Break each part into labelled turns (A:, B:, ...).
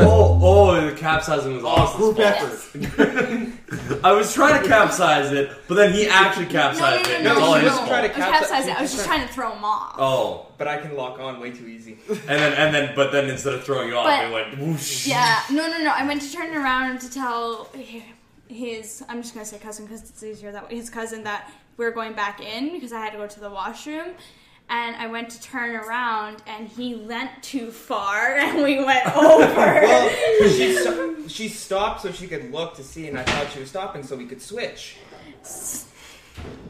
A: Oh, capsizing was
B: Oh,
A: awesome.
B: group effort.
A: I was trying to capsize it, but then he actually capsized
C: no,
A: it.
C: no,
A: It's
C: no,
A: all
C: no,
A: his
C: no.
A: fault.
D: Try to
C: I was
D: capsi-
C: capsizing. I was just trying to throw him off.
A: Oh,
D: But I can lock on way too easy.
A: and then and then, but then instead of throwing you off,
C: But-
A: it went whoosh.
C: Yeah, no, no, no. I went to turn around to tell his, I'm just going to say cousin because it's easier that way, his cousin that we were going back in because I had to go to the washroom. And I went to turn around and he leant too far and we went
D: Well,
C: over.
D: she, sto- she stopped so she could look to see, and I thought she was stopping so we could switch. So,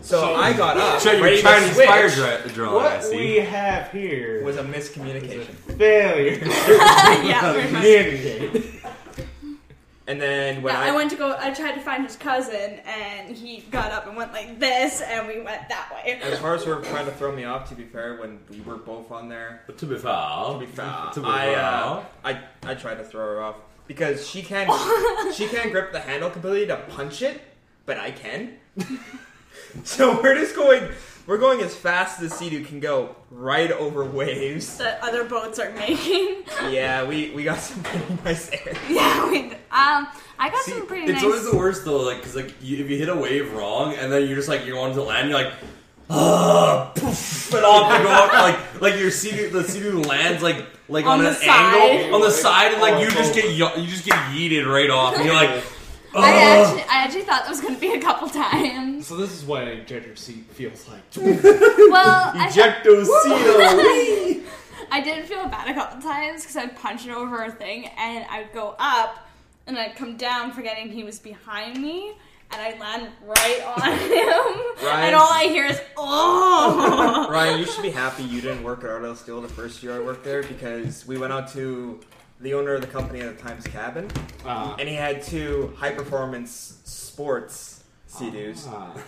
B: So-
D: I got up.
A: So
D: ready
A: your
D: to
A: Chinese
D: switch,
A: fire dra- drone. I
B: what we
A: Oh, see.
B: have here
D: was
B: was
D: a
B: a
D: miscommunication.
B: failure.
C: yeah, pretty much.
B: Communicate.
D: And then when
C: Yeah,
D: I,
C: I went to go, I tried to find his cousin and he got up and went like this and we went that way.
D: as far as were trying to throw me off, to be fair, when we were both on there,
A: To be foul.
D: to be fair,
A: To be
D: I, uh,
A: foul.
D: I I tried to throw her off because she can she can grip the handle completely to punch it, but I can. so we're just going we're going as fast as Sea-Doo can go right over waves.
C: That other boats are making.
D: Yeah, we we got some pretty nice air.
C: yeah, we, um, I got
A: See,
C: some pretty
A: it's
C: nice.
A: always the worst though, like because like you, if you hit a wave wrong and then you're just like you're on to land, you're like, ah, poof, and off you go, up, like like your sea the sea lands like like on,
C: On the
A: an
C: side.
A: angle on the side, and like
B: Oh,
A: you just
B: oh.
A: get yo- you just get yeeted right off, and you're like,
C: I
A: ah.
C: actually, I actually thought that was going to be a couple times.
B: So this is what an ejector seat feels like.
C: Well, I,
A: Ejectocito.
C: I did feel bad a couple times because I'd punch it over a thing and I'd go up and I'd come down forgetting he was behind me and I'd land right on him.
D: Ryan.
C: And all I hear is, oh!
D: Ryan, you should be happy you didn't work at Ardell Steel the first year I worked there because we went out to the owner of the company at the time's cabin
B: Uh,
D: and he had two high performance sports Sea-Doos.
B: uh,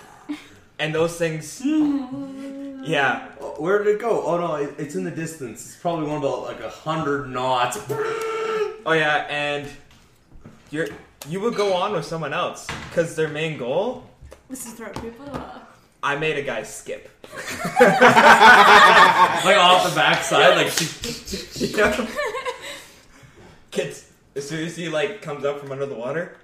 D: and those things. yeah,
A: Oh, Where did it go? Oh no, it, it's in the distance. It's probably one about like a hundred knots.
D: oh yeah, and you're you would go on with someone else because their main goal.
C: This is throw people off.
D: I made a guy skip.
A: like off the backside, like she
D: Yeah. Kids, as soon as he like comes up from under the water,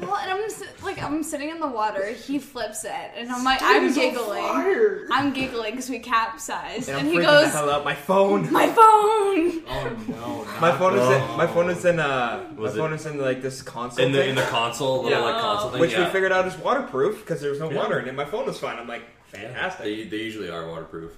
C: Well, and I'm si- like, I'm sitting in the water. He flips it, and I'm like, I'm giggling.
B: fire.
C: I'm giggling because we capsized,
D: and
C: and,
D: I'm
C: he
D: freaking the
C: goes,
D: hell out. My phone.
C: "My phone."
B: Oh no! not
D: My phone is
B: those.
D: in. My phone is in. Uh, my
A: Was it-
D: phone is in like this console.
A: in the in
D: thing,
A: the console, little
D: Yeah.
A: like console thing.
D: which
A: yeah.
D: we figured out is waterproof because there was no
A: Yeah.
D: water in it. My phone was fine. I'm like, fantastic.
A: They, they usually are waterproof.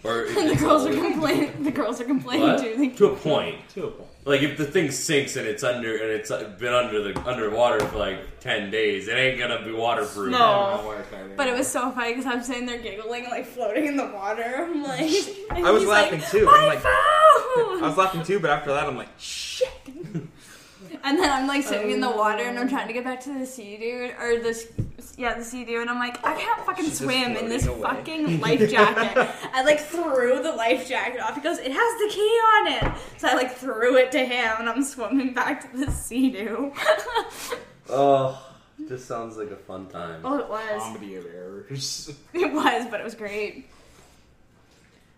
A: Or
C: And the girls are complaining. The girls are complaining too. They-
A: what? to a point.
B: Two of them.
A: Like if the thing sinks and it's under and it's uh, been under the underwater for like ten days, it ain't gonna be waterproof.
C: No.
B: I don't know why I
C: But it was so funny because I'm sitting there giggling, like floating in the water. I'm like, and
D: I was
C: he's
D: laughing
C: like,
D: too.
C: My
D: I'm like-
C: phone!
D: I was laughing too, but after that, I'm like, shit.
C: and then I'm like sitting in the water and I'm trying to get back to the sea dude or this, yeah, the sea dude. And I'm like, I can't fucking
D: She's just
C: swim in this
D: floating away.
C: fucking life jacket. I like threw the life jacket off. He goes, it has the key on it. So I like threw it to him and I'm swimming back to the sea dude.
A: Oh, this sounds like a fun time.
C: oh, it
D: Um.
C: was.
B: comedy of errors.
C: It was, but it was great.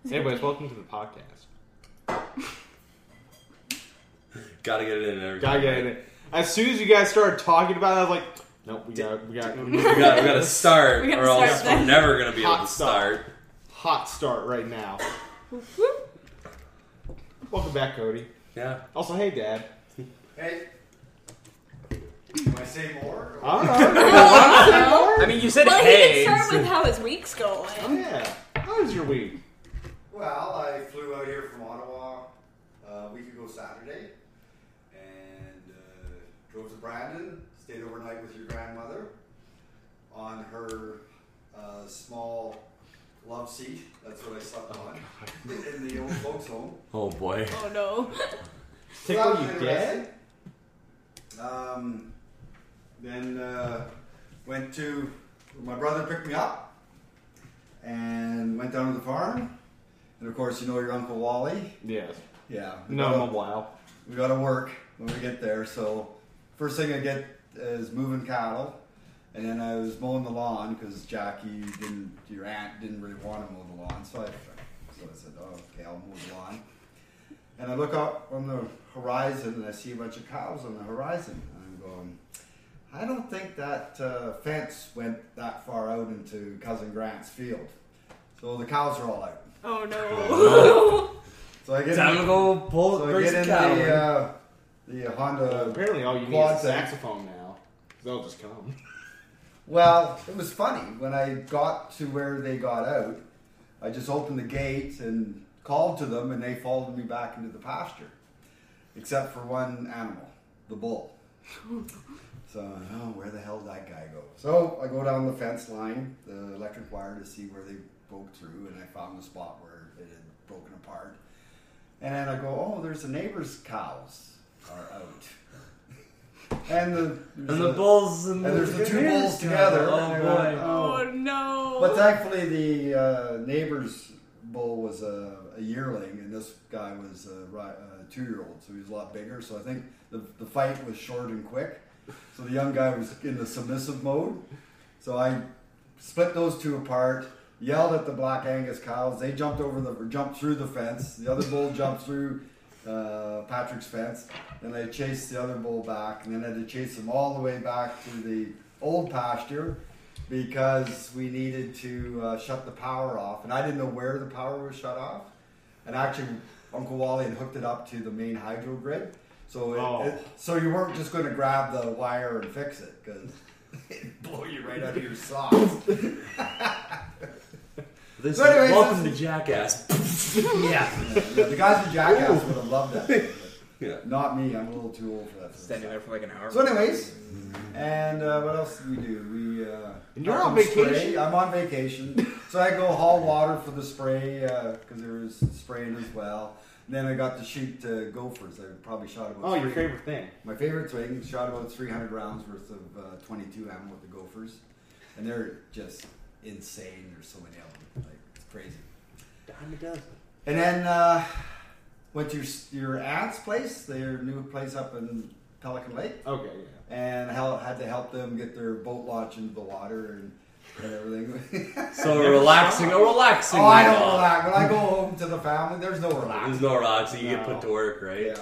B: Anyways, welcome to the podcast.
A: Gotta get it in there.
B: Gotta get it. As soon as you guys started talking about it, I was like, nope, we got, we got, we
A: We
B: got
A: gotta, we gotta start,
C: We gotta
A: or else
C: start
A: we're
C: then.
A: never gonna be able to
B: Hot stuff.
A: start.
B: hot start right now. Welcome back, Cody.
A: Yeah.
B: Also, hey, Dad.
E: Hey. Can I say more?
B: I don't know. Wanna say more?
D: I mean, you said
C: Well,
D: hey.
C: he can start
D: so-
C: with how his week's
B: Oh
C: going.
B: yeah. How was your week?
E: Well, I flew out here from Ottawa uh, a week ago Saturday and uh, drove to Brandon, stayed overnight with your grandmother on her uh, small love seat. That's what I slept on in the old folks' home.
A: Oh boy.
C: Oh no.
E: So that
B: Tickle
E: was
B: you dead?
E: interesting. Um, then uh, went to my brother picked me up and went down to the farm. And of course, you know your uncle Wally.
B: Yes.
E: Yeah. we
B: No, I'm a
E: gotta-
B: while.
E: We got to work when we get there. So first thing I get is moving cattle, and then I was mowing the lawn because Jackie didn't, your aunt didn't really want to mow the lawn. So I, so I said, oh, okay, I'll mow the lawn. And I look up on the horizon and I see a bunch of cows on the horizon. And I'm going, I don't think that uh, fence went that far out into Cousin Grant's field. So the cows are all out.
C: Oh no.
E: So I get
A: Time to
E: in,
A: go pull
E: so I
A: Grace
E: get in
A: Cow.
E: the, uh, the
B: Uh,
E: Honda.
B: apparently, all you need
E: Quad
B: is a
E: thing.
B: saxophone now. 'cause They'll just come.
E: Well, it was funny. When I got to where they got out, I just opened the gate and called to them, and they followed me back into the pasture, except for one animal, the bull. So, oh, where the hell did that guy go? So I go down the fence line, the electric wire, to see where they broke through, and I found the spot where it had broken apart. And then I go, oh, there's the neighbor's cows are out. and the,
A: And the bulls and,
E: and there's the two bulls
A: Yeah.
E: together.
A: Oh
E: and they're
A: boy.
E: like,
C: oh
E: oh.
C: no.
E: But thankfully, the uh, neighbor's bull was a, a yearling, and this guy was a, ri- a two-year-old, so he was a lot bigger. So I think the, the fight was short and quick. So the young guy was in the submissive mode. So I split those two apart. Yelled at the black Angus cows. They jumped over the or jumped through the fence. The other bull jumped through uh, Patrick's fence. Then I chased the other bull back, and then I had to chase them all the way back to the old pasture because we needed to uh, shut the power off. And I didn't know where the power was shut off. And actually, Uncle Wally had hooked it up to the main hydro grid. So, it,
B: Oh.
E: it- so you weren't just going to grab the wire and fix it because it'd blow you right out of your socks.
A: This
E: So anyways,
A: is, welcome to
E: this
A: Jackass. yeah.
E: Yeah, the guys in Jackass would have loved that. thing,
A: Yeah.
E: but Not me. I'm a little too old for that. sort of
D: Standing there for like an hour.
E: stuff. So, anyways, and uh, what else did we do? We uh,
B: And you're
E: got
B: on
E: some spray.
B: vacation.
E: I'm on vacation, so I go haul water for the spray because there was spraying as well. And then I got to shoot uh, gophers. I probably shot about.
B: Oh, your
E: three-
B: favorite thing.
E: My favorite swing shot about 300 rounds worth of uh, 22 ammo with the Gophers, and they're just insane. There's so many of them, like it's crazy.
B: Dime a dozen.
E: And then uh, went to your, your aunt's place, their new place up in Pelican Lake,
B: Okay, yeah.
E: and hel- had to help them get their boat launch into the water and, and everything.
A: So relaxing, a relaxing.
E: oh, I don't
A: weekend.
E: relax when I go home to the family. There's no relax.
A: There's no relaxing. You get
B: No.
A: put to work, right?
E: Yeah.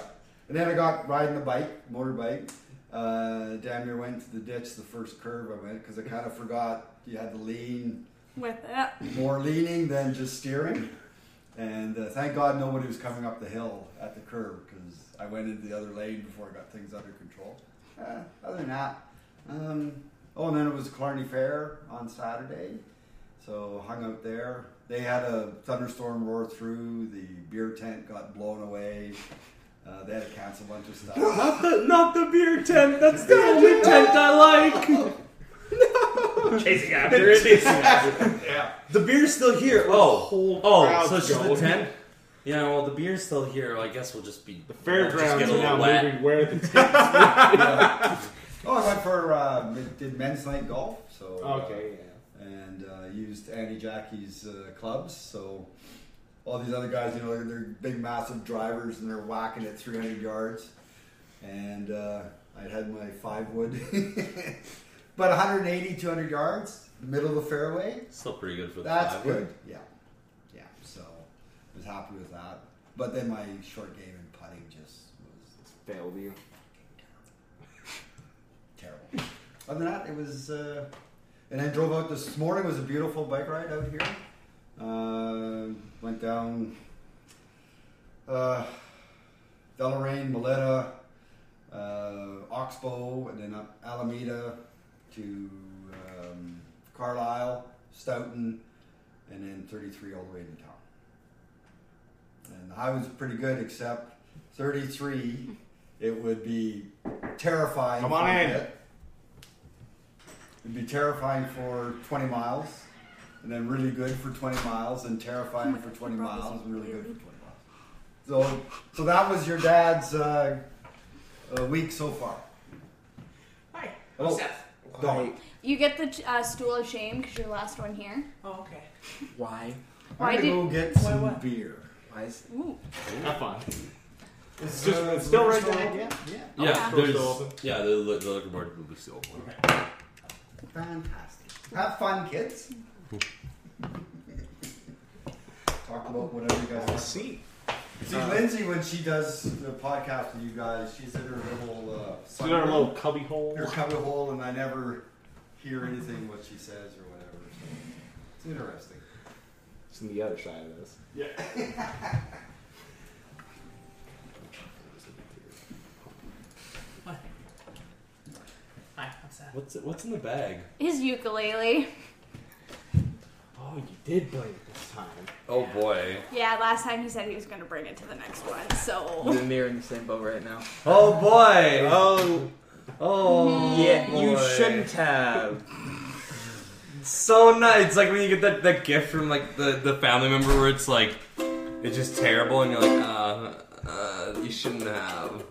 E: And then I got riding the bike, motorbike. Uh, damn near went to the ditch the first curve I went because I kind of forgot you had to lean
C: with it.
E: more leaning than just steering. And uh, thank God nobody was coming up the hill at the curve because I went into the other lane before I got things under control. Uh, other than that, um, oh, and then it was Clarney Fair on Saturday, so hung out there. They had a thunderstorm roar through. The beer tent got blown away. Uh, they had to cancel a bunch of stuff.
A: Not the not the beer tent. That's the only tent I like.
D: Chasing after
A: They're
D: it.
A: chasing us. The beer's still here. Oh,
B: whole
A: oh,
B: crowd's
A: so it's just the
B: going.
A: tent. Yeah, well, the beer's still here. I guess we'll just be the Just
B: Fairgrounds
A: get a
B: are now
A: little wet.
B: moving where the tent.
E: Oh, I went for uh, did men's night golf. So uh,
B: okay, yeah.
E: and uh, used Andy Jackie's uh, clubs. So all these other guys, you know, they're, they're big, massive drivers, and they're whacking at 300 yards. And uh, I had my five wood, but 180, 200 yards, middle of the fairway.
A: Still pretty good for the
E: That's
A: five.
E: good. Yeah, yeah. So I was happy with that. But then my short game and putting just was
B: Failed you.
E: terrible. Other than that, it was. Uh, and then drove out this morning. was a beautiful bike ride out here. Uh, went down uh, Deloraine, Maletta, uh, Oxbow, and then up Alameda to um, Carlisle, Stoughton, and then 33 all the way into town. And the highway's pretty good, except 33, it would be terrifying.
B: Come on
E: for a
B: in.
E: bit. It'd be terrifying for 20 miles, and then really good for 20 miles, and terrifying for 20 miles, and really good for 20 miles. So, so that was your dad's uh, uh, week so far.
F: Hi.
E: Oh,
F: Seth.
E: dog.
C: You get the uh, stool of shame because you're the last one here.
F: Oh, okay.
D: Why?
C: Why
E: I'm gonna
C: did-
E: go get
F: Why
E: some
F: what?
E: beer.
D: Why is
C: Ooh.
B: Have fun.
E: It's uh,
B: just- it's still right there,
E: Yeah,
A: Yeah,
C: Okay.
A: there's
B: Still open.
A: yeah the, the the liquor board will be still open.
E: fantastic. Have fun, kids. Talk about whatever you guys want.
B: see.
E: See, Lindsay, when she does the podcast with you guys, she's in her little uh,
B: She's in our
E: sunroom,
B: little cubby hole.
E: her cubby hole, and I never hear anything what she says or whatever. So it's interesting.
B: It's in the other side of this.
E: Yeah.
F: What? Hi, what's that?
A: What's what's in the bag?
C: His ukulele.
B: Oh, you did bring it this time.
A: Oh boy.
C: Yeah, last time he said he was gonna bring it to the next one, so.
D: We're near in the same boat right now.
A: Oh boy.
D: Oh,
A: Oh
B: Mm-hmm.
D: yeah, you
A: boy.
D: shouldn't have.
A: So nice. It's like when you get that, that gift from like the, the family member where it's like it's just terrible and you're like, uh, uh you shouldn't have.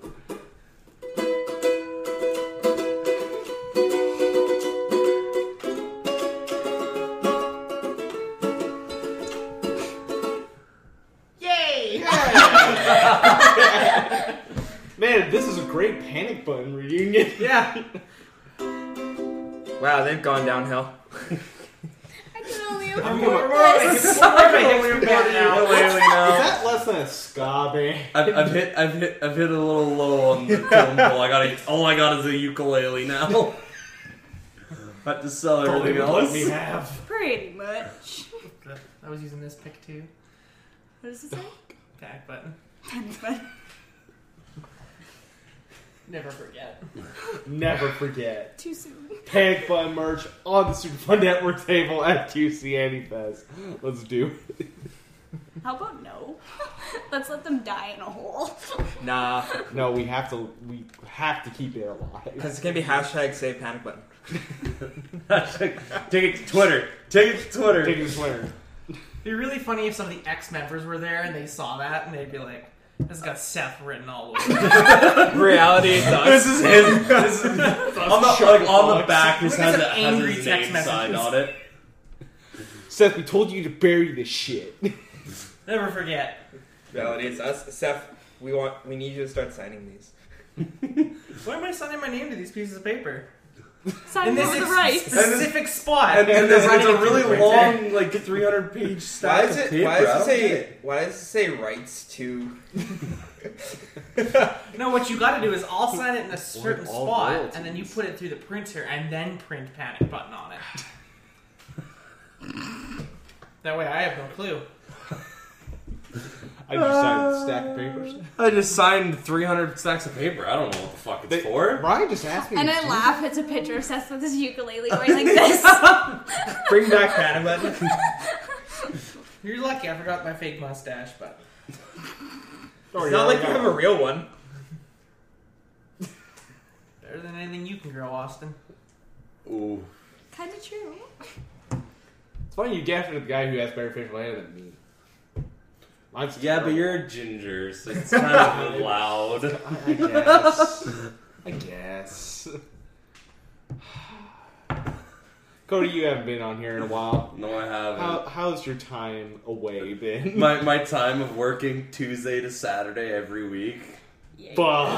F: Yay!
B: Man, this is a great panic button reunion.
D: Yeah. Wow, they've gone downhill.
C: I can only
B: I'm
C: afford
B: gonna-
C: this.
A: Oh, wait, wait,
B: Is
A: no.
B: that less than a ska band?
A: I've, I've hit, I've hit, I've hit a little low on the tone pole. I got, to all I got is a ukulele now. I have to sell everything
B: Let
A: else.
B: me have.
C: Pretty much.
F: I was using this pick too.
C: What does it say?
F: Back button.
C: Penny button.
F: Never forget.
B: Never forget.
C: Too soon.
B: Panic button merch on the Superfund Network table at QC Antifest. Let's do it.
C: How about no? Let's let them die in a hole.
D: Nah,
B: No, we have to. We have to keep it alive.
D: because it's gonna be hashtag say panic button.
A: Take it to Twitter. Take it to Twitter.
B: Take this winner.
F: It'd be really funny if some of the X members were there and they saw that and they'd be like, "This has got Seth written all over." it."
D: Reality is
A: This
D: us.
A: is his. This is on the like, on the back. This
F: Look
A: has,
F: at some
A: a, has
F: angry
A: his
F: text
A: name signed
F: messages.
A: on it.
B: Seth, we told you to bury this shit.
F: Never forget.
D: Reality is us. Seth, we want, we need you to start signing these.
F: Why am I signing my name to these pieces of paper?
C: Sign
F: In
C: for
F: this
C: the
F: ex-
C: rights.
F: specific spot.
A: And, and
F: They're
A: there's, it's
F: running
A: a
F: into the
A: really
F: printer.
A: long, like 300 page
D: Why
A: stack
D: does
A: of
D: it?
A: paper.
D: Why does it
A: I don't
D: say?
A: get it.
D: Why does it say rights to?
F: No, what you got to do is all sign it in a certain
B: all
F: spot,
B: royalties.
F: and then you put it through the printer, and then print panic button on it. that way, I have no clue.
B: I just signed a stack of papers.
A: I just signed 300 stacks of paper. I don't know what the fuck it's
B: They-
A: for.
B: Ryan just asked me.
C: And
B: to
C: I
B: do
C: laugh. It's a picture of Seth with his ukulele going like this.
D: Bring back panic button.
F: You're lucky. I forgot my fake mustache, but
B: it. Sorry,
D: It's not
B: Ryan,
D: like you have a real one.
F: better than anything you can grow, Austin.
A: Ooh.
C: kind of true.
B: It's funny you gaffed at the guy who has better facial hair than me. Mine's
A: Yeah, but
B: terrible.
A: you're a ginger, so it's kind of loud.
B: I guess. I guess. Cody, you haven't been on here in a while.
A: No, I haven't.
B: How, how's your time away been?
A: my my time of working Tuesday to Saturday every week.
C: Yeah.
B: Fuck.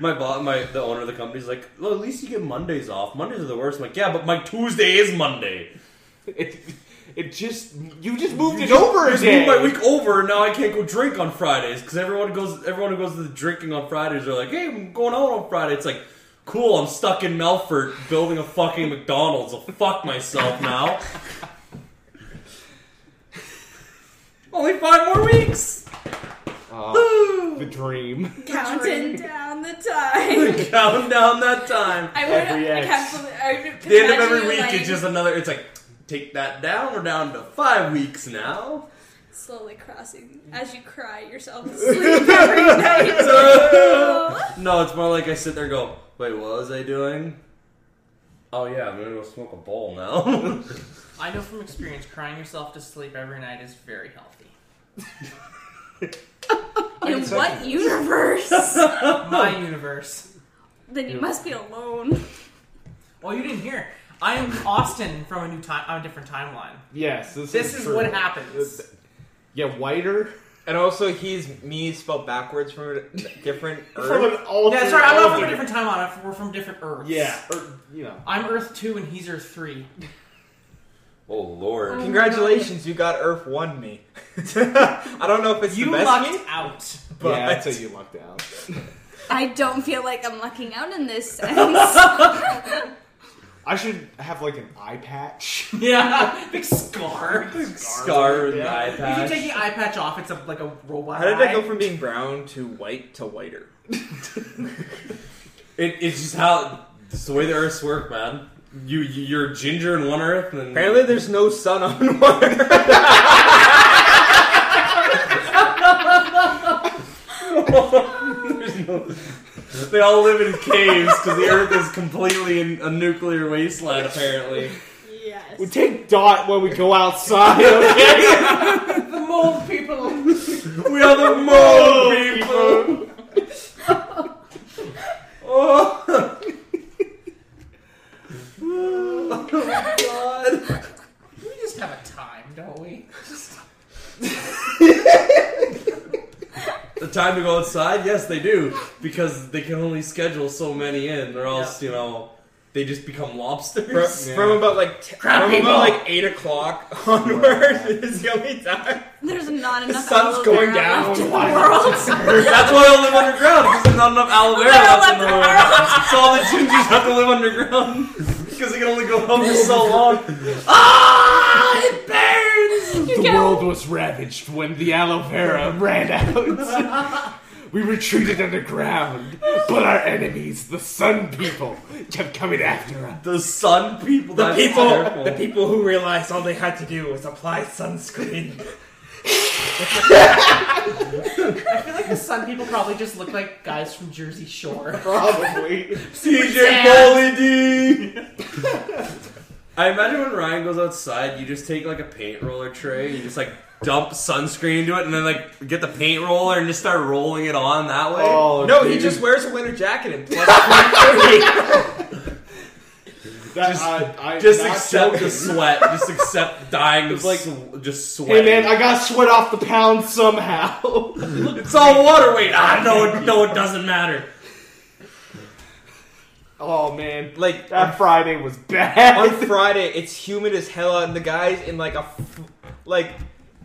A: my boss, my the owner of the company's like, well, at least you get Mondays off. Mondays are the worst. I'm like, yeah, but my Tuesday is Monday.
B: It, it just you just moved it over
A: Just
B: again.
A: moved my week over. Now I can't go drink on Fridays because everyone goes. Everyone who goes to the drinking on Fridays are like, "Hey, I'm going out on Friday." It's like, cool. I'm stuck in Melfort building a fucking McDonald's. I'll fuck myself now. Only five more weeks.
B: Oh, the dream.
C: Counting down the time.
A: Count down that time.
C: I would.
B: Every
C: I
B: X.
C: can't believe. I would
A: The end of
C: imagine
A: every
C: you,
A: week,
C: like,
A: it's just another. It's like take that down. We're down to five weeks now.
C: slowly crossing
D: Mm.
C: as you cry yourself to sleep every night.
A: No, it's more like I sit there and go, wait, what was I doing? Oh yeah, I'm gonna go smoke a bowl now.
F: I know from experience, crying yourself to sleep every night is very healthy.
C: In what universe?
F: My universe.
C: then you must be alone.
F: Well, you didn't hear. I am Austin from a new time, on a different timeline.
B: Yes, this,
F: This is
B: true.
F: what happens.
B: Yeah, whiter.
D: And also, he's me spelled backwards from a different
B: From an
D: Earth.
B: altered
F: Yeah, that's right. I'm not from
B: alternate-
F: a different timeline. I'm- We're from different Earths.
B: Yeah, or you know,
F: I'm Earth 2 and he's Earth 3.
A: Oh lord.
C: Oh.
D: Congratulations, you got Earth One me. I don't know if it's
F: You
D: the best
F: lucked
D: me,
F: out.
D: but
B: yeah, I'd say you lucked out.
C: I don't feel like I'm lucking out in this sense.
B: I should have like an eye patch.
F: Yeah, big scar.
A: Scar and
B: Yeah.
A: eye
F: If you
A: patch.
F: take the eye patch off, it's a, like a robot.
D: how did I
F: eye.
D: go from being brown to white to whiter?
B: Mm.
A: It, it's just how it's the way the Earths work, man. You you- you're ginger in one Earth, and
D: Apparently, there's no sun on one.
A: There's no- they all live in caves because the Earth is completely in a nuclear wasteland. Apparently,
C: yes.
B: We take Dot when we go outside, okay?
F: the mold people?
A: we are the mold people. Oh. oh my god.
F: We just have a time, don't we?
A: The time to go outside? Yes, they do because they can only schedule so many in, or else you know they just become
D: From,
A: lobsters.
D: from about like t- from about like eight o'clock onward is the only time.
C: There's not enough.
D: sun's
C: aloe
D: going
C: vera
D: down.
C: left in the
D: Why
C: world.
A: That's why I live underground because there's not enough aloe vera
C: They're
A: left in the
C: left
A: world. So all the gingers have to live underground because they can only go home for so long. Ah, it burns.
C: You
B: the
C: can't-
B: world was ravaged when the aloe vera ran out. we retreated underground, but our enemies, the sun people, kept coming after us.
A: The sun people.
D: The
A: that's
D: people,
A: terrible.
D: the people who realized all they had to do was apply sunscreen.
F: I feel like the sun people probably just look like guys from Jersey Shore.
B: Probably.
A: CJ Boley D. I imagine when Ryan goes outside, you just take like a paint roller tray, you just like dump sunscreen into it, and then like get the paint roller and just start rolling it on that way.
B: Oh,
D: no, he
B: dude.
D: just wears a winter jacket and plus 130.
B: That-
A: just-
B: I, I,
A: Just
B: not
A: accept
B: joking.
A: the sweat. Just accept dying of
B: like-
A: sw- just
B: Hey
A: sweat.
B: man, I got sweat off the pound somehow.
A: it's all water weight. Ah, no, it- no, it doesn't matter.
B: oh man,
D: like
B: that Friday was bad.
D: on Friday, it's humid as hell out, and the guys in like a f- like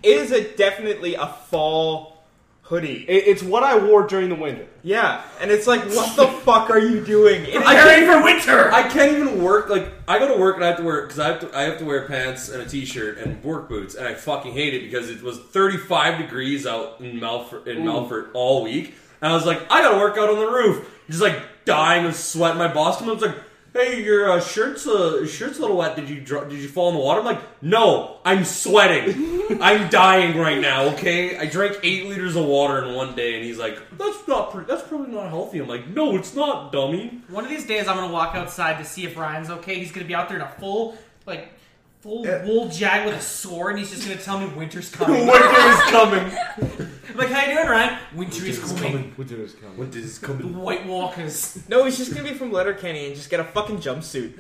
D: it is a definitely a fall hoodie.
B: It- it's what I wore during the winter.
D: Yeah, and it's like, what the fuck are you doing? It
A: I
D: is-
A: can't even
F: winter.
A: I can't even work. Like I go to work and I have to wear because I have to. I have to wear pants and a t-shirt and work boots, and I fucking hate it because it was 35 degrees out in Melfort in Melfort all week, and I was like, I gotta work out on the roof, just like dying of sweat. My boss comes up and is like. Hey, your uh, shirt's uh, shirt's a little wet. Did you dr- did you fall in the water? I'm like, no, I'm sweating. I'm dying right now. Okay, I drank eight liters of water in one day, and he's like, that's not pre- that's probably not healthy. I'm like, no, it's not, dummy.
F: One of these days, I'm gonna walk outside to see if Ryan's okay. He's gonna be out there in a full, like, full wool jag with a sword, and he's just gonna tell me winter's coming.
A: Winter is coming.
F: I'm like, how you doing, Ryan? Winter, is, coming.
B: Winter is coming.
A: Winter is
F: The
A: coming.
F: White Walkers.
D: no, he's just gonna be from Letterkenny and just get a fucking jumpsuit.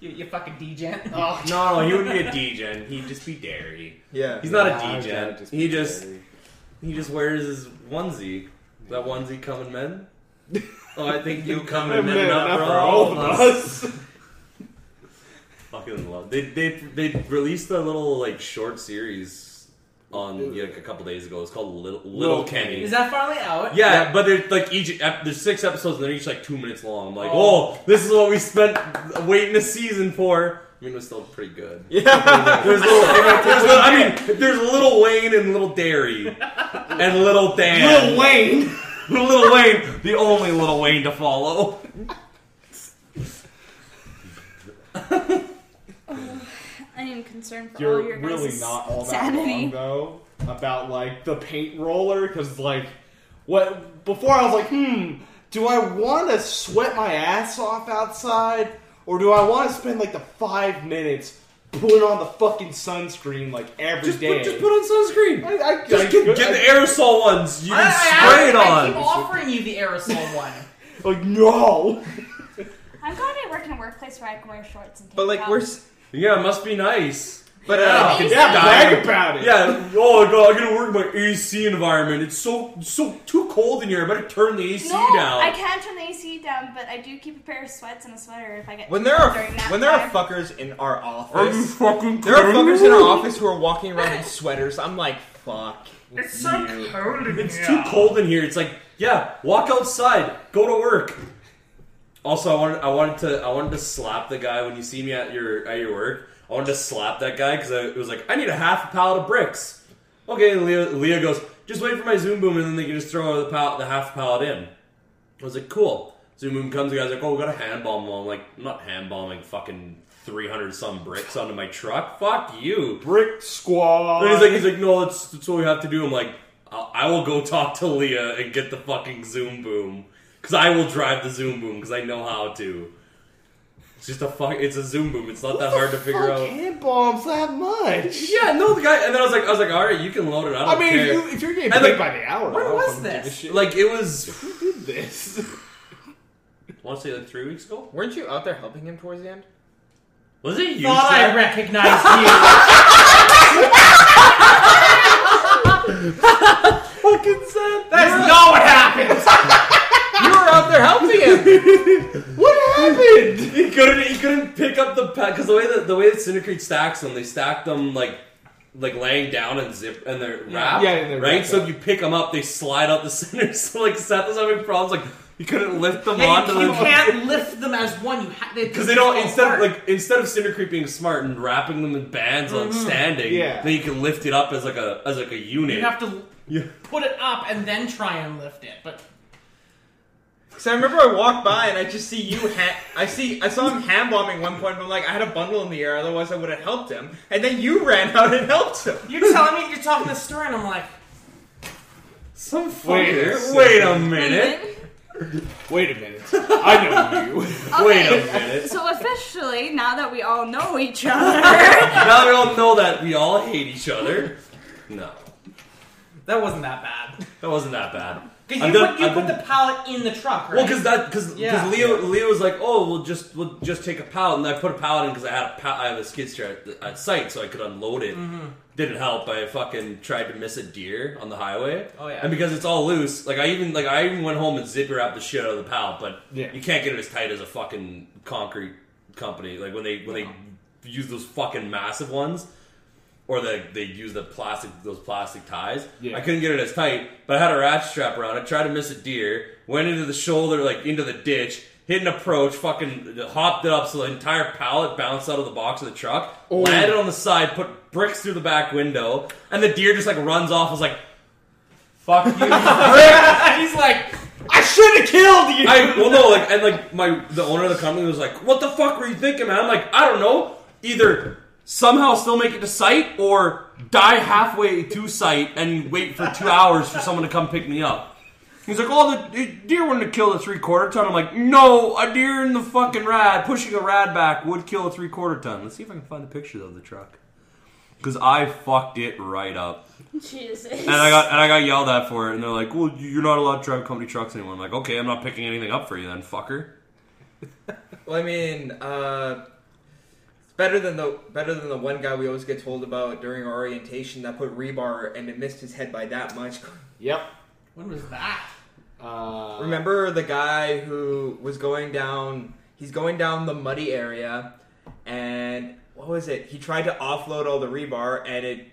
F: You, you fucking degen.
B: Oh,
A: No, no, he wouldn't be a degen. He'd just be dairy.
D: Yeah,
A: He's not a
B: Nah,
A: degen.
B: I'd just
A: he
B: be
A: just
B: dirty.
A: he just wears his onesie. That onesie coming men. Oh, I think you coming
B: I've
A: men
B: been
A: enough
B: enough
A: for all of us.
B: us.
A: Fucking love. They they they released a little like short series on like a couple days ago. It's called Little Little,
B: Little
A: Kenny.
F: Is that finally out?
A: Yeah, but they're like each ep- there's six episodes and they're each like two minutes long. I'm like,
F: Oh.
A: oh, this is what we spent waiting a season for. I mean, it was still pretty good.
D: yeah.
A: There's little, there's little, I mean, there's little Wayne and little Derry and little Dan.
B: Lil Wayne.
A: Little, little Wayne, the only little Wayne to follow.
C: I am concerned for all
B: Oh, You're
C: your
B: really
C: guys'
B: not all that
C: sanity.
B: wrong though about like the paint roller because like what before I was like hmm do I want to sweat my ass off outside or do I want to spend like the five minutes putting on the fucking sunscreen like every day?
A: Just put, just put on sunscreen.
B: I, I,
A: Just
B: I-
A: get, get the aerosol ones. You
F: I,
A: can
F: I-
A: spray it
F: I keep
A: on.
F: offering you the aerosol one.
B: Like no.
C: I'm glad I work in a workplace where I can wear shorts and tank
D: But like
C: tops.
D: we're s-
A: Yeah, it must be nice.
D: But
A: Yeah.
D: uh,
A: It's
B: Yeah,
A: not-
B: brag about it.
A: Yeah. Oh god, I gotta work my AC environment. It's so so too cold in here. I better turn the AC
C: No,
A: down.
C: I can turn the AC down, but I do keep a pair of sweats and a sweater if I get
D: when there are
C: during nap
D: when there
C: time.
D: are fuckers in our office,
A: fucking
D: There are fuckers in our office who are walking around in sweaters. I'm like, fuck.
F: It's so cold in
A: It's
F: here.
A: too cold in here. It's like, yeah, walk outside, go to work. Also, I wanted, I wanted to, I wanted to slap the guy when you see me at your at your work. I wanted to slap that guy because it was like, I need a half a pallet of bricks. Okay, and Leah, Leah goes, just wait for my zoom boom, and then they can just throw the pallet, the half pallet in. I was like, cool. Zoom boom comes, the guy's like, oh, we got a hand bomb. I'm like, I'm not hand bombing fucking three hundred some bricks onto my truck. Fuck you.
B: Brick squad.
A: And he's like, he's like, no, that's, that's what we have to do. I'm like, I I will go talk to Leah and get the fucking Zoom boom because I will drive the Zoom boom because I know how to. It's just a fuck. It's a Zoom boom. It's not that hard to figure
B: Fuck
A: out.
B: hand bombs that much.
A: Yeah, no, the guy. And then I was like, I was like, all right, you can load it. I don't
B: I mean,
A: care.
B: if, you, if you're getting
A: And like,
B: paid by the hour,
F: when
B: I don't
F: was
B: fucking give a
F: this?
B: shit.
A: like it was.
B: who did this?
A: I want to say like three weeks ago.
D: Weren't you out there helping him towards the end?
A: Was it you?
F: Thought I
A: Zach?
F: recognized
D: Fucking sad.
F: you. That's not what happened.
D: You were out there helping him.
B: what happened?
A: He couldn't. He couldn't pick up the pack because the way that the way that Syndicate stacks them, they stack them like like laying down and zip and they're wrapped.
B: Yeah, and they're
A: right.
B: wrapped
A: So
B: up.
A: if you pick them up, they slide out the center. So like Seth was having problems. Like he couldn't lift them
F: Yeah,
A: onto
F: you, you
A: the
F: can't lift them as one. You have
A: because they don't instead of like instead of Syndicate being smart and wrapping them in bands on standing.
B: Yeah.
A: Then you can lift it up as like a as like a unit.
F: Mm-hmm. you have to
A: Yeah.
F: put it up and then try and lift it. But
D: Because I remember I walked by and I just see you. Ha- I see. I saw him hand bombing one point. But I'm like, I had a bundle in the air, otherwise I would have helped him. And then you ran out and helped him.
F: you're telling me you're talking the story, and I'm like,
A: Some
B: Wait a
A: fucker. Wait a
C: Wait a
A: minute.
C: minute.
B: Wait a minute. I know you.
A: Wait a
C: Okay.
A: minute.
C: So officially, now that we all know each other,
A: Now we all know that we all hate each other. No,
F: that wasn't that bad.
A: that wasn't that bad.
F: Because
A: I'm
F: you,
A: done-
F: put, you
A: I'm
F: put
A: done-
F: the pallet in the truck, right?
A: Well, because that because
F: Yeah.
A: Leo Leo was like, oh, we'll just we'll just take a pallet, and I put a pallet in because I had a pal- I have a skid steer at, the, at site, so I could unload it.
F: Mm-hmm.
A: Didn't help. I fucking tried to miss a deer on the highway.
F: Oh, yeah.
A: And because it's all loose, like I even like I even went home and zip wrapped the shit out of the pallet, but
B: Yeah.
A: you can't get it as tight as a fucking concrete company. Like when they when they use those fucking massive ones. Or the, they use the plastic, those plastic ties.
B: Yeah.
A: I couldn't get it as tight, but I had a rat strap around it. Tried to miss a deer, went into the shoulder, like into the ditch, hit an approach, fucking hopped it up so the entire pallet bounced out of the box of the truck, landed on the side, put bricks through the back window, and the deer just like runs off. I was like, "Fuck you!"
F: and he's like,
B: I should have killed you.
A: I well no like and like my the owner of the company was like, "What the fuck were you thinking, man?" I'm like, "I don't know. Either somehow still make it to site or die halfway to site and wait for two hours for someone to come pick me up." He's like, "Oh, the the deer wouldn't have killed a three quarter ton." I'm like, "No, a deer in the fucking rad pushing a rad back would kill a three quarter ton." Let's see if I can find a picture of the truck. Cause I fucked it right up,
C: Jesus.
A: and I got and I got yelled at for it, and they're like, "Well, you're not allowed to drive company trucks anymore." I'm like, "Okay, I'm not picking anything up for you then, fucker."
D: Well, I mean, uh, it's better than the better than the one guy we always get told about during our orientation that put rebar and it missed his head by that much.
B: Yep.
F: when was that?
B: Uh,
D: Remember the guy who was going down? He's going down the muddy area, and what was it? He tried to offload all the rebar, and it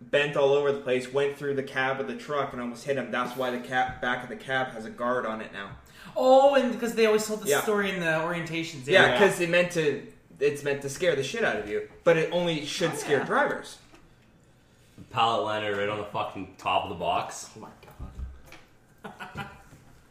D: bent all over the place. Went through the cab of the truck and almost hit him. That's why the cab back of the cab has a guard on it now.
F: Oh, and because they always told the
D: Yeah.
F: story in the orientations.
D: Yeah, because it meant to. It's meant to scare the shit out of you, but it only should
F: Oh,
D: scare
F: yeah.
D: drivers.
A: pallet liner right on the fucking top of the box.
B: Oh my god.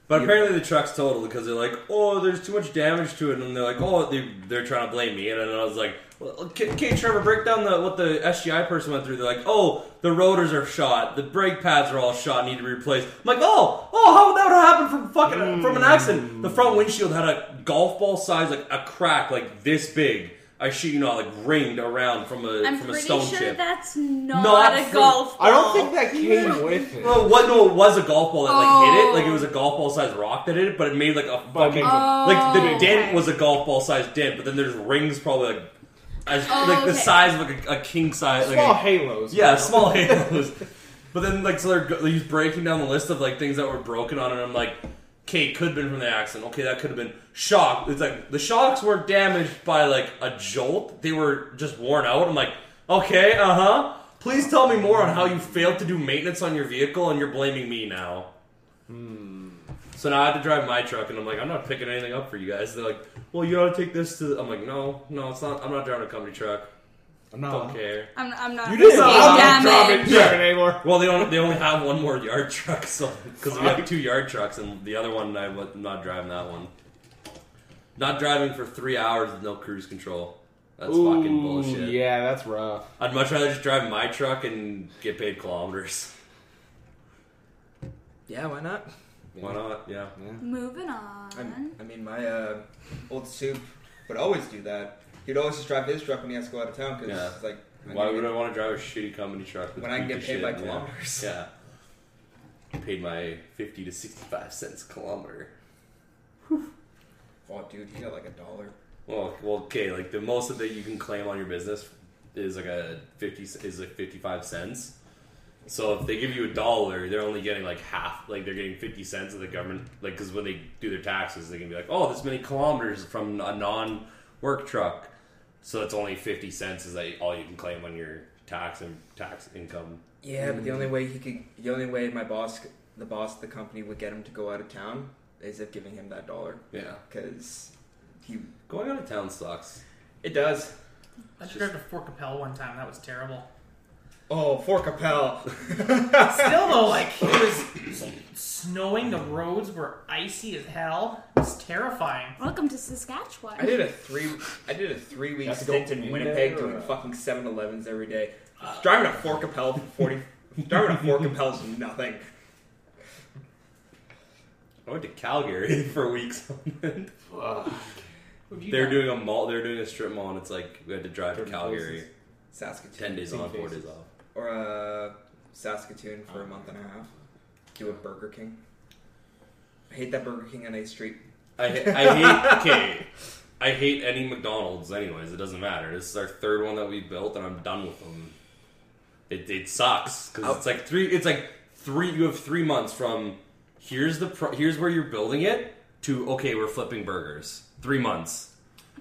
A: But apparently the truck's totaled because they're like, oh, there's too much damage to it, and they're like, oh, they, they're trying to blame me. And then I was like, well, uh, okay, okay, Trevor, break down the what the SGI person went through. They're like, oh, the rotors are shot, the brake pads are all shot, need to be replaced. I'm like, oh, oh, how would that happen from fucking from an accident? The front windshield had a golf ball size, like a crack, like this big. I shit you not, like ringed around from a
C: I'm
A: from a
C: pretty
A: stone
C: sure
A: chip.
C: that's not,
A: Not
C: a
A: for-
C: golf. Ball.
B: I don't think that came with it.
A: Oh, Well, what? No, it was a golf ball that like hit it.
C: Oh.
A: Like it was a golf ball sized rock that hit it, but it made like a
B: But it
A: fucking
B: made
C: Oh,
A: like the
C: okay.
A: dent was a golf ball sized dent, but then there's rings probably like as,
C: Oh,
A: like the
C: okay.
A: size of like a, a king size, like
B: Small
A: a,
B: halos.
A: yeah,
B: you know?
A: small halos. But then like so they're go- he's breaking down the list of like things that were broken on, it, and I'm like, okay, could have been from the accident. Okay, that could have been shock. It's like the shocks weren't damaged by like a jolt; they were just worn out. I'm like, okay, uh huh. Please tell me more on how you failed to do maintenance on your vehicle, and you're blaming me now. Hmm. So now I have to drive my truck, and I'm like, I'm not picking anything up for you guys. They're like, well, you ought to take this to. The-. I'm like, no, no, it's not. I'm not driving a company truck.
B: I'm not.
D: Oh.
A: Don't care.
C: I'm, I'm not.
B: You didn't
A: Oh,
C: risking
B: allow me to drop
C: damage.
B: it yeah. anymore.
A: Well, they only they only have one more yard truck, so because we have
B: Fuck.
A: two yard trucks, and the other one I was not driving that one. Not driving for three hours with no cruise control. That's fucking bullshit.
B: Yeah, that's rough.
A: I'd much rather just drive my truck and get paid kilometers.
D: Yeah, why not?
A: Why not? Yeah.
C: Moving on.
D: I'm, I mean, my uh, old soup would always do that. He'd always just drive his truck when he has to go out of town because
A: Yeah.
D: it's like I'm
A: Why
D: gonna
A: would
D: get-
A: I want to drive a shitty company truck with
D: When I can
A: piece of
D: get paid
A: shit,
D: by
A: yeah.
D: kilometers.
A: Yeah. Paid my fifty to sixty-five cents a kilometer.
D: Oh, dude, he got like a dollar.
A: Well, well, okay. Like the most that you can claim on your business is like a fifty is like fifty five cents. So if they give you a dollar, they're only getting like half. Like they're getting fifty cents of the government. Like because when they do their taxes, they can be like, oh, this many kilometers from a non work truck. So it's only fifty cents is like all you can claim on your tax and tax income.
D: Yeah, but the only way he could, the only way my boss, c- the boss of the company, would get him to go out of town is if giving him that dollar
A: Yeah,
D: because he
A: going out of town sucks.
D: it does.
F: I just grabbed a Fort Capel one time. That was terrible.
D: Oh, for Capel.
F: Still though, like it was snowing. The roads were icy as hell. It was terrifying.
C: Welcome to Saskatchewan.
D: I did a three, I did a three week
B: That's
D: stint
B: going
D: in
B: in
D: Winnipeg
B: there,
D: doing
B: or-
D: fucking 7-Elevens every day. Driving a Fort Capel for forty, driving a Fort Capel is nothing.
A: I went to Calgary for weeks on end.
F: Would you
A: They were
F: guys-
A: doing a mall. They were doing a strip mall, and it's like we had to drive to
B: Different
A: Calgary.
B: places.
D: Saskatoon.
A: Ten days on, four days off.
D: Or uh, Saskatoon
A: Oh.
D: for a month and a half. Do a Burger King. I hate that Burger King on 8th Street.
A: I, I hate okay. I hate any McDonald's. Anyways, it doesn't matter. This is our third one that we built, and I'm done with them. It it sucks because it's like three. It's like three. You have three months from here's the pro, here's where you're building it to okay, we're flipping burgers. Three months,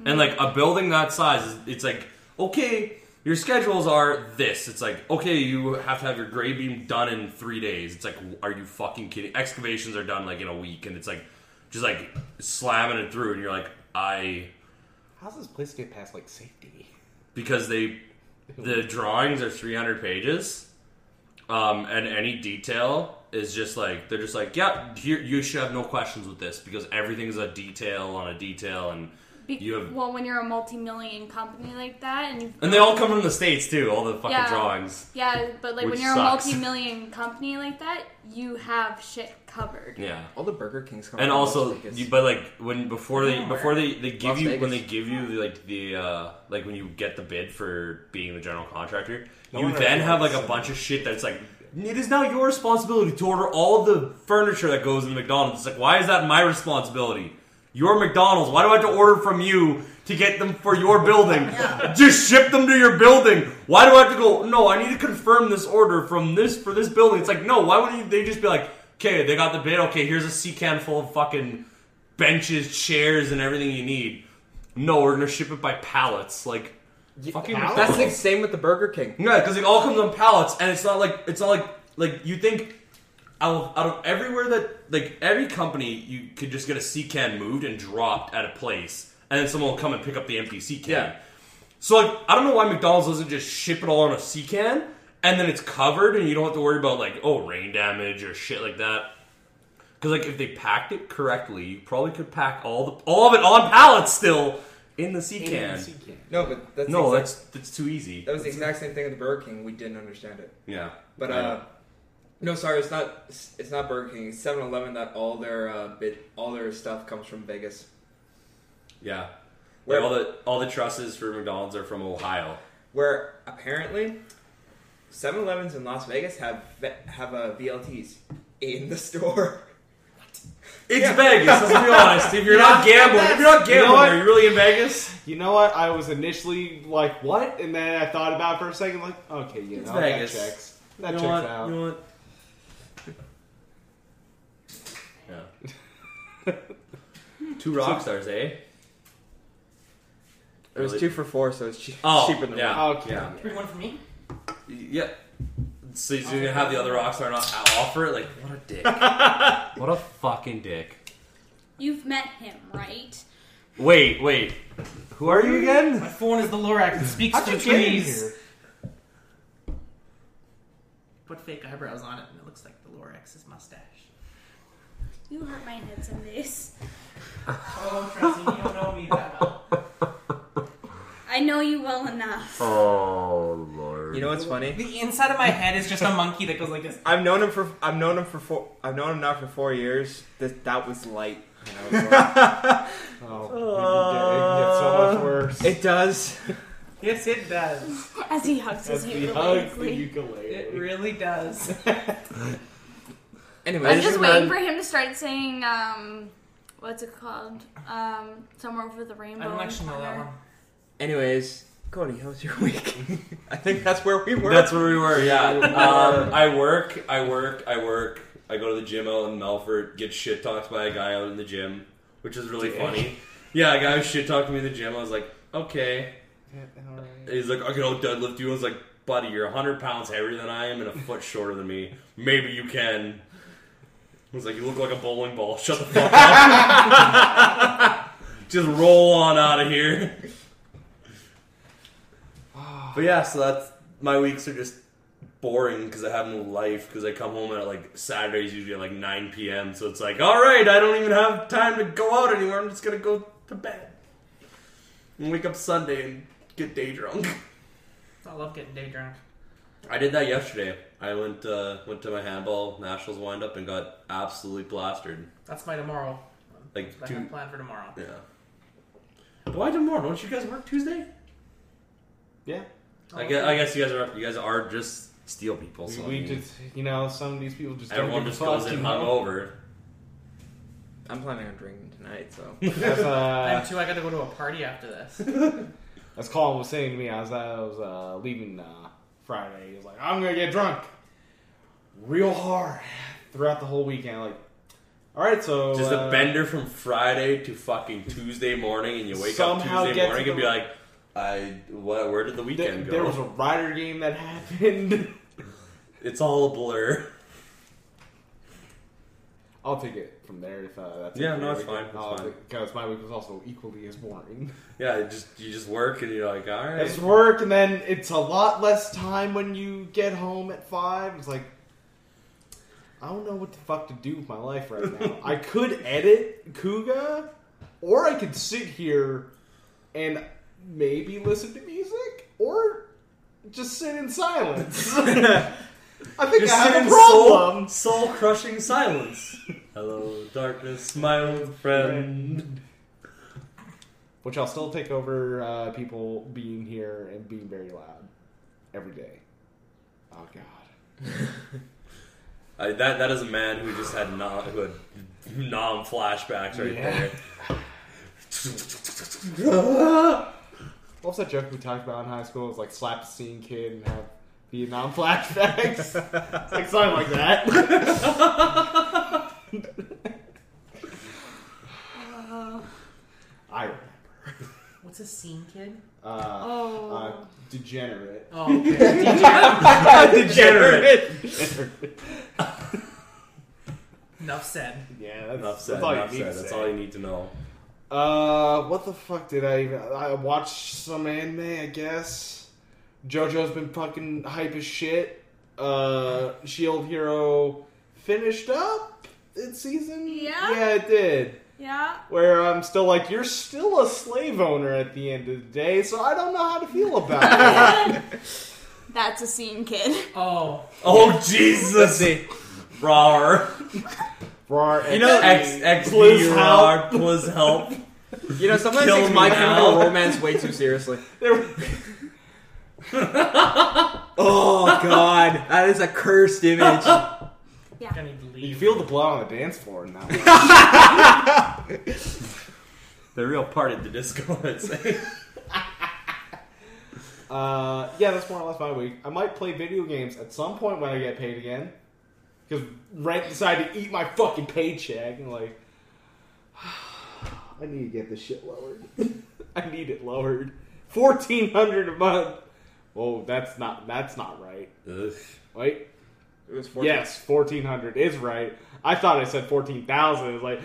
A: and like a building that size, is it's like okay. Your schedules are this. It's like, okay, you have to have your gray beam done in three days. It's like, are you fucking kidding? Excavations are done like in a week, and it's like, just like slamming it through, and you're like, I
B: How's this place get past like safety?
A: because they the drawings are 300 pages, um, and any detail is just like they're just like, yeah, here you should have no questions with this because everything's a detail on a detail, and
C: Be-
A: you have-
C: well, when you're a multi-million company like that, and you
A: and they all come from the states too, all the fucking
C: Yeah.
A: drawings.
C: yeah, but like
A: Which
C: when you're
A: sucks.
C: a multi-million company like that, you have shit covered.
A: Yeah.
D: All the Burger Kings come
A: and
D: from Las
A: also
D: Vegas.
A: you, but like when before they
F: Yeah.
A: before they, they give
D: Las
A: you when they
D: Vegas.
A: give you the, like the uh like when you get the bid for being the general contractor
B: No
A: you
B: wonder
A: then
B: I
A: have like
B: like
A: a
B: so
A: bunch of shit that's like it is now your responsibility to order all the furniture that goes in McDonald's. It's like why is that my responsibility? Your McDonald's. Why do I have to order from you to get them for your building? Just ship them to your building. Why do I have to go? No, I need to confirm this order from this for this building. It's like no. Why wouldn't you- they just be like, okay, they got the bid. Okay, here's a sea can full of fucking benches, chairs, and everything you need. No, we're gonna ship it by pallets. Like, fucking
B: pallets?
D: That's the same with the Burger King.
A: yeah, because it all comes on pallets, and it's not like it's not like like you think out of, out of everywhere that like every company you could just get a sea can moved and dropped at a place, and then someone will come and pick up the empty sea can.
D: Yeah.
A: So like I don't know why McDonald's doesn't just ship it all on a sea can, and then it's covered, and you don't have to worry about like oh rain damage or shit like that. Because like if they packed it correctly, you probably could pack all the all of it on pallets still in the sea can.
D: No, but that's
A: no,
D: the
A: that's
D: exact,
A: that's too easy.
D: that was the exact same thing with the Burger King. We didn't understand it.
A: Yeah,
D: But
A: I know.
D: uh, no, sorry, it's not. It's it's not Burger King. It's 7-Eleven that all their uh, bit all their stuff comes from Vegas.
A: Yeah.
D: Where-
A: Like all the all the trusses for McDonald's are from Ohio.
D: Where apparently 7-Elevens in Las Vegas have ve- have uh, VLTs in the store.
A: It's Vegas. Let's be honest. If you're not
B: Yeah,
A: gambling, if you're not
B: you know
A: gambling,
B: what?
A: are you really in Vegas?
B: You know what? I was initially like, "What?" and then I thought about it for a second, like, "Okay, you
A: It's
B: know,
A: Vegas.
B: that checks. That
A: you know
B: checks
A: what?
B: out."
A: You know what? Yeah. Two rock stars, eh?
D: It was
A: Really?
D: two for four, so it's cheap,
A: Oh,
D: cheaper than
A: yeah.
D: one.
B: Okay.
A: Yeah.
F: Three one for me.
A: Yeah. So you're gonna have the other rock star not offer it? Like, what a dick. what a fucking dick.
C: You've met him, right?
A: Wait, wait. Who are you again?
F: My phone is the Lorax that speaks
B: How'd
F: to
B: you
F: the
B: get in
F: trees.
B: here?
F: Put fake eyebrows on it, and it looks like the Lorax's mustache.
C: You hurt my head some days.
F: Oh, trust me, you don't know me that well.
C: I know you well enough.
A: Oh lord.
D: You know what's funny?
F: The inside of my head is just a monkey that goes like this.
D: I've known him for I've known him for four I've known him now for four years. That that was light.
B: Oh, it
A: Oh.
B: can get- it can get so much worse.
D: It does.
F: Yes, it does.
C: As he hugs his
B: As he
C: ukulele.
B: hugs the ukulele.
F: It really does.
D: Anyway,
C: I'm just waiting for him to start saying, um, what's it called? Um, Somewhere Over the Rainbow.
F: I don't actually know that one.
D: Anyways, Cody, how was your week? I think that's where we were.
A: That's where we were, yeah. Um, I work, I work, I work. I go to the gym out in Melfort, get shit talked by a guy out in the gym, which is really funny. Yeah, a guy was shit talking to me in the gym. I was like, okay. And he's like, I can out deadlift you. I was like, buddy, you're 100 pounds heavier than I am and a foot shorter than me. Maybe you can. I was like, you look like a bowling ball. Shut the fuck up. Just roll on out of here. But yeah, so that's my weeks are just boring because I have no life because I come home at like Saturdays usually at like 9 p.m. So it's like, all right, I don't even have time to go out anywhere. I'm just gonna go to bed and wake up Sunday and get day drunk.
F: I love getting day drunk.
A: I did that yesterday. I went uh, went to my handball nationals wind up and got absolutely plastered.
F: That's my tomorrow.
A: Like
F: I
A: two,
F: have planned for tomorrow.
A: yeah. But Why tomorrow? Don't you guys work Tuesday?
B: Yeah.
A: I guess, I guess you guys are you guys are just steel people. So I
B: we
A: mean,
B: just, you know, some of these people just don't
A: everyone
B: give
A: just
B: a fuck,
A: goes in
B: you know?
A: hungover.
D: I'm planning on drinking tonight, so
B: That's,
F: I
B: uh,
F: have two. I got to go to a party after this.
B: as Colin was saying to me, I was, I was uh, leaving uh, Friday. He was like, I'm going to get drunk real hard throughout the whole weekend. Like, all right, so.
A: Just
B: uh,
A: a bender from Friday to fucking Tuesday morning, and you wake up
B: Somehow
A: Tuesday
B: get to
A: morning
B: the-
A: and be like, "I what? Where did the
B: There,
A: weekend
B: there
A: go?
B: was a rider game that happened.
A: it's all a blur."
B: I'll take it from there if uh, that's
A: Yeah,
B: okay.
A: no, it's
B: We
A: fine,
B: can-
A: it's
B: I'll-
A: fine.
B: Because my week was also equally as boring.
A: Yeah, it just you just work and you're like, "All right."
B: It's work, and then it's a lot less time when you get home at five. It's like I don't know what the fuck to do with my life right now. I could edit Kuga, or I could sit here and maybe listen to music, or just sit in silence. I think
A: Just
B: I
A: sit
B: have
A: in
B: a
A: soul,
B: problem.
A: soul crushing silence. Hello, darkness, my old friend.
B: Which I'll still take over uh, people being here and being very loud every day. Oh god.
A: I, that that is a man who just had non who had nom flashbacks right
B: Yeah.
A: there.
B: What was that joke we talked about in high school? It was like slap a scene kid and have Vietnam flashbacks. It's like something like that.
C: Oh.
B: I remember.
F: What's a scene, kid?
B: Uh,
C: Oh.
B: uh, degenerate.
F: Oh, okay.
A: Degenerate.
F: enough said.
B: yeah, that's,
A: Enough said.
B: that's all
A: enough
B: you need
A: said.
B: to
A: That's
B: say.
A: all you need to know.
B: Uh, what the fuck did I even? I watched some anime, I guess. JoJo's been fucking hype as shit. Uh, Shield Hero finished up its season.
C: Yeah?
B: yeah, it did.
C: yeah.
B: where I'm still like, you're still a slave owner at the end of the day, so I don't know how to feel about it.
C: That's a scene, kid.
F: Oh,
A: Oh Jesus! Rar.
B: Rar
D: You know,
A: X X
B: Please
A: B
B: help.
A: rar. Ple's help.
D: you know sometimes
A: Kill
D: takes
A: me
D: my
A: now.
D: chemical romance way too seriously. oh god, that is a cursed image.
C: Yeah.
F: I need to leave.
B: You
F: leave.
B: feel the blood on the dance floor in that one.
A: The real part of the disco, I'd say.
B: uh, yeah, that's more or less my week. I might play video games at some point when I get paid again. Because rent decided to eat my fucking paycheck. And like, I need to get this shit lowered. I need it lowered. Fourteen hundred a month. Whoa, that's not that's not right.
A: Ugh.
B: Wait,
D: It was 14.
B: yes, fourteen hundred is right. I thought I said fourteen thousand. It's like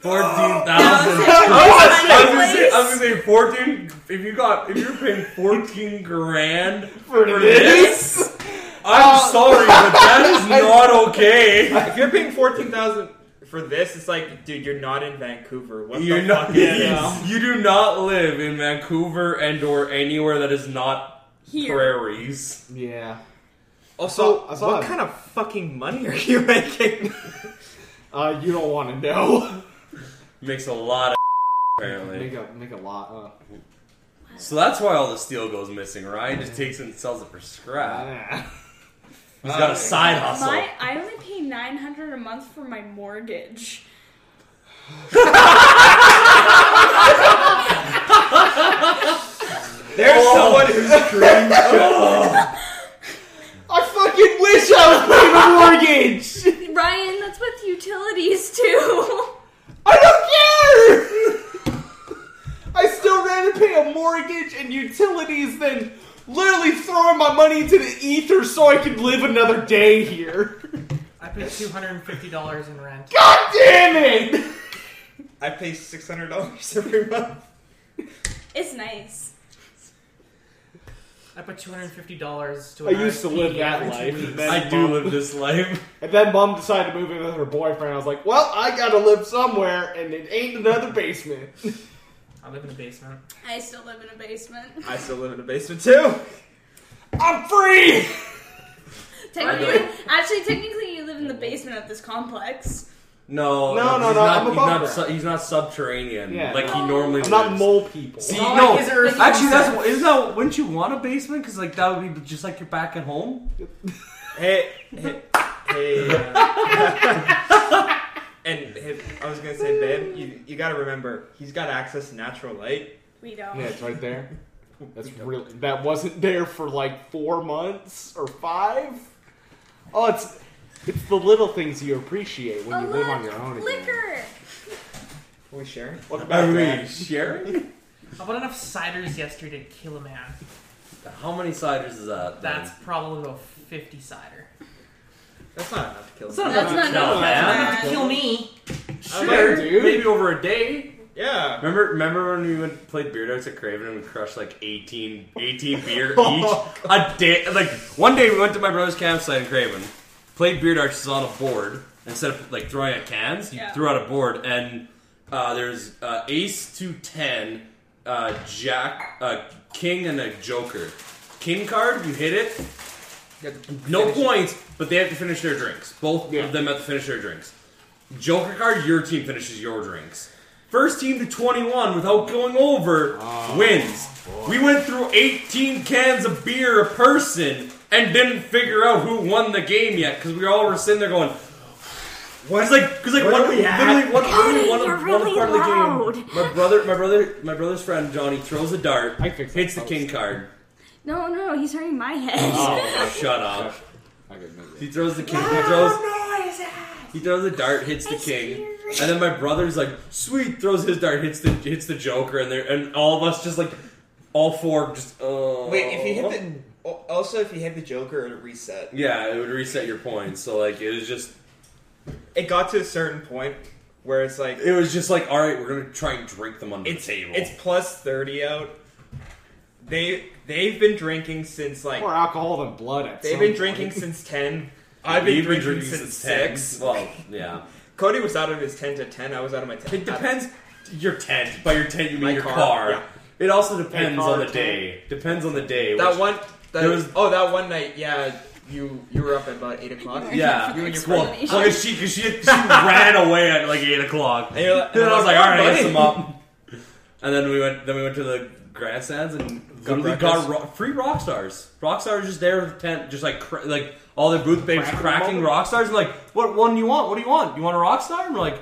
A: Fourteen
C: Oh,
A: thousand. I was gonna say, I was gonna say fourteen. If you got, if you're paying fourteen grand
B: for this.
A: I'm
B: Uh,
A: sorry, but that is not okay.
D: If you're paying fourteen thousand for this, it's like, dude, you're not in Vancouver. What
A: You're
D: the
A: not.
D: fuck?
B: Yeah.
A: You do not live in Vancouver and/or anywhere that is not
C: Here.
A: prairies.
B: Yeah.
D: Also,
B: I saw
D: what
B: it.
D: kind of fucking money are you making?
B: Uh, you don't want to know.
A: Makes a lot of
B: make
A: apparently.
B: a make a lot.
A: So that's why all the steel goes missing. Ryan just takes it and sells it for
B: Uh,
A: scrap.
B: ah.
A: He's got a side hustle.
C: My, I only pay nine hundred a month for my mortgage.
D: There's someone who's
B: I fucking wish I was paying a mortgage.
C: Ryan, that's with utilities too.
B: I don't care! I still ran to pay a mortgage and utilities than literally throwing my money into the ether so I could live another day here.
F: I paid two hundred and fifty dollars in rent.
B: God damn it!
D: I pay six hundred dollars every month.
C: it's nice.
F: I put two hundred and fifty dollars to.
B: I
F: an
B: used to
F: RSP
B: live that
F: every
B: life.
F: two
B: And
F: weeks.
B: then,
A: I do
B: mom,
A: live this life.
B: and then mom decided to move in with her boyfriend. I was like, well, I gotta live somewhere and it ain't another basement.
F: I live in a basement.
C: I still live in a basement.
D: I still live in a basement too.
B: I'm free!
C: Technically, actually, technically, you live in the basement of this complex.
A: No,
B: No, no,
A: he's
B: no,
A: Not,
B: I'm
A: he's,
B: above
A: not
B: her.
A: su- he's not subterranean
B: Yeah.
A: like he normally.
B: I'm not
A: lives.
B: mole people.
A: See,
F: Not
A: no,
F: like his early
A: actually, that's
F: concept.
A: isn't that. Wouldn't you want a basement? Because like that would be just like you're back at home.
D: Hey, hey, hey. uh, and hey, I was gonna say, babe, you, you gotta remember, he's got access to natural light.
C: We don't.
B: Yeah, it's right there. That's really that wasn't there for like four months or five. Oh, it's it's the little things you appreciate when
C: Oh,
B: you
C: look,
B: live on your own. again.
C: Liquor.
D: Are we sharing?
B: Welcome back,
A: Are we
B: Dad.
A: sharing?
F: I bought enough ciders yesterday to kill a man.
A: How many ciders is that? then?
F: That's probably about fifty cider.
D: That's not enough to kill him.
A: It's not
C: That's
A: enough to
C: not
A: kill, man.
C: enough. That's
F: To kill me.
A: Sure,
B: Like, dude.
A: maybe over a day.
D: yeah.
A: Remember, remember when we went played beer darts at Craven and we crushed like 18, 18 beer each
B: Oh.
A: a day. Like one day we went to my brother's campsite in Craven, played beer darts on a board instead of like throwing at cans. You
C: Yeah.
A: threw out a board and uh, there's uh, ace to ten, uh, jack, uh, king, and a joker. King card, you hit it,
D: You have to
A: no
D: finish it.
A: points, but they have to finish their drinks. Both
B: Yeah.
A: of them have to finish their drinks. Joker card, your team finishes your drinks. First team to 21 without going over wins. We went through 18 cans of beer a person and didn't figure out who won the game yet because we all were sitting there going, it's like because like
D: Where
A: one
D: are we at?
A: literally one, literally
C: Daddy,
A: one,
C: you're
A: of- one
C: really
A: part of
C: loud.
A: the game. My brother, my brother, my brother's friend Johnny throws a dart,
B: I fixed that.
A: hits the
B: That
A: king
B: was-
A: card.
C: No, no, he's hurting my head.
A: Oh, shut up.
B: I could make
A: He
B: it.
A: throws the king. He throws. He throws a dart, hits the king, and then my brother's like, "Sweet!" Throws his dart, hits the hits the Joker, and there and all of us just like, all four just. Oh.
D: Wait, if you hit the al- also if you hit the Joker, it reset.
A: Yeah, it would reset your points. So like, it was just,
D: It got to a certain point where it's like
A: it was just like, all right, we're gonna try and drink them under
D: it's
A: the table.
D: it's plus thirty out. They they've been drinking since like
B: More alcohol than blood. At
D: they've
B: some
D: been
B: point.
D: drinking since ten. I've been,
A: You've
D: drinking, since, six.
A: 10. Well, yeah,
D: Cody was out of his tent at ten. I was out of my tent.
A: it depends. Your tent. By your tent, you mean
D: Uh, My
A: your
D: car,
A: car.
D: yeah.
A: It also depends
B: car,
A: on the
B: tent.
A: day. Depends on the day.
D: That
A: which-
D: one. That,
A: There was-
D: oh, that one night. Yeah, you you were up at about eight o'clock.
A: Yeah,
D: you and your
A: well,
D: friend.
C: friend.
A: well, 'cause she, cause she, she ran away at like eight o'clock.
D: And you're like-
A: then I was like, all right, I guess
D: Buddy.
A: I'm up. And then we went, then we went to the grandstands and
D: Got
A: literally got
D: breakfast.
A: ro- free rock stars. Rock stars just there with tent, just like cra- like all the booth babes
B: Cracking
A: cracking
B: them
A: rock stars. Like, what one do you want? What do you want? You want a rock star? I'm like,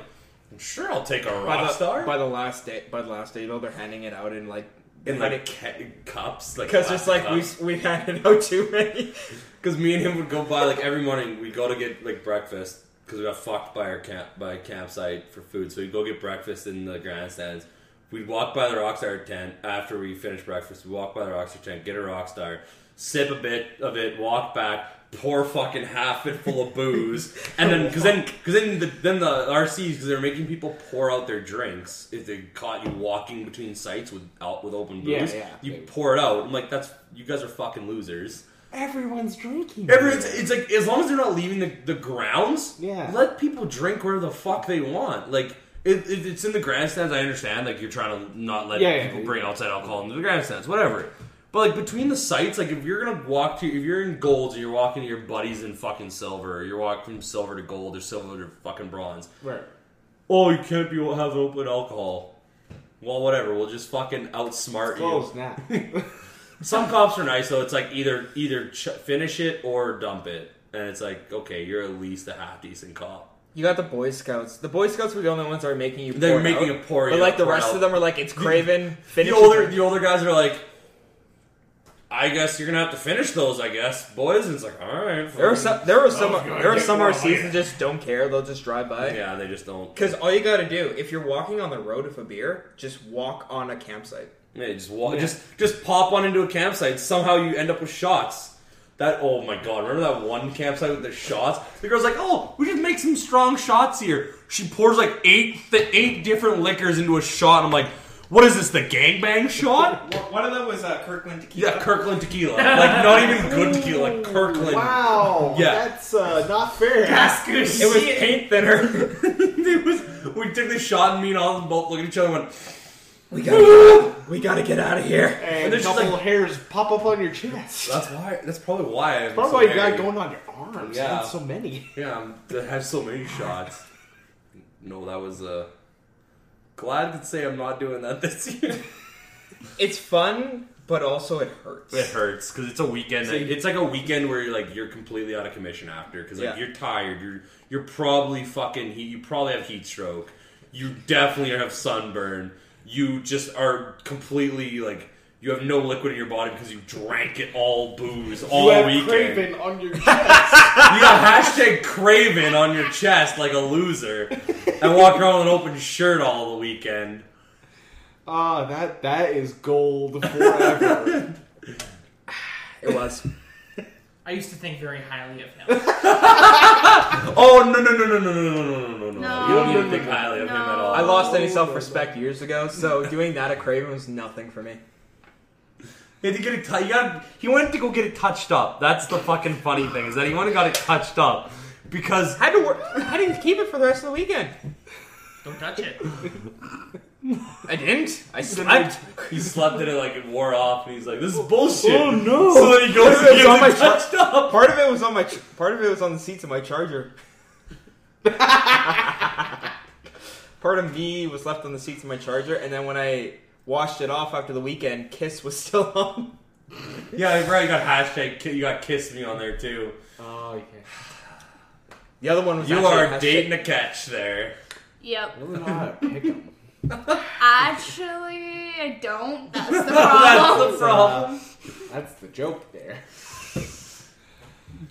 A: sure, I'll take a
D: by
A: rock
D: the,
A: star.
D: by the last day, by the last table, they're handing it out in like
A: in like ca- cups, like
D: because it's like we we've handed out too many.
A: because me and him would go by like every morning. We go to get like breakfast because we got fucked by our camp by a campsite for food. So we would go get breakfast in the grandstands. We'd walk by the Rockstar tent after we finished breakfast. We walk by the Rockstar tent, get a Rockstar, sip a bit of it, walk back. Pour fucking half it full of booze, and then because then because then the, then the RCs because they're making people pour out their drinks if they caught you walking between sites with out with open
B: Yeah,
A: booze,
D: yeah.
A: you pour it out. I'm like, that's you guys are fucking losers.
B: Everyone's drinking.
A: Everyone's, it's like as long as they're not leaving the, the grounds,
B: Yeah.
A: let people drink where the fuck they want. Like if, if it's in the grandstands, I understand. Like you're trying to not let
B: Yeah, yeah,
A: people
B: yeah.
A: bring outside alcohol into the grandstands, whatever. But like between the sites, like if you're gonna walk to, if you're in gold and you're walking to your buddies in fucking silver, or you're walking from silver to gold or silver to fucking bronze.
B: Right.
A: Oh, you can't be have open alcohol. Well, whatever. We'll just fucking outsmart you.
B: Close now.
A: Some cops are nice though. It's like either either ch- finish it or dump it, and it's like okay, you're at least a half decent cop.
D: You got the Boy Scouts. The Boy Scouts were the only ones that were making you.
A: They were
D: pour it
A: making
D: out.
A: you pour it
D: But like
A: out,
D: the
A: pour it
D: rest
A: out.
D: of them are like, it's Craven. Finish
A: The
D: your
A: older
D: drink.
A: the older guys are like, I guess you're gonna have to finish those, I guess, boys. And it's like all right.
D: There
A: fine.
D: are some. There are some.
B: Oh, God,
D: There are
B: get
D: some
B: one,
D: RCs
B: yeah.
D: that just don't care. They'll just drive by.
A: Yeah, they just don't.
D: Because all you gotta do, if you're walking on the road with a beer, just walk on a campsite.
A: Yeah, just walk, just just pop on into a campsite. Somehow you end up with shots. That oh my god! Remember that one campsite with the shots? The girl's like, "Oh, we should make some strong shots here." She pours like eight th- eight different liquors into a shot. I'm like, "What is this? The gangbang shot?"
G: One of them was uh, Kirkland tequila.
A: Yeah, Kirkland tequila. Like not even good tequila, like Kirkland.
B: Wow.
A: Yeah.
B: That's uh, not fair.
F: That's good
D: It was
F: shit.
D: paint thinner.
A: it was. We took the shot, and me and Austin both looked at each other and went,
D: we gotta. we gotta get out of here.
B: And
A: And
B: a
A: there's just
B: couple hairs pop up on your chest.
A: "That's why. That's probably why." I'm
B: Probably
A: so
B: you got
A: hairy."
B: going on your arms.
A: Yeah.
B: Yeah. so many.
A: Yeah, um, that has so many shots. No, that was uh glad to say I'm not doing that this year.
D: It's fun, but also it hurts.
A: It hurts because it's a weekend. that- it's like a weekend where you're like you're completely out of commission after because like
D: Yeah.
A: you're tired. You're you're probably fucking. Heat, you probably have heat stroke. You definitely have sunburn. You just are completely like you have no liquid in your body because you drank it all booze all
B: you have
A: weekend.
B: Craven on your chest.
A: You got hashtag Craven on your chest like a loser, and walk around with an open shirt all the weekend.
B: Ah, that that is gold forever.
D: It was.
F: I used to think very highly of him.
A: Oh no no no no no no no no no no!
C: No.
A: You don't even think highly of him at all.
D: I lost any self respect years ago, so doing that at Craven was nothing for me.
A: He had to get it. tou- he got. He went to go get it touched up. That's the fucking funny thing is that he went and got it touched up because
D: Had to work. How did you keep it for the rest of the weekend?
F: Don't touch it.
D: I didn't. I slept.
A: he slept in it like it wore off, and he's like, "This is bullshit."
B: Oh, no.
A: So then he goes and
D: It's on my
A: gets it touched up.
D: Part of it was on my. Ch- part of it was on the seats of my charger. part of me was left on the seats of my charger, and then when I washed it off after the weekend, Kiss was still on.
A: Yeah, he probably got hashtag. ki- You got kiss me on there too.
B: oh, okay.
D: The other one was.
A: You
D: actually
A: are
D: hashtag-
A: dating a catch there.
C: Yep.
B: Really not how to pick 'em.
C: Actually, I don't. That's the
A: That's
C: problem.
A: the problem.
B: That's the joke there.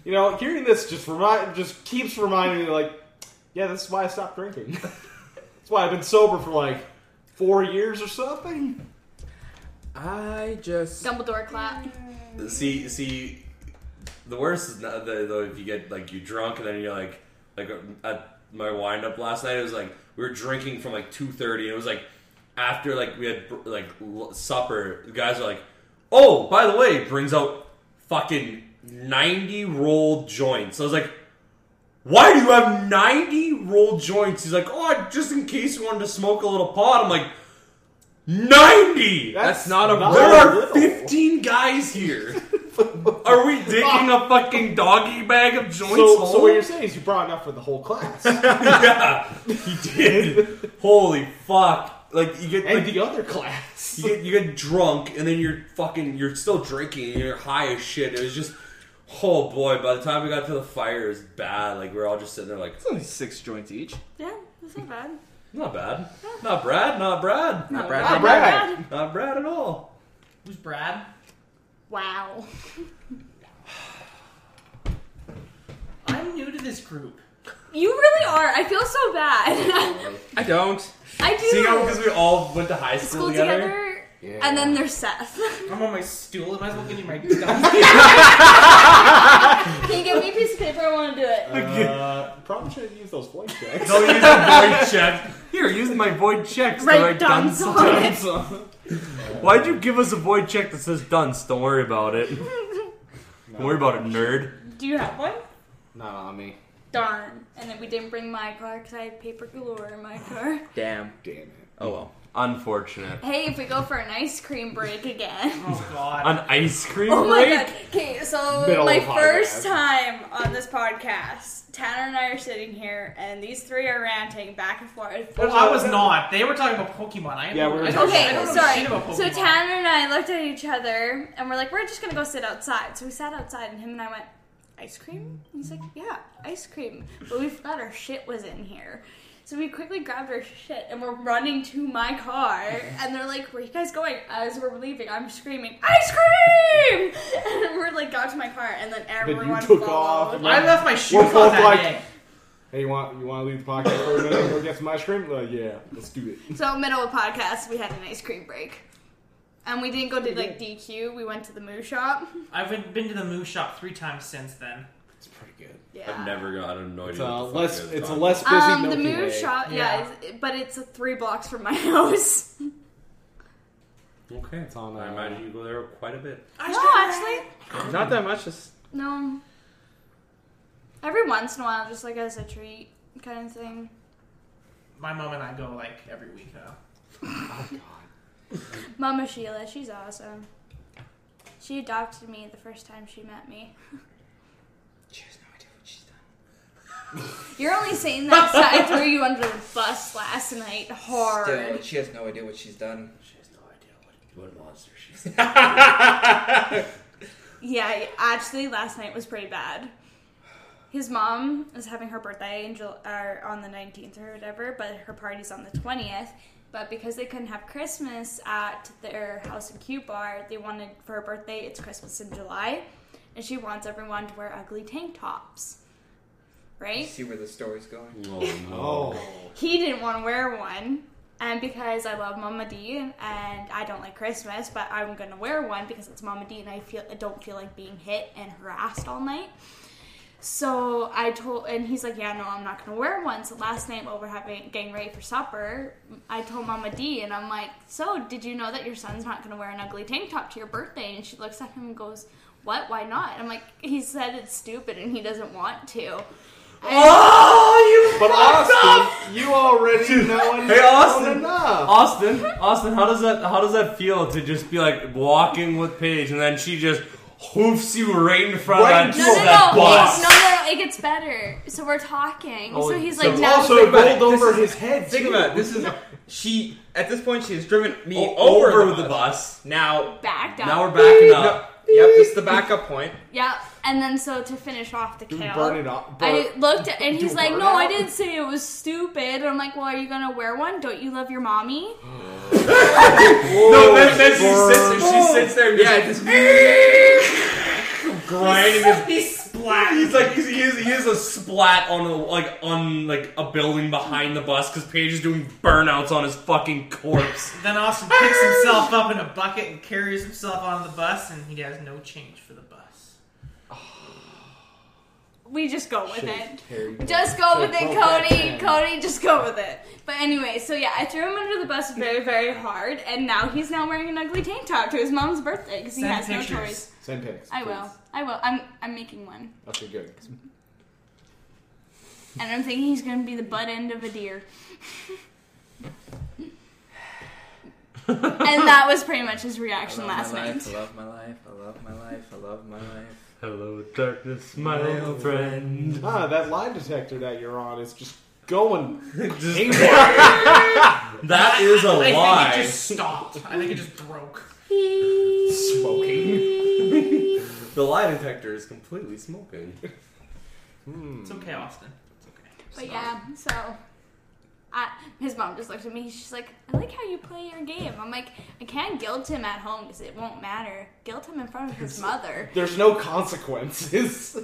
B: You know, hearing this just remind just keeps reminding me like, yeah, this is why I stopped drinking. That's why I've been sober for like four years or something.
D: I just.
C: Dumbledore clap.
A: See, see, the worst is not the, the, if you get like you drunk and then you're like, like uh, at my wind up last night, it was like we were drinking from like two thirty. It was like after like we had br- like l- supper, the guys are like, oh, by the way, brings out fucking ninety rolled joints. I was like. Why do you have 90 rolled joints? He's like, oh, just in case you wanted to smoke a little pot. I'm like, 90!
D: That's not a
A: There are
B: little.
A: 15 guys here. Are we digging a fucking doggy bag of joints
B: So,
A: hole?
B: so what you're saying is you brought enough for the whole class.
A: yeah, he did. Holy fuck. like you get
B: and
A: like,
B: the other class.
A: you get you get drunk and then you're fucking you're still drinking and you're high as shit. It was just oh boy. By the time we got to the fire, it was bad. Like we we're all just sitting there like
D: It's only six joints each.
C: Yeah, that's not bad.
A: not bad, not Brad, not Brad,
C: bad.
D: Not Brad.
B: Not
C: Not
B: Brad.
C: bad.
A: not Brad at all.
F: Who's Brad?
C: Wow.
F: I'm new to this group.
C: You really are. I feel so bad.
D: I don't.
C: I do.
A: See how because we all went to high school,
C: school
A: together.
C: together, and then there's Seth.
F: I'm on my stool. Am I well give you my dumb
C: Can you give me a piece of paper? I want to do it.
B: Uh, probably should have used those flight checks.
A: Don't use the void check. Here, use my void checks.
C: Right,
A: They're like
C: dunce
A: dunce.
C: on it.
A: Why'd you give us a void check that says dunce? Don't worry about it. Don't worry about it, nerd.
C: Do you have one?
B: Not on me.
C: Darn. And then we didn't bring my car because I had paper galore in my car.
D: Damn.
B: Damn it.
A: Oh well. Unfortunate.
C: Hey, if we go for an ice cream break again.
F: Oh god.
A: An ice cream
C: Oh my
A: break?
C: god. Okay, so
B: Middle
C: my
B: of podcast.
C: first time on this podcast, Tanner and I are sitting here, and these three are ranting back and forth.
F: Well, I was not. They were talking about Pokemon. I
B: Yeah, we were
F: I don't-
B: talking
F: I
C: Okay,
F: don't know shit about
C: sorry.
F: Pokemon.
C: So Tanner and I looked at each other, and we're like, we're just gonna go sit outside. So we sat outside, and him and I went, ice cream? And he's like, yeah, ice cream. But we forgot our shit was in here. So we quickly grabbed our shit and we're running to my car. And they're like, Where are you guys going? As we're leaving, I'm screaming, Ice cream! And we're like, Got to my car. And then
B: you
C: everyone
B: took
C: followed.
B: off and-
F: I left my shoes
B: We're both
F: on that
B: like-
F: day.
B: Hey, you want you want to leave the podcast for a minute and go get some ice cream? Like, yeah, let's do it.
C: So, middle of podcast, we had an ice cream break. And we didn't go to like DQ, we went to the moo shop.
F: I've been, been to the Moo Shop three times since then.
B: It's pretty good.
C: Yeah.
A: I've never got an idea.
B: It's
A: what
B: a
A: the fuck
B: less
A: you guys are
B: it's a
A: talking
B: less busy
C: Um, the
B: Milky
C: moon
B: Way.
C: shop,
F: Yeah.
C: yeah, is, but it's three blocks from my house. no,
A: about. Okay.
B: It's on,
A: I
B: uh,
A: imagine you go there quite a bit.
C: actually,
D: Not that much. Just
C: no. Every once in a while, just like as a treat kind of thing.
F: My mom and I go like every week now.
B: Oh god.
C: Mama Sheila, she's awesome. She adopted me the first time she met me.
D: she has no idea what she's done.
C: You're only saying that 'cause I threw you under the bus last night hard.
D: Still, she has no idea what she's done.
A: She has no idea what, what monster she's.
C: Yeah, I- actually, last night was pretty bad. His mom is having her birthday in Jul- or on the 19th or whatever, but her party's on the 20th. But because they couldn't have Christmas at their house in Q Bar, they wanted for her birthday, it's Christmas in July, and she wants everyone to wear ugly tank tops. Right?
D: See where the story's going.
A: oh no.
B: Oh.
C: he didn't want to wear one. And because I love Mama D and I don't like Christmas, but I'm gonna wear one because it's Mama D and I feel I don't feel like being hit and harassed all night. So I told, and he's like, "Yeah, no, I'm not gonna wear one." So last night while we're having getting ready for supper, I told Mama D, and I'm like, "So did you know that your son's not gonna wear an ugly tank top to your birthday?" And she looks at him and goes, "What? Why not?" And I'm like, "He said it's stupid and he doesn't want to."
A: Oh, you.
B: But Austin, you already know and
A: Hey,
B: you know
A: Austin.
B: enough.
A: Austin, Austin, how does that how does that feel to just be like walking with Paige and then she just hoofs you right in front
B: Right
A: of that,
C: No, no, no,
A: that bus?
C: It, no, no, no, it gets better. So we're talking.
A: Oh,
C: so he's
A: so
C: like,
A: it's
C: now,
B: also
D: about it.
B: rolled
D: This
B: over
D: is-
B: his head.
D: Think
B: too.
D: about it. This is she. At this point, she has driven me
A: O-
D: over,
A: over
D: the,
A: the bus.
D: Now,
C: backed up.
A: Now we're backing up.
D: yep, this is the backup point.
C: Yep. And then so to finish off the
B: Do we
C: kill,
B: burn it up?
C: I
B: Burn-
C: looked at, and
B: Do
C: he's like,
B: burn
C: no, I
B: out?
C: didn't say it was stupid. And I'm like, well, are you gonna wear one? Don't you love your mommy?
A: No, then, then she sits there. She sits there and just
D: Yeah, it's just
A: grinding his
F: He splat.
A: He's like he's, he, is, he is a splat on a, like on like a building behind the bus because Paige is doing burnouts on his fucking corpse.
F: Then Austin picks himself up in a bucket and carries himself onto the bus, and he has no change for the bus.
C: We just go with
B: Should've
C: it.
B: carried it.
C: Just go
B: Should've
C: with it,
B: pulled that
C: Cody.
B: pin.
C: Cody, just go with it. But anyway, so yeah, I threw him under the bus very, very hard, and now he's now wearing an ugly tank top to his mom's birthday because he
F: Send
C: has no
F: pictures.
C: choice.
B: Send pics.
C: I
B: please.
C: will. I will. I'm. I'm making one.
B: Okay, good.
C: And I'm thinking he's gonna be the butt end of a deer. and that was pretty much his
D: I
C: reaction
D: love
C: last
D: my
C: night.
D: life. I love my life. I love my life. I love my life.
A: Hello, darkness, my
D: old friend.
B: Ah, that lie detector that you're on is just going.
A: Just-
B: haywire.
A: that is a lie.
F: I think it just stopped. I think it just broke.
B: Smoking.
A: The lie detector is completely smoking.
F: It's okay, Austin. It's okay.
C: But yeah, so I, his mom just looked at me. She's like, "I like how you play your game." I'm like, "I can't guilt him at home because it won't matter. Guilt him in front of his mother.
B: There's no consequences.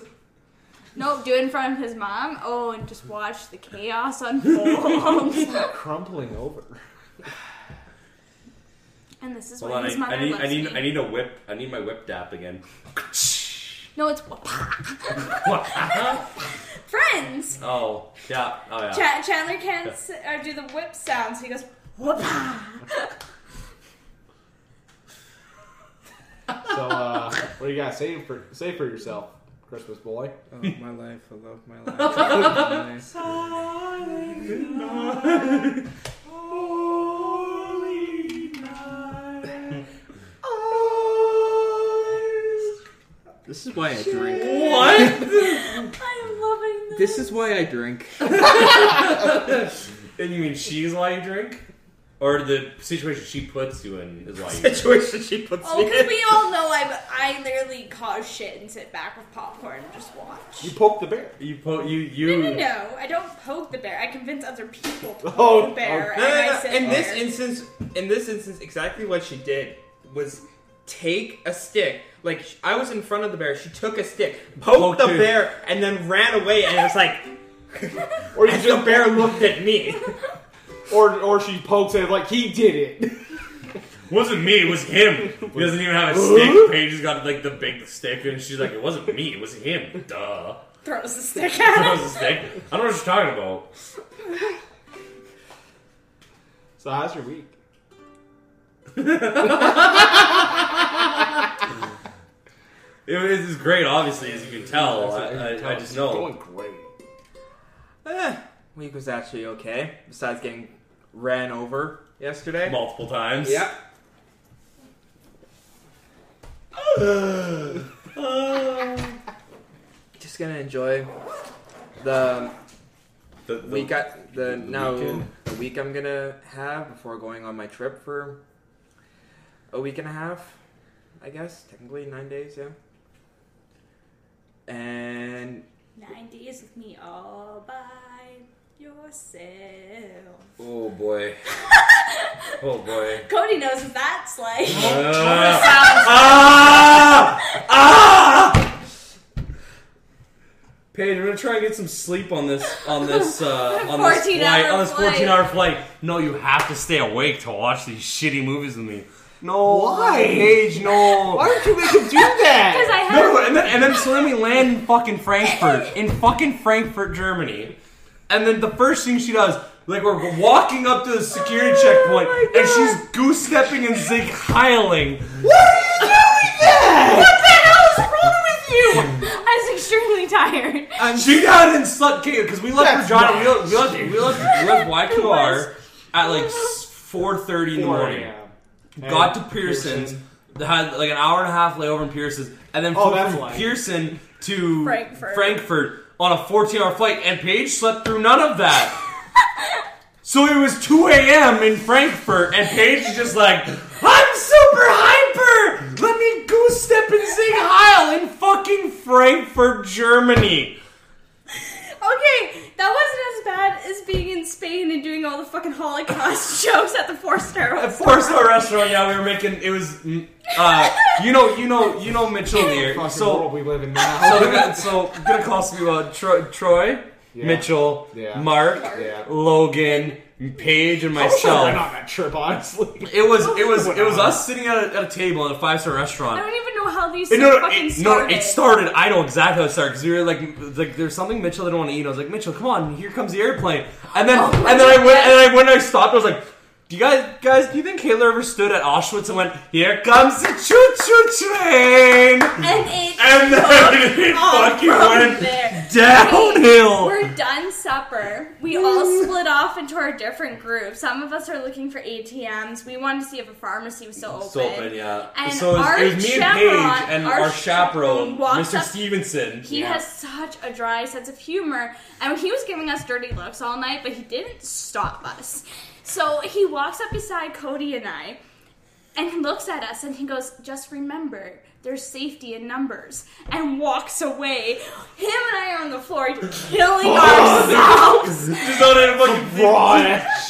C: Nope, do it in front of his mom. Oh, and just watch the chaos unfold."
B: Crumpling over.
C: and this is
A: Hold
C: what
A: on,
C: his
A: I,
C: mother
A: I need,
C: loves
A: I need,
C: me.
A: I need a whip. I need my whip dap again.
C: No, it's friends.
A: oh yeah, oh yeah.
C: Cha- Chandler can't s- or do the whip sound, so he goes whoop.
B: So, uh, what do you guys say for say for yourself, Christmas boy?
D: Oh, my life. I love my life. I love my life. This is why I drink.
A: What?
C: I'm loving this.
D: This is why I drink.
A: and you mean she's why you drink, or the situation she puts you in is why you drink?
D: Situation she puts
C: Oh,
D: me
C: because
D: in.
C: we all know I, I literally cause shit and sit back with popcorn and just watch.
B: You poke the bear.
A: you po- you
C: No,
A: you.
C: no, no. I don't poke the bear. I convince other people to poke
B: Oh,
C: the bear.
D: No,
C: and
D: no,
C: I
D: no.
C: sit
D: In this
C: there.
D: instance, in this instance, exactly what she did was take a stick. Like sh- I was in front of the bear, she took a stick, poked
A: Poked
D: the
A: it.
D: bear, and then ran away. And it was like,
B: Or you
D: and the
B: just
D: bear looked at me.
B: or or she pokes it like he did it.
A: Wasn't me, it was him. He doesn't even have a stick. Paige has got like the big stick, and she's like, "It wasn't me, it was him." Duh.
C: throws the stick
A: That
C: at
A: was a
C: him.
A: stick. I don't know what you're talking about.
B: So how's your week?
A: It was, it's great, obviously, as you can tell. I, I, I just know.
B: Going great.
D: Eh, week was actually okay, besides getting ran over yesterday.
A: Multiple times.
D: Yeah. Just gonna enjoy the
A: The, the,
D: week I, the now
A: weekend.
D: the week I'm gonna have before going on my trip for a week and a half, I guess technically nine days, yeah. And
C: Nine days with me all by yourself.
D: oh boy,
A: oh boy. Uh,
C: Cody knows what that's like.
A: ah! Ah! Paige, I'm gonna try and get some sleep on this on this uh, on this
C: 14
A: flight
C: hour
A: on this 14
C: flight.
A: hour flight. No, you have to stay awake to watch these shitty movies with me. No,
B: Why?
A: Paige? No.
B: Why don't you make him do
C: Because I
B: that?
C: have.
A: No, and then, and then so then we land in fucking Frankfurt, in fucking Frankfurt, Germany. And then the first thing she does, like we're walking up to the security
C: Oh
A: checkpoint, and she's goose stepping and zig heiling.
C: I was extremely tired.
A: She got in slut because we left
B: That's
A: Regina, we left, we left, we left, we left YQR at like four thirty in the morning. Got to Pearson's, had like an hour and a half layover in Pearson's, and then
B: Oh,
A: flew
B: that's
A: from
B: why.
A: Pearson to
C: Frankfurt.
A: Frankfurt on a 14 hour flight, and Paige slept through none of that. so it was 2 a.m. in Frankfurt, and Paige is just like, I'm super hyper! Let me goose step and sing Heil in fucking Frankfurt, Germany.
C: Okay, that wasn't as bad as being in Spain and doing all the fucking Holocaust jokes at the four star.
A: At four star restaurant, yeah, we were making it was, mm, uh, you know, you know, you know Mitchell here.
B: Fucking
A: So
B: world we live in
A: So,
B: now.
A: they're gonna, so I'm gonna cost you uh, Troy, Troy
B: Yeah.
A: Mitchell,
B: Yeah.
A: Mark,
B: Yeah.
A: Logan, Paige, and
B: I wish I went
A: myself.
B: on that trip, honestly.
A: It was it was
B: Went
A: it was
B: on.
A: us sitting at a, at a table in a five star
C: I
A: restaurant.
C: don't even know how these
A: It, no, no,
C: fucking
A: it, no,
C: started.
A: it started. I know exactly how it started because we were like, like, there's something Mitchell didn't want to eat. I was like, Mitchell, come on, here comes the airplane. And then,
C: Oh,
A: and then I went,
C: yes.
A: and I when I stopped, I was like, do you guys, guys, do you think Hitler ever stood at Auschwitz and went, here comes the choo choo train?
C: and it
A: And
D: and then it
F: Oh,
C: on
D: fucking
C: from
D: went
C: there.
D: downhill.
C: We're done supper. We all
A: Mm.
C: split off into our different groups. Some of us are looking for ATMs. We wanted to see if a pharmacy was still open.
D: So open, yeah.
C: And
D: so it was,
C: our
D: it was me and
C: chaperone-
D: Paige and
C: our
D: our,
C: chaperone
D: chaperone,
C: walks
D: Mr.
C: up-
D: Stevenson.
C: He has such a dry sense of humor, and he was giving us dirty looks all night, but he didn't stop us. So he walks up beside Cody and I, and he looks at us, and he goes, "Just remember, there's safety in numbers," and walks away. Him and I are on the floor, killing ourselves.
D: Just on a fucking
B: Raw ass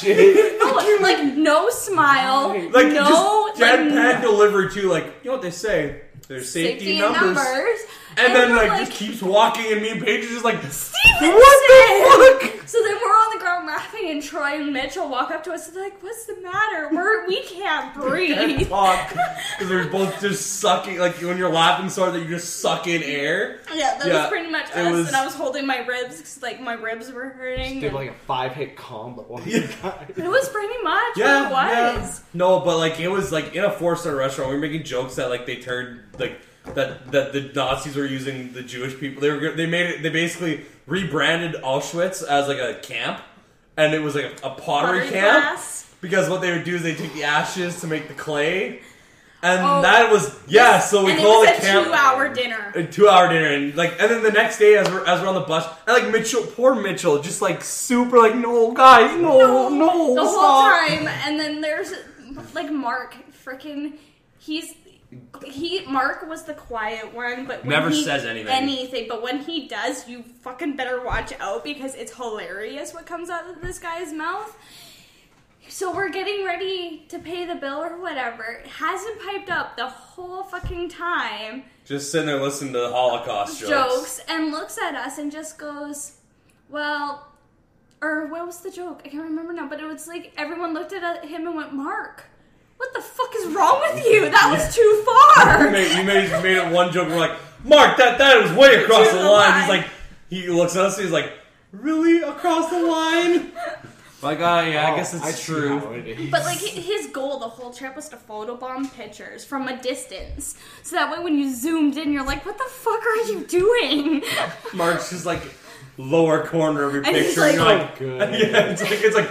B: shit.
C: No, like no smile,
D: like
C: no
D: just deadpan
C: like,
D: delivery too. Like you know what they say? There's
C: safety
D: safety, in
C: in
D: numbers. And, then
C: we're
D: like, just keeps walking, and me and Paige are just like,
C: Stevenson!
D: What the fuck?
C: So then we're on the ground laughing, and Troy and Mitchell walk up to us and like, "What's the matter? We're we can't breathe."
D: because they're both just sucking. Like when you're laughing so hard that you just suck in air.
C: yeah, that was
D: Yeah,
C: pretty much
D: it
C: us.
D: was-
C: And I was holding my ribs because like my ribs were hurting.
B: Did like a five hit combo. on
D: Yeah.
B: the guy.
C: it was pretty much
D: Yeah,
C: what it
D: yeah.
C: was.
D: No, but like it was like in a four star restaurant. We were making jokes that like they turned like that that the Nazis were using the Jewish people. They were they made it. They basically rebranded Auschwitz as like a camp, and it was like a, a pottery,
C: Pottery
D: camp
C: class.
D: because what they would do is they take the ashes to make the clay, and
C: Oh.
D: that was yeah. So we
C: and it
D: call
C: was
D: it
C: a
D: camp.
C: two-hour dinner.
D: A two-hour dinner, and like, and then the next day, as we're as we're on the bus, and like Mitchell, poor Mitchell, just like super, like, no, guys, no, no,
C: the whole
D: stop.
C: time. And then there's like Mark, freaking, he's he. Mark was the quiet one, but when
D: Never
C: he-
D: says anything.
C: Anything, but when he does, you fucking better watch out because it's hilarious what comes out of this guy's mouth. So we're getting ready to pay the bill or whatever. Hasn't piped up the whole fucking time
D: Just sitting there listening to the Holocaust jokes.
C: jokes and looks at us and just goes, Well, or what was the joke? I can't remember now, but it was like everyone looked at uh, him and went, Mark, what the fuck is wrong with you? That was too
D: We
C: far.
D: made, we made, we made it one joke. We're like, Mark, that that is way across the line. He's like, he looks at us. He's like, really across the line? Like, uh, yeah, I guess
B: Oh,
D: it's
B: see how
D: true.
B: it is.
C: But like hi- his goal the whole trip was to photobomb pictures from a distance, so that way when you zoomed in, you're like, "What the fuck are you doing?"
D: Mark's just like lower corner of your
C: And he's
D: picture.
C: like-
D: and you're
B: Oh,
D: like,
B: good.
D: yeah, it's like it's like,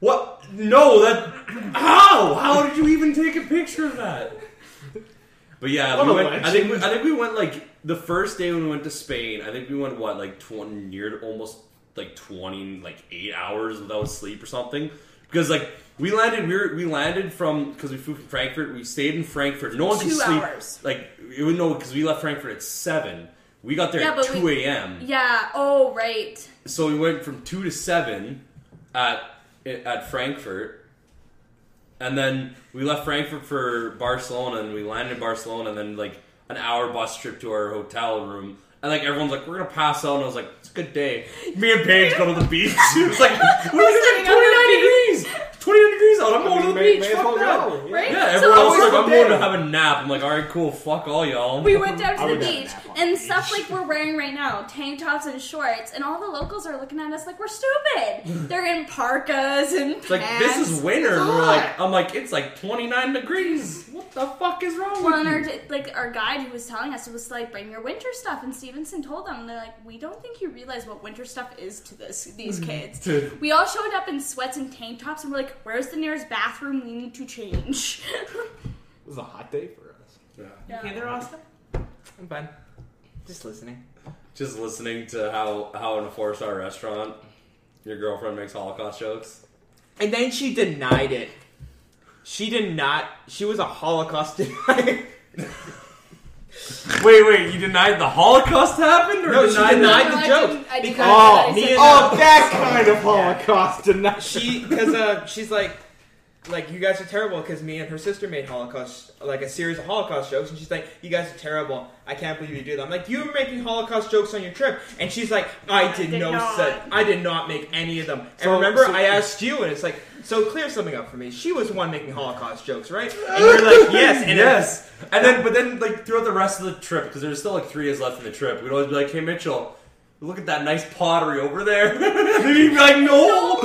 D: what? No, that how? How did you even take a picture of that? But yeah,
B: What
D: we
B: a
D: went, I think we, I
B: legend.
D: think we went like the first day when we went to Spain. I think we went what like twenty near almost like twenty like eight hours without sleep or something because like we landed we were, we landed from because we flew from Frankfurt. We stayed in Frankfurt. No one could
C: Two
D: sleep.
C: hours.
D: Like it would know because we left Frankfurt at seven. We got there
C: Yeah,
D: at
C: but we-
D: two a.m
C: yeah. Oh right.
D: so we went from two to seven at at Frankfurt, and then we left Frankfurt for Barcelona, and we landed in Barcelona, and then like an hour bus trip to our hotel room. And like everyone's like, we're gonna pass out, and I was like, it's a good day. Me and Paige go to the beach. It was like, we're
C: sitting
D: gonna
C: on the
D: get twenty nine degrees, twenty nine degrees out. I'm going to the
B: May-
D: beach.
B: may as
D: Fuck
B: well
D: that.
B: go, yeah.
C: Right?
D: Yeah,
C: So
D: everyone else
C: always
D: is like,
B: the
D: I'm going
B: day.
D: to have a nap. I'm like, all right, cool. Fuck all y'all.
C: We went down
B: I
C: to the
B: would have
C: beach
B: a nap on
C: and
B: the
C: stuff
B: beach.
C: like we're wearing right now, tank tops and shorts, and all the locals are looking at us like we're stupid. They're in parkas and pants.
D: It's like this is winter. And we're
B: Hot.
D: like, I'm like, it's like 29 degrees. What the fuck is wrong
C: Well,
D: with
C: and our,
D: you?
C: like our guide who was telling us was like, bring your winter stuff. And Stevenson told them, and they're like, we don't think you realize what winter stuff is to this these kids. we all showed up in sweats and tank tops, and we're like, where's the nearest bathroom? We need to change.
B: This is a hot day for us.
H: Okay, there, Austin.
F: I'm fine. Just listening.
D: Just listening to how how in a four star restaurant your girlfriend makes Holocaust jokes.
F: And then she denied it. She did not. She was a Holocaust denier.
D: Wait, wait, you denied the Holocaust happened, or
F: No, she
D: denied?
F: denied
C: No,
F: the
C: I
F: joke
C: didn't- I didn't
F: because
B: know that. I
F: me
C: said
F: and
B: Oh, that kind of Holocaust denial.
F: she because uh, she's like like you guys are terrible because me and her sister made holocaust like a series of holocaust jokes and she's like you guys are terrible i can't believe you do that i'm like you were making holocaust jokes on your trip and she's like i did,
C: did
F: no
C: not."
F: such i did not make any of them and
B: So-
F: remember
B: so-
F: i asked you and it's like so clear something up for me she was the one making holocaust jokes right and you're like yes and
D: yes. And then, but then, like throughout the rest of the trip, because there's still like three days left in the trip, we'd always be like, "Hey, Mitchell, look at that nice pottery over there." and he'd be like, "No, no, no,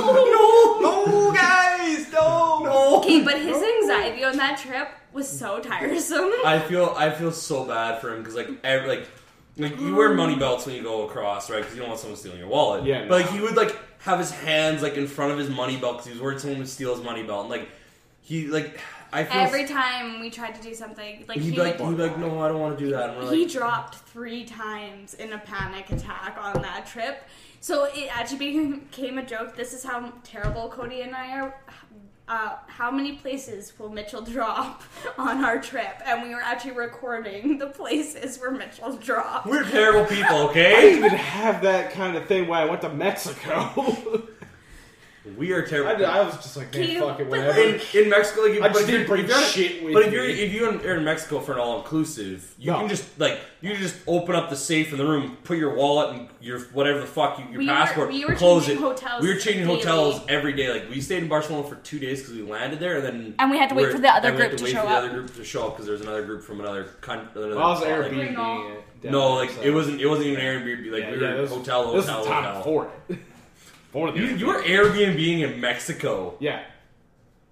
F: no "Oh, guys no no
C: Okay, but his anxiety on that trip was so tiresome.
D: I feel I feel so bad for him because like every, like
A: Like you wear money belts when you go across, right? Because you don't want someone stealing your wallet.
B: Yeah,
A: But
B: no.
A: like he would like have his hands like in front of his money belt because he was worried someone would steal his money belt. And like he like I feel
C: Every time we tried to do something, like
A: he'd
C: he,
A: be like
C: would-
A: he'd be like no I don't want to do that. And we're like
C: he dropped three times in a panic attack on that trip. So it actually became a joke. This is how terrible Cody and I are. Uh, how many places will Mitchell drop on our trip? And we were actually recording the places where Mitchell dropped.
A: we're terrible people,
B: I didn't
A: okay?
B: even have that kind of thing when I went to Mexico.
A: we are terrible.
B: I,
A: people.
B: I was just like, man,
C: Cute,
B: fuck it,
C: but
B: whatever.
A: in, in Mexico, like,
B: I
A: but
B: just
A: if you're-
B: didn't bring
A: if you're-
B: shit with
A: But if you're
B: me.
A: if you're in, you're in Mexico for an all inclusive, you
B: No.
A: can just like you can just open up the safe in the room, put your wallet and your whatever the fuck you, your
C: We were-
A: passport,
C: we were
A: close
C: changing
A: it.
C: hotels
A: we were changing
C: daily.
A: hotels every day. Like we stayed in Barcelona for two days because we landed there, and then
C: And we had to wait
A: we're-
C: for the other
A: and we had
C: group to
A: wait
C: show
A: for
C: up.
A: The other group to show up because there was another group from another country.
B: Well, I was
A: like,
B: Airbnb. it
C: No,
A: no,
B: definitely,
A: like
B: so-
A: it wasn't. It wasn't even Airbnb. Like
B: Yeah,
A: we
B: yeah,
A: were
B: this-
A: hotel,
B: This is
A: hotel,
B: the time
A: hotel.
B: before it. Before the
A: You, you were Airbnb in Mexico.
B: Yeah.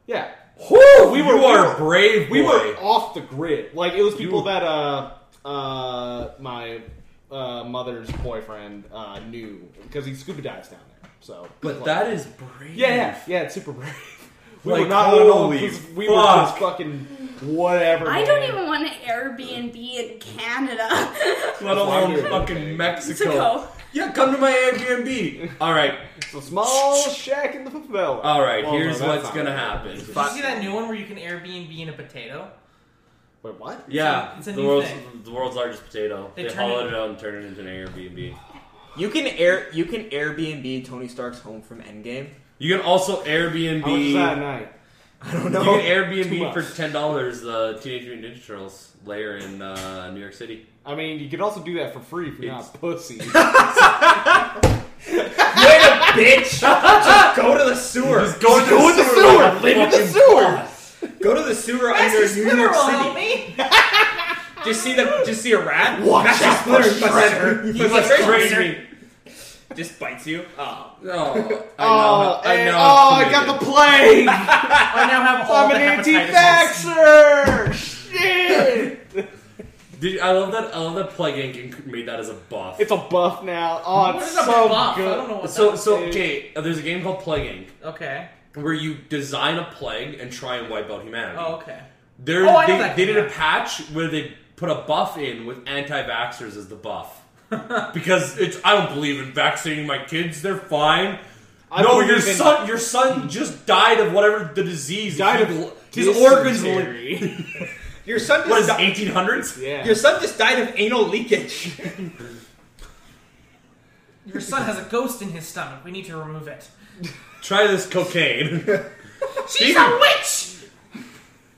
B: Yeah.
A: Whoo! Oh, We
B: You
A: were,
B: were-
A: a brave.
B: We
A: boy.
B: were off the grid. Like it was people that uh uh my uh mother's boyfriend uh knew because he scuba dives down there. So
A: But
B: like-
A: that is brave.
B: Yeah, yeah, yeah, it's super brave. We
A: Like,
B: were not at all
A: holy
B: we were just
A: fuck.
B: fucking whatever.
C: I don't
B: man.
C: even want an Airbnb in Canada.
A: Let
B: That's why I'm
A: alone
B: doing
A: fucking
B: it.
A: Mexico.
C: Mexico.
A: Yeah, come to my Airbnb. All right,
B: It's a small shack in the favela.
A: all right.
B: Well, no,
A: here's
B: that's
A: what's
B: not
A: gonna
B: right.
A: happen.
F: Did
A: Fi-
F: you see that new one where you can Airbnb in a potato?
B: Wait, what?
A: yeah,
F: It's a- it's a
A: the
F: new
A: world's
F: thing.
A: the world's largest potato. They,
F: They turn
A: hollowed
F: it-
A: it out and turned it into an Airbnb.
D: You can air you can Airbnb Tony Stark's home from Endgame.
A: You can also Airbnb.
B: How much is that a night?
D: I don't
A: You
D: know.
A: can
B: Too
A: Airbnb
B: much.
A: for ten dollars the Teenage Mutant Ninja Turtles lair in uh, New York City.
B: I mean, you could also do that for free if you're not a pussy.
D: bitch. Just go to the sewer.
A: Just go to the sewer.
B: Live in the
A: Fucking
B: sewer.
D: Go to the sewer under
F: Master
D: New
F: Splinter
D: York
F: will
D: City.
F: help me.
D: Just see the just see a rat.
B: Watch
D: Master
B: out for
D: Splinter, you must-
B: Shredder.
D: you
A: He
D: must
A: looks
D: raise
A: crazy.
D: her. Just bites you. Oh.
A: Oh, I
B: Oh,
A: know. I
B: hey,
A: know.
B: oh, I got the plague.
F: I now have all
B: I'm
F: the
B: an
F: hepatitis.
B: anti-vaxxer. Shit.
A: Dude, I love that. I love that Plague Inc. made that as a buff.
B: It's a buff now. Oh,
F: What
B: it's
F: is a
B: so
F: buff?
B: good.
F: I don't know what
A: so
F: that
A: so
B: dude.
A: okay. uh, There's a game called Plague
F: Okay.
A: Inc. where you design a plague and try and wipe out humanity.
F: Oh, okay.
A: There,
F: Oh, I know
A: they,
F: that
A: they
F: game,
A: did a
F: yeah.
A: patch where they put a buff in with anti-vaxxers as the buff because it's I don't believe in vaccinating my kids. They're fine.
B: I
A: no,
B: believe
A: your
B: in-
A: son, your son just died of whatever the disease.
B: Died
A: He-
B: of
A: his organs. li-
B: dysentery.
D: Your son
A: What
D: just
A: is
D: di-
A: eighteen hundreds?
B: yeah.
D: your son just died of anal leakage.
F: Your son has a ghost in his stomach. We need to remove it.
A: Try this cocaine.
F: She's a witch!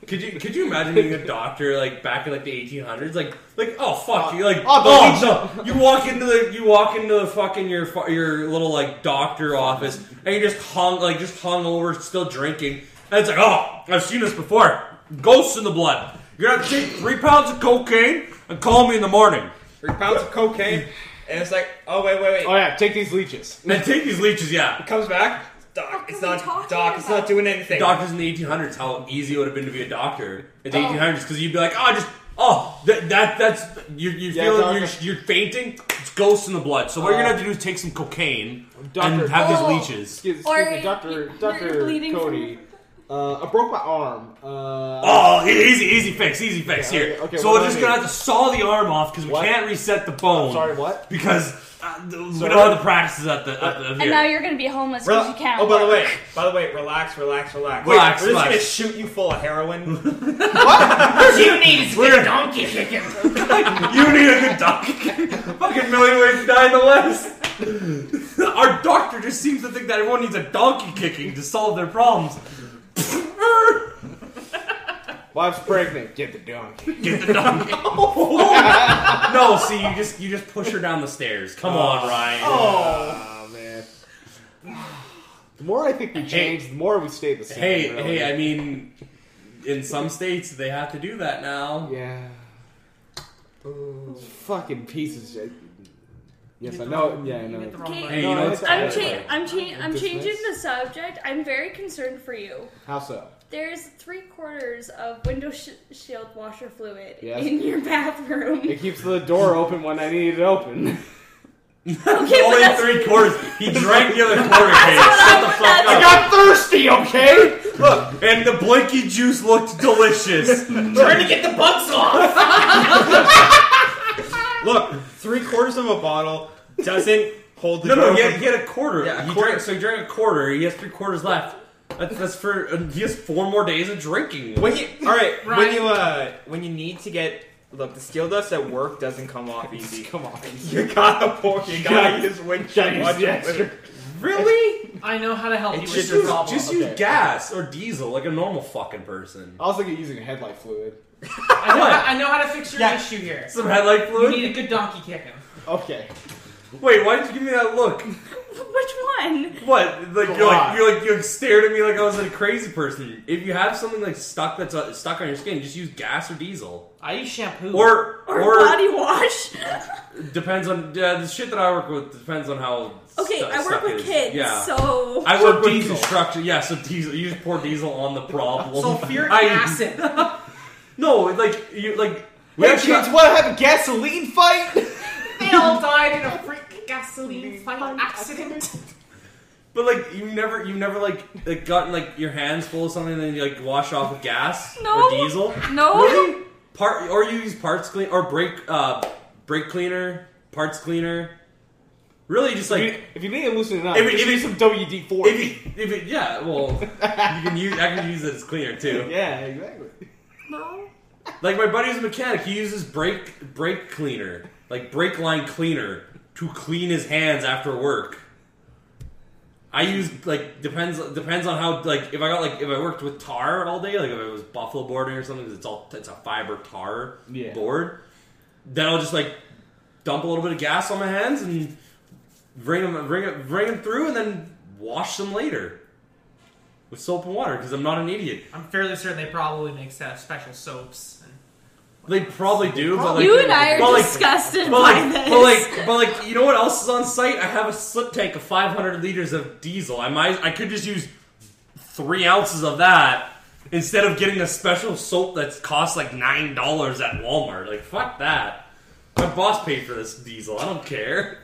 A: Could you could you imagine being a doctor like back in like the eighteen hundreds? Like like oh fuck
B: Uh,
A: you like
B: oh,
A: oh, no you walk into the you walk into the fucking your fu- your little like doctor office and you're just hung like just hung over still drinking and it's like oh I've seen this before ghosts in the blood you're gonna have to take three pounds of cocaine and call me in the morning
D: Three pounds of cocaine, and it's like, oh wait, wait, wait.
B: Oh yeah, take these leeches.
A: and take these leeches yeah
D: Comes back, doc.
C: What
D: It's
C: are we
D: not doc.
C: talking
D: It's
C: about?
D: not doing anything.
A: doctors in the eighteen hundreds how easy it would have been to be a doctor in the
C: Oh.
A: eighteen hundreds because you'd be like oh just. Oh, that, that that's you're, you're
B: Yeah,
A: feeling
B: doctor.
A: you're, you're fainting. It's ghosts in the blood. So what you're
B: Uh,
A: gonna have to do is take some cocaine
B: Doctor-
A: and have
C: Oh.
A: these leeches.
B: Excuse,
C: Or
B: excuse me, Doctor
C: you're
B: Doctor
C: bleeding
B: Cody. Uh, I broke my arm. Uh,
A: Oh, e- easy, easy fix, easy fix
B: Yeah,
A: here.
B: okay, okay,
A: so
B: what
A: we're
B: do
A: just
B: I
A: gonna
B: need?
A: have to saw the arm off because we
B: What?
A: can't reset the bone.
B: sorry, what?
A: Because uh, th- we
B: So-
A: don't have the practices at the at the.
C: And now you're gonna be homeless because
D: Rel-
C: you can't.
D: oh, by the
C: work.
D: way, by the way, relax, relax, relax.
A: Relax,
D: We're just
A: relax.
D: gonna shoot you full of heroin.
F: What you need is a
A: We're-
F: good donkey kicking.
A: you need a good doctor. Fucking million ways to die in the West. Our doctor just seems to think that everyone needs a donkey kicking to solve their problems.
B: Wife's pregnant. Get the donkey.
A: Get the donkey. no, see, you just you just push her down the stairs. Come on, Ryan.
B: Oh man. The more I think we change, the more we stay the same.
A: Hey,
B: really.
A: hey, I mean, in some states they have to do that now.
B: yeah. Fucking pieces. of shit. Yes, I know. Yeah, I
F: You
B: know.
F: hit the wrong
C: Okay.
F: button.
A: Hey, you
B: No,
A: know
B: it's-
A: it's
C: I'm,
B: Anyway.
C: cha- I'm, cha- I'm
B: Dismiss.
C: changing the subject. I'm very concerned for you.
B: How so?
C: There's three quarters of window sh- shield washer fluid
B: Yes.
C: in your bathroom.
B: It keeps the door open when I need it open.
C: Okay, but
A: Only
C: that's,
A: three quarters. He drank the other quarter. Kate. Shut the fuck
B: I
A: up.
B: got thirsty, okay?
A: Look, and the blinky juice looked delicious.
F: Trying to get the bugs off.
D: Look, three quarters of a bottle doesn't hold the
A: No, no,
D: door
A: he had,
D: from-
A: he had a quarter.
D: Yeah, a
A: he
D: quarter.
A: Drank, so he drank a quarter. He has three quarters left. That's, that's for and he has four more days of drinking.
D: When you, all right, when
F: Ryan.
D: you uh, when you need to get look, the steel dust at work doesn't come off easy.
B: Come on.
D: You gotta pour. You gotta use windshield.
B: Gotta use
D: washer.
A: really?
F: I know how to help
D: It
F: you
D: just-
F: with your
A: Just,
F: problem.
A: just use
B: okay.
A: gas or diesel like a normal fucking person.
B: I was thinking using headlight fluid.
F: I, know,
A: what?
F: I know how to fix your
D: Yeah.
F: issue here.
A: Some headlight
F: You
A: fluid.
F: need a good donkey kicking.
B: Okay.
A: Wait, why did you give me that look?
C: which one?
A: What? Like
B: Come
A: you're
B: on.
A: like you like you stared at me like I was a crazy person. If you have something like stuck that's uh, stuck on your skin, just use gas or diesel
F: I use shampoo.
A: or
C: Or,
A: or,
C: body wash?
A: depends on uh, the shit that I work with depends on how.
C: okay,
A: stu-
C: I work
A: stuck it
C: with
A: is.
C: kids,
A: Yeah.
C: so
A: I
B: So
A: work with
B: diesel.
A: construction. Yeah, so diesel. You just pour diesel on the problem.
F: sulfuric
A: I-
F: acid.
A: No, like you like. We
B: Hey,
A: actually
B: kids, want to have a gasoline fight?
F: they all died in a freak gasoline fire accident.
A: but like you never, you never like, like gotten like your hands full of something, and then you like wash off with gas
C: No.
A: or diesel.
C: no.
A: Really? Part or you use parts clean or brake uh brake cleaner, parts cleaner. Really, just like
B: If you- if you need to loosen it up,
A: If it-
B: just
A: if it-
B: use some WD
A: if
B: 40.
A: it, if it, yeah, well, you can use I can use it as cleaner too.
B: Yeah, exactly.
C: No.
A: Like my buddy's a mechanic, he uses brake brake cleaner, like brake line cleaner, to clean his hands after work. I use like depends depends on how like if I got like if I worked with tar all day, like if it was buffalo boarding or something, 'cause it's all it's a fiber tar
B: Yeah.
A: board. Then I'll just like dump a little bit of gas on my hands and bring them bring it bring them through and then wash them later with soap and water because I'm not an idiot.
F: I'm fairly certain they probably make uh, special soaps. And
A: They probably do. But, like,
C: you and I are
A: but, like,
C: disgusted
A: But
C: by
A: like,
C: this.
A: but like, but like, you know what else is on site? I have a slip tank of 500 liters of diesel. I might, I could just use three ounces of that instead of getting a special soap that's cost like nine dollars at Walmart. Like, fuck that. My boss paid for this diesel. I don't care.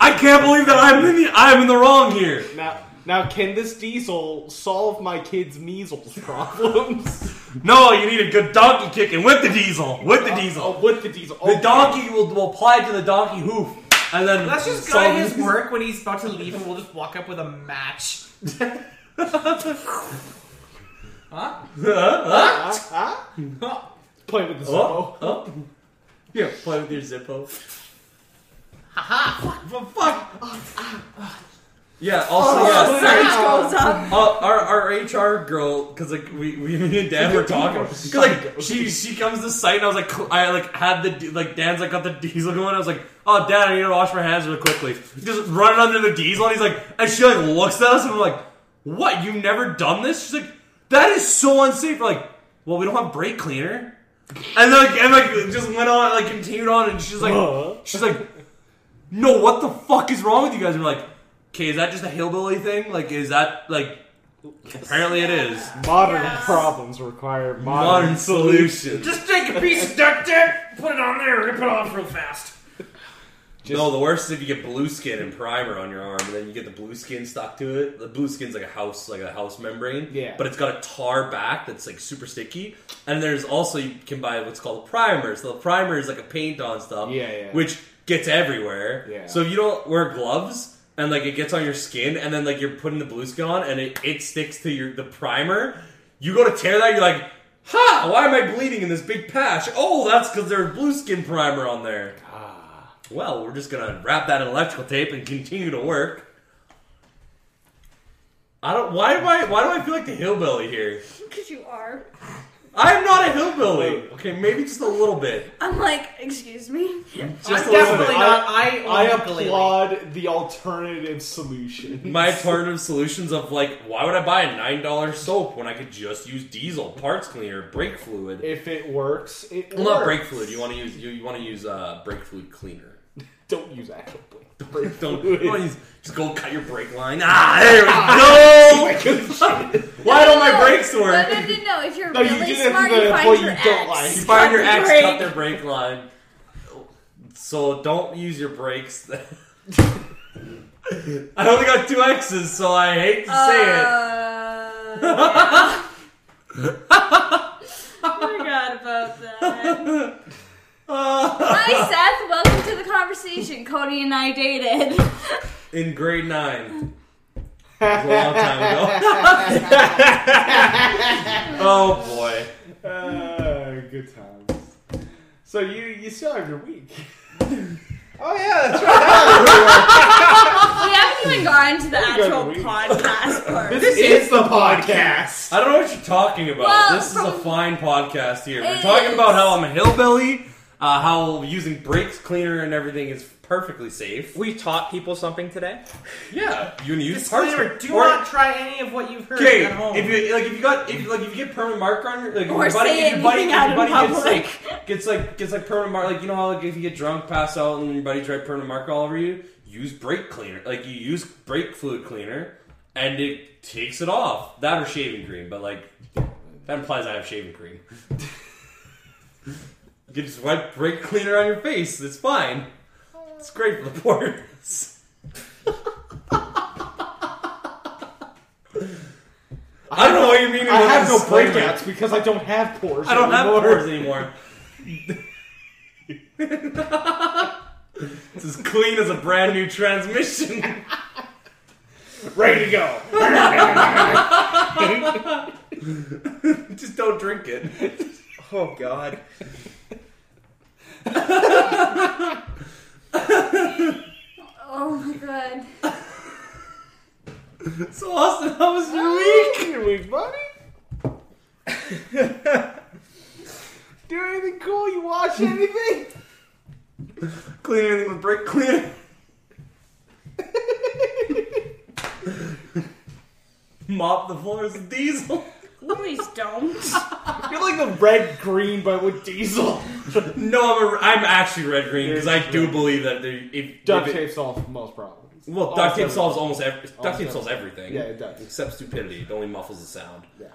A: I can't believe that I'm in the I'm in the wrong here.
B: Now, now, can this diesel solve my kids' measles problems?
A: No, you need a good donkey kicking with the diesel. With the diesel.
B: Oh, with the diesel.
A: The
B: Okay.
A: donkey will, will apply to the donkey hoof, and then
F: Let's just go to
A: solve
F: his work when he's about to leave, and we'll just walk up with a match. huh?
B: Huh? Huh?
F: Huh?
B: Play with the
A: Oh,
B: Zippo.
A: oh. Yeah, play with your Zippo.
F: Haha!
A: But fuck. Yeah. Also,
C: Oh,
A: yeah.
C: Sarge goes up.
A: Uh, our our HR girl, because like we we me and Dan were talking, because like she she comes to site and I was like cl- I like had the di- like Dan's like got the diesel going. I was like, oh Dan, I need to wash my hands real quickly. Just running under the diesel, and he's like, and she like looks at us and we're like, what? You've never done this? She's like, that is so unsafe. We're like, well, we don't have brake cleaner, and like and like just went on like continued on, and she's
B: Huh?
A: like, she's like, no, what the fuck is wrong with you guys? And we're like, okay, is that just a hillbilly thing? Like, is that like? Apparently, it is
B: Modern
F: Yes.
B: problems require modern.
A: modern solution.
F: Just take a piece of duct tape, put it on there, rip it off real fast.
B: Just-
A: no, the worst is if you get blue skin and primer on your arm, and then you get the blue skin stuck to it. The blue skin's like a house, like a house membrane.
B: Yeah.
A: But it's got a tar back that's like super sticky. And there's also you can buy what's called primer. So the primer is like a paint on stuff.
B: Yeah, yeah.
A: Which gets everywhere.
B: Yeah.
A: So if you don't wear gloves and like it gets on your skin, and then like you're putting the blue skin on, and it, it sticks to your the primer. You go to tear that, you're like. Ha! Why am I bleeding in this big patch? Oh, that's because there's blue skin primer on there.
F: Ah.
A: Well, we're just gonna wrap that in electrical tape and continue to work. I don't. Why do I? Why do I feel like the hillbilly here?
C: Because you are.
A: I'm not a hillbilly. Okay, maybe just a little bit.
C: I'm like, excuse me.
A: Just
F: I'm
A: a little
F: definitely
A: bit.
F: not. I,
B: I
F: own a ukulele.
B: applaud the alternative solution.
A: My alternative solutions of like, why would I buy a nine dollar soap when I could just use diesel parts cleaner, brake fluid?
B: if it works, it
A: Well, not
B: works.
A: brake fluid. You want to use you, you want to use uh, brake fluid cleaner.
B: Don't use actual blade.
A: Don't, don't use- just go cut your brake line. Ah, there we
B: Uh,
A: go. Why don't my brakes
C: No,
A: work?
C: no, no, no. If you're
B: No, you
C: really
B: do that to
C: smart,
B: the
C: you
B: employee
C: find your
B: you don't
C: ex.
B: like.
A: You find your
C: Cut
A: ex,
C: brake.
A: cut their brake line. So don't use your brakes. I only got two X's, so I hate to say
C: Uh, yeah. Uh, Forgot about that.
A: it. Uh,
C: Hi, Seth. Welcome to the conversation. Cody and I dated.
A: in grade nine. It was a long time ago. oh boy.
B: Uh, good times. So you you still have your week.
D: Oh yeah, that's right.
C: We haven't even gotten to the actual
B: week.
C: podcast part.
B: This is the podcast.
A: I don't know what you're talking about.
C: Well,
A: this is a
C: from-
A: fine podcast here. We're
C: It
A: talking
C: is.
A: about how I'm a hillbilly, uh, how using brakes cleaner and everything is perfectly safe.
D: We taught people something today.
A: Yeah, you can use parts.
F: Disclaimer: Do
A: or-
F: not try any of what you've heard
A: Okay,
F: at home.
A: if you like, if you got, if like, if you get permanent marker on your, like, if
C: Or
A: your buddy,
C: say
A: if your buddy,
C: anything
A: if your
C: out in
A: buddy gets
C: public.
A: like, gets like, gets like permanent marker, like you know how like if you get drunk, pass out, and your buddy tried permanent marker all over you, use brake cleaner, like you use brake fluid cleaner, and it takes it off. That or shaving cream, but like that implies I have shaving cream. you can just wipe brake cleaner on your face. It's fine. It's great for the pores. I don't know what you mean.
B: I
A: with
B: have no
A: disclaimer.
B: breakouts because I don't have pores.
A: I don't have
B: anymore.
A: pores anymore. it's as clean as a brand new transmission.
B: Ready to go.
A: Just don't drink it.
D: Oh god.
C: Oh my god.
A: So Austin, how was your week?
B: Your week, buddy. Do anything cool? You watch anything?
A: Clean anything with brake cleaner? Mop the floors with diesel.
C: Please don't.
B: You're like the red green, but with diesel.
A: No, I'm, a, I'm actually red green because I do believe that they, if,
B: Duct
A: if it-
B: tape solves most problems.
A: well, duct tape
B: Also-
A: solves almost every, duct tape
B: Also-
A: solves everything.
B: Yeah, it does.
A: Except stupidity, it only muffles the sound.
B: Yeah.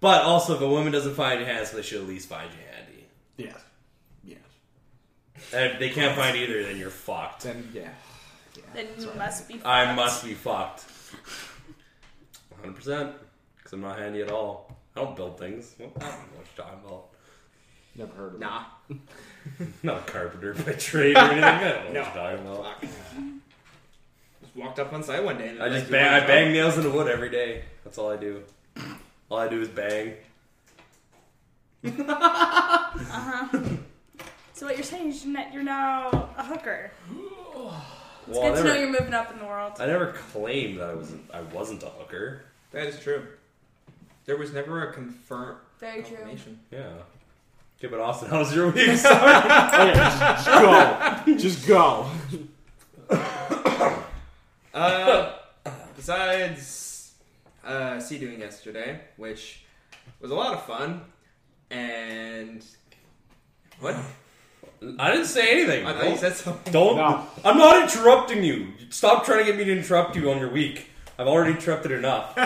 A: But also, if a woman doesn't find you handsome, they should at least find you handy.
B: Yes. Yes.
A: And if they can't find either, then you're fucked.
B: Then yeah.
C: Then you must be.
A: I
C: fucked.
A: must be fucked. 100%. Because I'm not handy at all. I don't build things. I don't know what you're talking about.
B: Never heard of
D: Nah.
A: Not a carpenter by trade or anything. I don't know what you're talking about.
D: Fuck. Just walked up on site one day. And
A: I just
D: like,
A: bang, I bang nails into wood every day. That's all I do. All I do is bang.
C: uh-huh. So what you're saying is you're not- you're now a hooker. It's
A: Well, I
C: good to know
A: never,
C: you're moving up in the world.
A: I never claimed that I wasn't. I wasn't a hooker.
D: That is true. There was never a confirm.
C: Very true.
D: confirmation.
A: Yeah. Okay, but Austin, how was your week?
B: that. Okay, just go. Just go.
D: Uh, besides uh, sea doing yesterday, which was a lot of fun, and what?
A: I didn't say anything.
D: I thought you said something.
G: Oh.
A: Don't.
B: No.
A: I'm not interrupting you. Stop trying to get me to interrupt you on your week. I've already interrupted enough.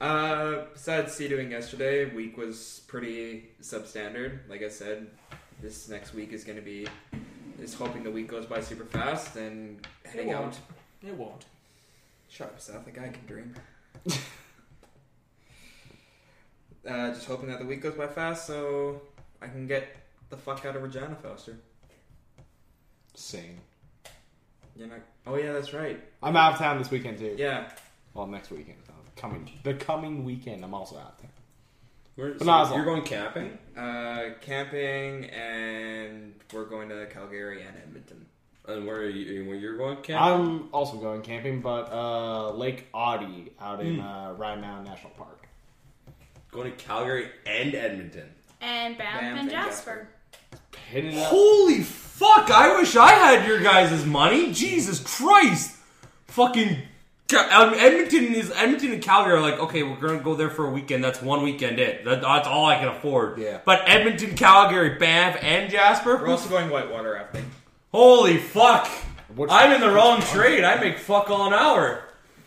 D: Uh, besides sea doing yesterday, week was pretty substandard. Like I said, this next week is going to be. Is hoping the week goes by super fast and heading out.
F: won't. It won't.
D: Shut up, Seth. The guy can dream. uh, just hoping that the week goes by fast so I can get the fuck out of Regina Foster.
B: Same.
D: You're not. Oh yeah, that's right.
B: I'm out of town this weekend too.
D: Yeah.
B: Well, next weekend. Uh, Coming the coming weekend, I'm also out of town.
A: Where-
B: But not as
A: so
B: long.
A: you're going camping?
D: Uh, camping and we're going to Calgary and Edmonton.
A: And where are you? Where you're going camping?
B: I'm also going camping, but uh, Lake Audie out
G: Hmm.
B: in uh, Rye Mountain National Park.
A: going to Calgary and Edmonton.
C: And Banff,
D: Banff
C: and
D: and
C: Jasper.
B: Hitting it up.
A: Holy fuck! I wish I had your guys' money. Jesus Christ! Fucking Ca- um, Edmonton is Edmonton and Calgary are like okay, we're gonna go there for a weekend. That's one weekend. It That- that's all I can afford.
I: Yeah.
A: But Edmonton, Calgary, Banff, and Jasper.
D: We're also going whitewater rafting.
A: Holy fuck!
I: What's-
A: I'm in the wrong trade. I make fuck all an hour.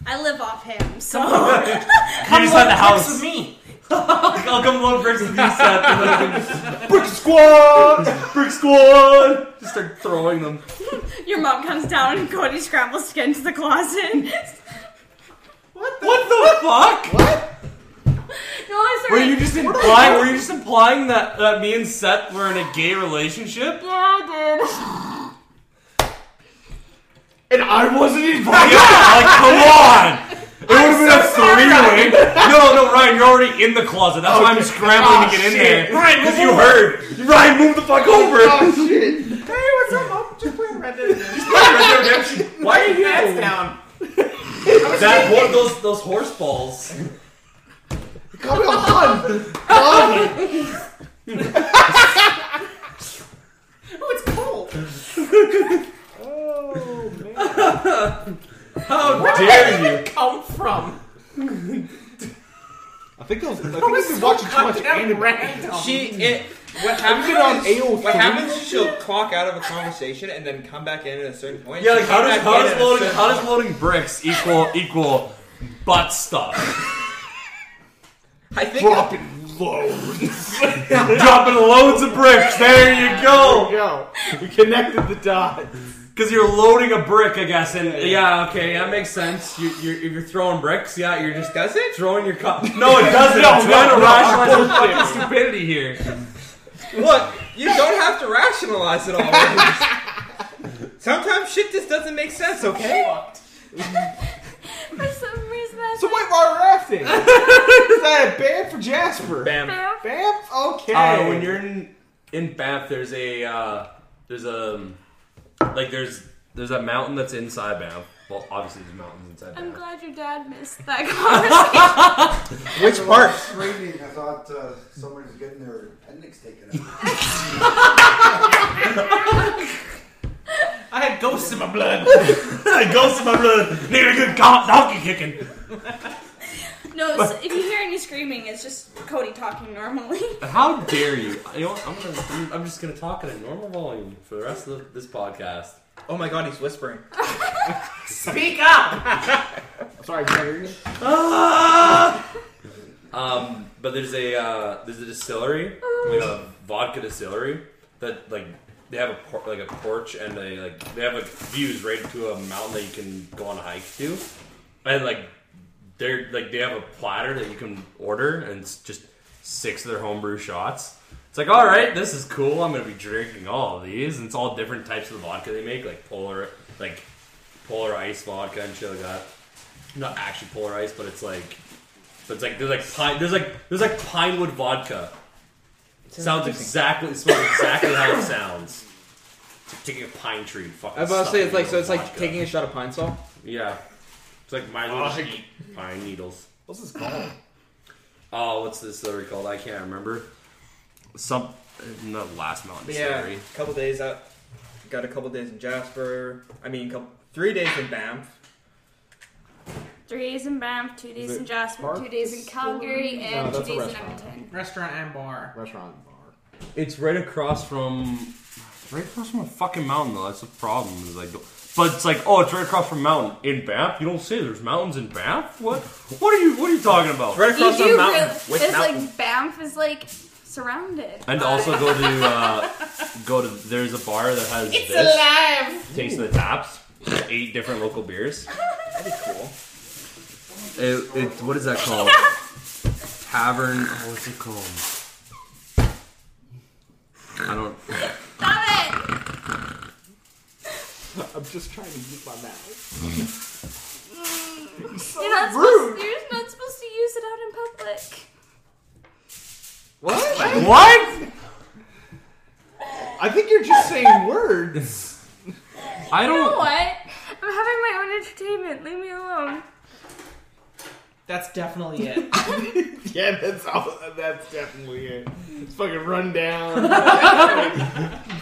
C: I live off him, so
F: Come
A: just
F: load
A: had the
F: bricks
A: house.
F: with me.
A: I'll come load bricks with you, Seth.
B: Brick Squad!
A: Brick squad. Just start throwing them.
C: your mom comes down and Cody scrambles to get into the closet. no,
A: What the fuck?
C: I
A: Were
C: started.
A: you just implying? Were you just implying that that me and Seth were in a gay relationship?
C: yeah, I
B: and I wasn't invited!
A: like, come on! It would have been a three-way. No, no, Ryan, you're already in the closet. That's why I'm scrambling to get
B: Oh,
G: Ah,
A: in
B: shit.
A: there. Ryan, because you heard. Ryan, move the fuck over.
B: Oh shit!
G: Ah, Hey, what's up? I'm just playing Red Dead Redemption.
A: Why are you
G: That's
A: here?
G: down.
A: That one, those those horse balls.
B: Come on! Come on!
G: Oh, it's cold.
A: How dare you?
G: Come from.
B: I think those. I think
G: It's
B: we've been
G: so
B: watching too much
G: goddamn
B: anime.
G: random.
D: She it. What
B: get on
D: happens? Is,
B: AO3?
D: what happens is she'll talk out of a conversation and then come back in at a certain point.
A: Yeah, like
D: She'll
A: how
D: come
A: does
D: back
A: how
D: in
A: does
D: at a
A: loading
D: certain
A: how does
D: point.
A: loading bricks equal equal butt stuff?
D: I think
B: Dropping loads.
A: Dropping loads of bricks. There you go.
B: Yo, we connected the dots.
A: Because you're loading a brick, I guess. And yeah, okay, that makes sense. You, you're if you're throwing bricks, yeah, you're just
D: does it?
A: throwing your cup. No, it doesn't.
B: No,
A: I'm trying
B: no,
A: to
B: no.
A: rationalize the fucking stupidity here.
D: Look, you don't have to rationalize it all. Sometimes shit just doesn't make sense, okay?
C: did. For some reason, I
B: So wait, while rafting, is that a band for Jasper?
D: Bam.
C: thought-
B: Banff? Okay.
A: Uh, when you're in in Banff, there's a uh, there's a like there's there's that mountain that's inside Banff. Well, obviously there's mountains inside
C: I'm
A: Banff.
C: glad your dad missed that conversation.
D: Which part?
E: Trading, I thought uh, someone was getting their appendix taken out.
F: I had ghosts in my blood.
A: Ghost in my blood. Need a good go- donkey kicking.
C: no, so if you hear any screaming, it's just Cody talking normally.
A: How dare you? You know what? I'm gonna I'm, I'm just gonna talk at a normal volume for the rest of the, this podcast.
D: Oh my god, he's whispering.
F: Speak up.
B: Sorry, can I hear you?
A: Um, but there's a uh, there's a distillery, like a vodka distillery that like they have a por- like a porch and they like they have like views right to a mountain that you can go on a hike to, and like they're like they have a platter that you can order and it's just six of their homebrew shots. It's like all right, this is cool. I'm gonna be drinking all of these, and it's all different types of vodka they make, like polar like polar ice vodka and shit like that. Not actually polar ice, but it's like but it's like there's like pine there's like there's like pinewood vodka. sounds exactly it smells exactly how it sounds. It's like taking a pine tree. and Fucking
D: I was about to say it's
A: stuffing
D: like so
A: it
D: it's
A: with
D: like
A: vodka.
D: taking a shot of pine salt.
A: yeah. It's like my little sheep, pine needles.
B: What's this called?
A: Oh, what's this story called? I can't remember. Some not last mountain
D: Yeah,
A: distillery.
D: a couple days out. Got a couple days in Jasper. I mean, couple, three days in Banff.
C: Three days in Banff, two days
B: it
C: in Jasper,
B: Park
C: two days in Calgary, and
B: that's
C: two
B: a
C: days in
B: restaurant.
C: Edmonton.
F: Restaurant and bar.
B: Restaurant and bar.
A: It's right across from, right across from a fucking mountain though. That's the problem. Is like, but it's like, oh, it's right across from a mountain in Banff. You don't say there's mountains in Banff. What? What are you? What are you talking about?
D: Right
C: You
D: across
C: do
D: the mountain.
C: real-
D: Which
C: it's
D: mountain?
C: like Banff is like surrounded.
A: And
C: by-
A: also go to uh, go to. There's a bar that has
G: It's
A: this
G: alive.
A: taste of the taps. Eight different local beers.
D: That'd be cool.
A: It, it, what is that called? Tavern. Oh, what's it called? I don't.
C: Stop it!
B: I'm just trying to use my mouth.
C: You're not, supposed, you're not supposed to use it out in public.
B: What?
A: What?
B: I think you're just saying words.
A: I
C: You know
A: don't.
C: what? I'm having my own entertainment. Leave me alone.
F: That's definitely it.
B: yeah, that's all. That's definitely it. It's fucking run down.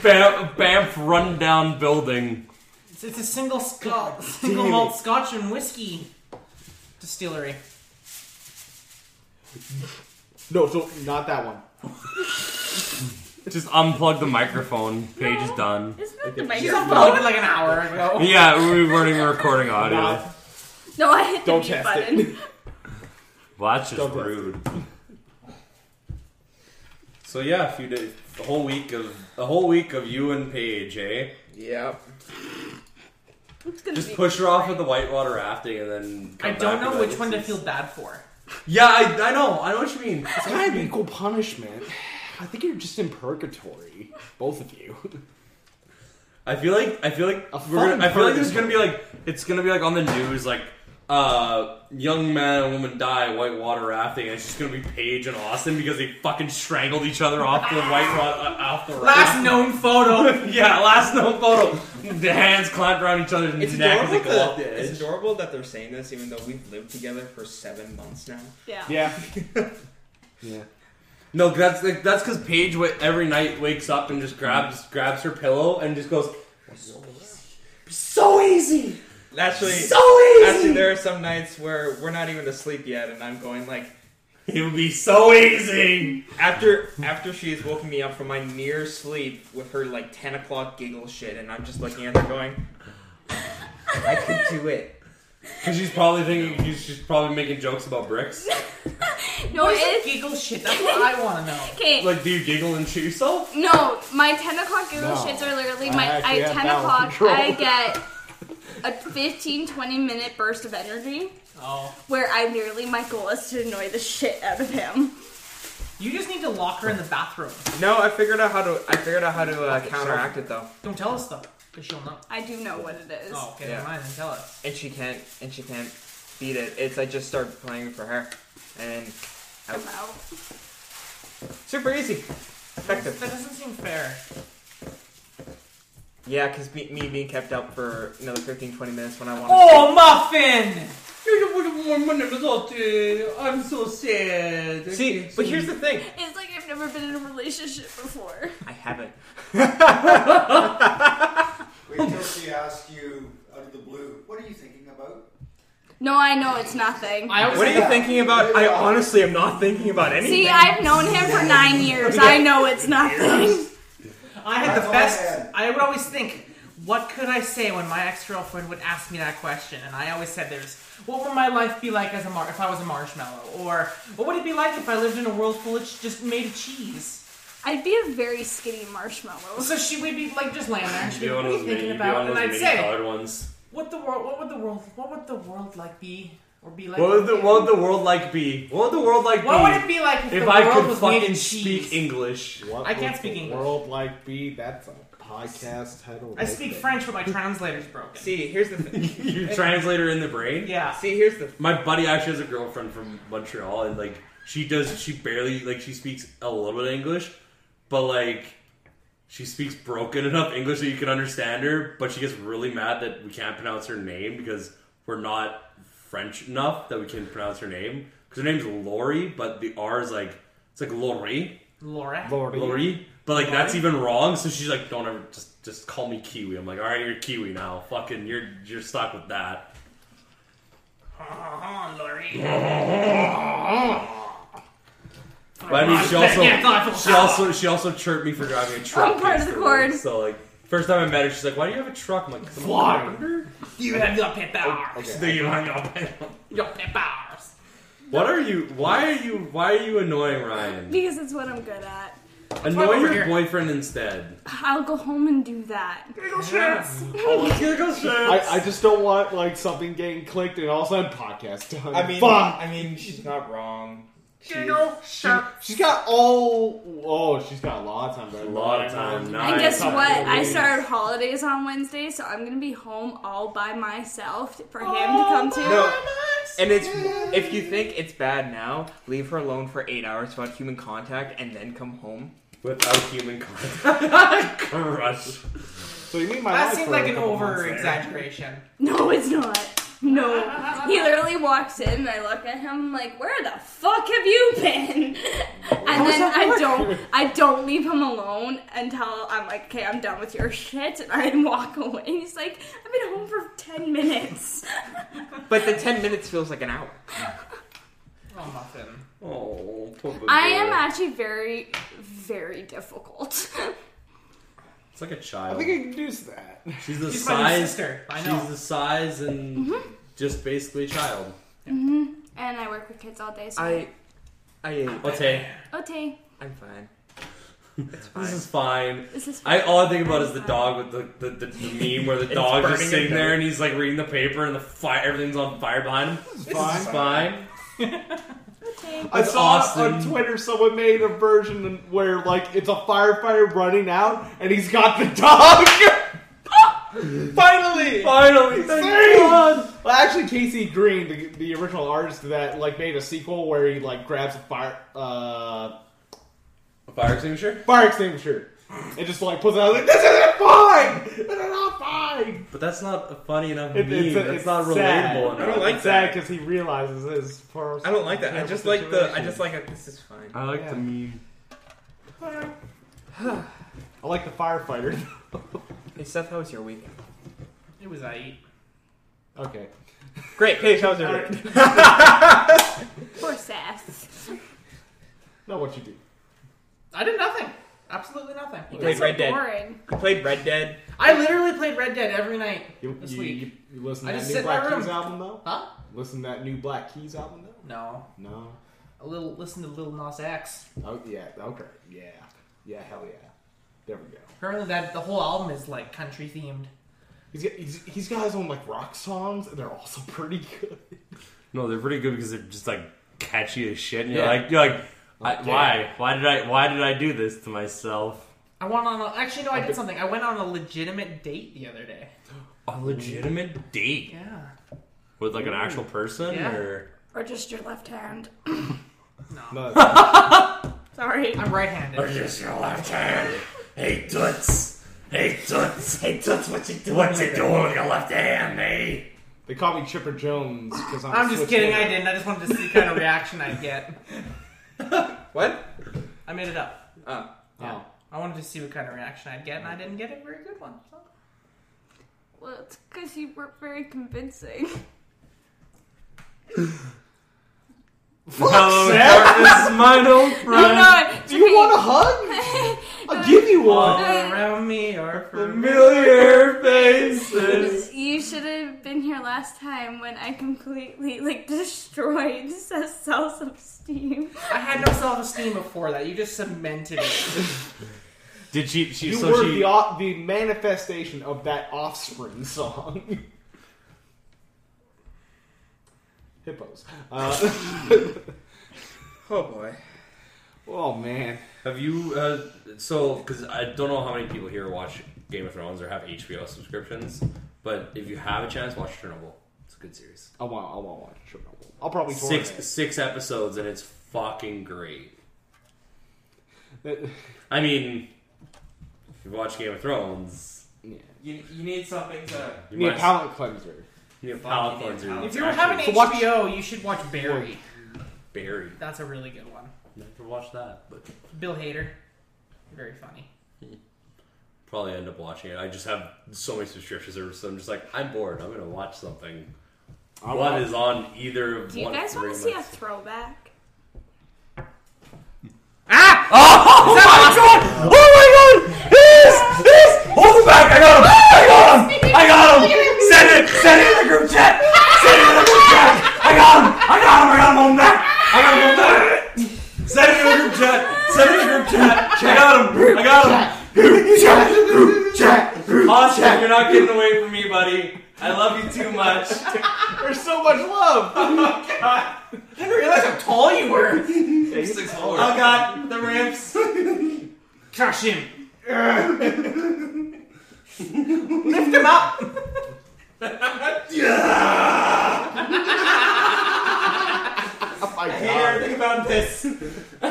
A: Banff, Banff rundown building.
F: Oh, It's, it's a single scotch, single malt scotch and whiskey. distillery.
B: No, so not that one.
A: Just unplug the microphone. Page is done.
C: Isn't that the
F: She's
C: microphone?
F: uploaded like an hour ago.
A: Yeah, we weren't even recording audio.
B: Not-
C: No, I hit the
B: don't
C: mute
B: test
C: button.
B: it.
A: Well, that's just
B: Don't do it.
A: rude. So yeah, a few days, a whole week of a whole week of you and Paige, eh?
D: Yep.
C: It's gonna
A: Just
C: be-
A: push her off with the whitewater rafting, and then
F: I
A: come
F: don't
A: back
F: know
A: and
F: which
A: like,
F: one to
A: "This
F: feel
A: is-"
F: bad for.
A: Yeah, I, I know, I know what you mean.
B: It's kind of equal punishment. I think you're just in purgatory, both of you.
A: I feel like I feel like
B: A
A: we're
B: fun
A: gonna, I feel like there's gonna
B: purgatory.
A: be like it's gonna be like on the news like uh young man and woman die whitewater rafting and it's just gonna be Paige and Austin because they fucking strangled each other off the white ro- uh, off the
F: Last
A: raft.
F: known photo.
A: yeah, last known photo. The hands clamped around each other's
D: It's
A: neck as they
D: adorable,
A: go off
D: that,
A: the
D: it's
A: edge.
D: adorable that they're saying this, even though we've lived together for seven months now.
C: Yeah.
B: Yeah. yeah.
A: No, that's like, that's because Paige wa- every night wakes up and just grabs grabs her pillow and just goes. So easy,
D: Actually,
A: so
D: actually,
A: easy.
D: there are some nights where we're not even asleep yet, and I'm going like,
A: It would be so easy.
D: after after she's woken me up from my near sleep with her like ten o'clock giggle shit, and I'm just looking at her going, I could do it.
A: Because she's probably thinking she's, she's probably making jokes about bricks.
C: No,
F: What is that
C: it's
F: giggle shit? That's what I want to know.
C: okay.
A: Like, do you giggle and shoot yourself?
C: No, my 10 o'clock Google
B: No.
C: shits are literally
B: I
C: my I,
B: actually have
C: 10
B: that one
C: o'clock.
B: controlled.
C: I get a 15, 20 minute burst of energy
F: Oh,
C: where I literally my goal is to annoy the shit out of him.
F: you just need to lock her in the bathroom.
D: No, I figured out how to. I figured out how to uh, counteract it though,
F: Don't tell us though, because she'll know.
C: I do know what it is.
F: Oh, okay,
D: Yeah.
F: never mind. Then tell us.
D: and she can't. And she can't beat it. It's I just started playing for her, and
C: I'm out.
D: super easy, effective.
F: That doesn't seem fair.
D: Yeah, because me, me being kept up for another 15, 20 minutes when I want.
F: Oh, muffin!
A: I'm so sad.
D: See, but here's the thing.
C: It's like I've never been in a relationship before.
D: I haven't.
E: Wait till she asks you out of the blue, what are you thinking about?
C: No, I know it's nothing.
F: I always
D: What are you thinking about? I honestly am not thinking about anything.
C: See, I've known him for nine years. I know it's nothing.
F: I had the
E: That's
F: best.
E: all I had.
F: I would always think, what could I say when my ex girlfriend would ask me that question? And I always said, "There's what would my life be like as a mar- if I was a marshmallow, or what would it be like if I lived in a world full of ch- just made of cheese?"
C: I'd be a very skinny marshmallow.
F: So she would be like, just laying there, and she'd be,
A: Be one
F: "What
A: of
F: are
A: those
F: you thinking
A: mini, be
F: about?"
A: one of
F: And
A: those
F: I'd
A: mini
F: say,
A: colored ones.
F: "What the world? What would the world? What would the world like be, or be like?
A: What would the what would the world like be? What would the world like
F: What
A: be
F: would it be like if,
A: if
F: the
A: I
F: world
A: could
F: was made
A: fucking
F: of
A: speak
F: cheese?
A: English?
B: What
F: I can't
B: would
F: speak
B: the
F: English.
B: World like be that's a podcast title.
F: I
B: right
F: speak
B: there.
F: French, but my translator's broken.
D: See, here's the thing.
A: Your translator in the brain.
F: yeah.
D: See, here's the
A: My buddy actually has a girlfriend from Montreal, and like she does, she barely like she speaks a little bit of English, but like she speaks broken enough English that you can understand her. But she gets really mad that we can't pronounce her name because we're not French enough that we can pronounce her name. Because her name's Lori, but the R is like it's like Lori,
F: Laura.
B: Lordy.
A: Lori. But like that's
F: Lori?
A: even wrong. So she's like, don't ever just just call me Kiwi. I'm like, all right, you're Kiwi now. Fucking, you're you're stuck with that.
F: Oh, Lori.
A: But I mean, she also
F: Yeah, no, I feel
A: she also she also chirped me for driving a truck.
C: I'm part of
A: next
C: the
A: to her.
C: chord.
A: So like, first time I met her, she's like, "Why do you have a truck?" I'm like, "Cause I'm a
B: Why?
A: carpenter."
F: You have your peppers.
A: She's like, "You hung up."
F: Your peppers.
A: What are you? Why are you? Why are you annoying Ryan?
C: Because it's what I'm good at.
F: why I'm
A: Annoy
F: over
A: your
F: here.
A: boyfriend instead.
C: I'll go home and do that.
B: I, I just don't want like something getting clicked and all of a sudden podcast done.
D: I mean,
B: Fuck.
D: I mean, she's not wrong. She's,
B: She's got all. Oh, she's got a lot of time. but
A: A lot of time,
B: not-
A: nice.
C: And guess
A: Nice.
C: what? I
A: Nice.
C: started holidays on Wednesday, so I'm gonna be home all by myself for him to come to.
D: no, and it's if you think it's bad now, leave her alone for eight hours without human contact, and then come home.
A: Without human contact, crush.
B: So you mean my
F: That
B: life
F: seemed
B: for
F: like
B: a
F: an
B: couple months
F: over
B: there.
F: exaggeration.
C: No, it's not. No. He literally walks in, and I look at him, I'm like, where the fuck have you been? And then
B: that
C: I
B: work?
C: don't I don't leave him alone until I'm like, okay, I'm done with your shit, and I walk away. And he's like, I've been home for ten minutes.
D: But the 10 minutes feels like an hour.
F: Oh, muffin.
A: Oh, poor little
C: I am
A: girl.
C: actually very, very difficult.
A: It's like a
B: I
A: child.
B: think I can do that.
A: she's the
F: She's my new
A: size.
F: sister. I know.
A: She's the size and just basically a child.
C: and I work with kids all day, so
D: I. I ate.
A: Okay,
C: okay,
D: I'm fine. It's
A: this
D: fine.
A: is fine.
C: this is.
A: I all I think about is the dog with the the, the, the meme where the
D: It's
A: dog
D: burning
A: just sitting
D: and
A: there
D: dying.
A: and he's like reading the paper and the fire everything's on fire behind him.
B: It's
A: This
B: fine.
A: is fine.
C: okay.
B: I
A: That's
B: saw on
A: awesome.
B: Twitter someone made a version where like it's a firefighter running out and he's got the dog. Finally.
A: Finally, thank
B: Same.
A: God.
B: Well, actually, Casey Green, the, the original artist of that, like made a sequel where he like grabs a fire uh,
A: A fire extinguisher.
B: fire extinguisher and just like puts it out like this isn't fine. This is not fine.
A: But that's not a funny enough
B: It-
A: meme.
B: it's-
A: that's
B: it's
A: not relatable
B: sad.
A: enough.
D: I don't like
B: It's sad
D: that.
B: because he realizes his. personal
D: I don't like that. I just
B: terrible
D: like the. I
B: situation.
D: just like it. This is fine.
A: I like
B: Yeah.
A: the meme.
B: I like the firefighter.
D: Hey Seth, how was your week?
F: It was I eat.
B: okay.
D: Great, Paige, how was your
B: Alright.
D: week?
C: Poor Seth.
B: Not what you do.
F: I did nothing. Absolutely nothing.
D: You
C: That's
D: played
C: so
D: Red Dead.
C: boring.
D: You played Red Dead.
F: I literally played Red Dead every night
B: You,
F: this
B: you,
F: week.
B: you, you listen to
F: I
B: that
F: just
B: new
F: sit in my
B: Black Keys
F: room.
B: album though.
F: Huh?
B: Listen to that new Black Keys album though.
F: No.
B: No.
F: A little. Listen to Little Nas X.
B: Oh yeah. Okay. Yeah. Yeah. Hell yeah. There we go.
F: Apparently, that the whole album is like country themed.
B: He's got, he's, he's got his own like rock songs, and they're also pretty good.
A: No, they're pretty good because they're just like catchy as shit. And you're
B: Yeah.
A: like, you're like, I,
B: Okay.
A: why? Why did I? Why did I do this to myself?
F: I went on. A, actually, no, I did something. I went on a legitimate date the other day.
A: A legitimate date Mm.
F: Yeah.
A: with like an actual person,
F: Yeah.
A: or
C: Or just your left hand.
B: No,
C: Sorry.
F: I'm right-handed.
A: just your left hand. Hey toots. Hey toots. Hey toots. What you doing?
F: What you with it?
A: doing with your left hand, eh?
B: they call me Chipper Jones because I'm.
F: I'm just kidding. I
B: switching.
F: didn't. I just wanted to see the kind of reaction I'd get.
D: What?
F: I made it up.
D: Oh.
B: Oh.
F: I wanted to see what kind of reaction I'd get, and I didn't get a very good one. So.
C: Well, it's because you weren't very convincing.
D: Oh,
A: Hello,
B: Seth.
A: darkness, my old
C: No,
A: friend.
C: no, it's
B: Do you
C: okay.
B: want a hug? I'll give you
F: All
B: one.
F: around me are familiar.
A: Familiar faces.
C: You should have been here last time when I completely like destroyed Seth's self-esteem.
F: I had no self-esteem before that. You just cemented it.
A: Did she? She
B: You
A: so
B: were
A: she.
B: the o- the manifestation of that Offspring song. Hippos. Uh,
D: Oh boy.
B: oh man.
A: Have you? Uh, so, because I don't know how many people here watch Game of Thrones or have HBO subscriptions, but if you have a chance, watch Chernobyl. It's a good series.
B: I want. I want to watch Chernobyl. I'll probably torrent
A: Six
B: it.
A: six episodes, and it's fucking great.
B: That-
A: I mean, if you watch Game of Thrones,
B: yeah.
D: You, you need something to.
A: you
B: Need a
A: might
B: palate cleanser.
A: need a
D: you
A: palate
D: need a
A: cleanser.
D: palate
F: if you have an
B: So watch-
F: HBO, you should watch Barry.
A: Barry,
F: That's a really good one.
A: never watch that, but
F: Bill Hader, very funny.
A: probably end up watching it. I just have so many subscriptions, or so I'm just like, I'm bored. I'm gonna watch something.
B: I'll-
A: What is on either of
C: Do you
A: one of
C: guys want
A: three
C: to
A: of
C: see
A: my-
C: a throwback?
F: Ah!
A: Oh, my god! Oh my god! It is! It is! Hold him back! I got him! I got him! I got him! Send it! Send it in the group chat! Send it in the group chat! I got him! I got him! I got him on back! I got him on back! Send it in the group chat! Send it in the group chat! I got him! I got him! Group chat! Group chat! Austin, you're not getting away from me, buddy. I love you too much.
B: There's so much love.
F: I didn't realize how tall you were.
A: Oh god, the ramps.
F: Crush him. Lift him up.
B: Oh my
D: Peter,
B: god.
D: think about this.
C: I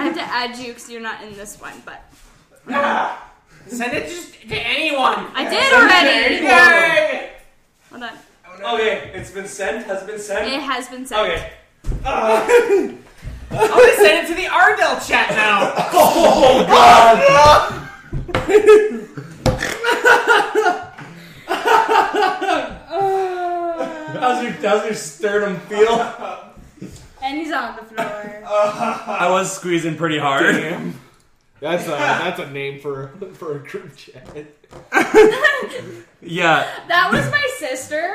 C: have to add you because you're not in this one, but
F: Send it just to anyone.
C: I did already.
F: Yay!
C: Hold on.
D: Okay, it's been sent. Has it been sent?
C: It has been sent.
D: Okay.
F: I'm gonna send it to the Ardell chat now.
D: Oh God! How's your how's your sternum feel?
C: And he's on the floor.
D: I was squeezing pretty hard.
B: That's a that's a name for for a group chat.
D: Yeah.
C: that was my sister.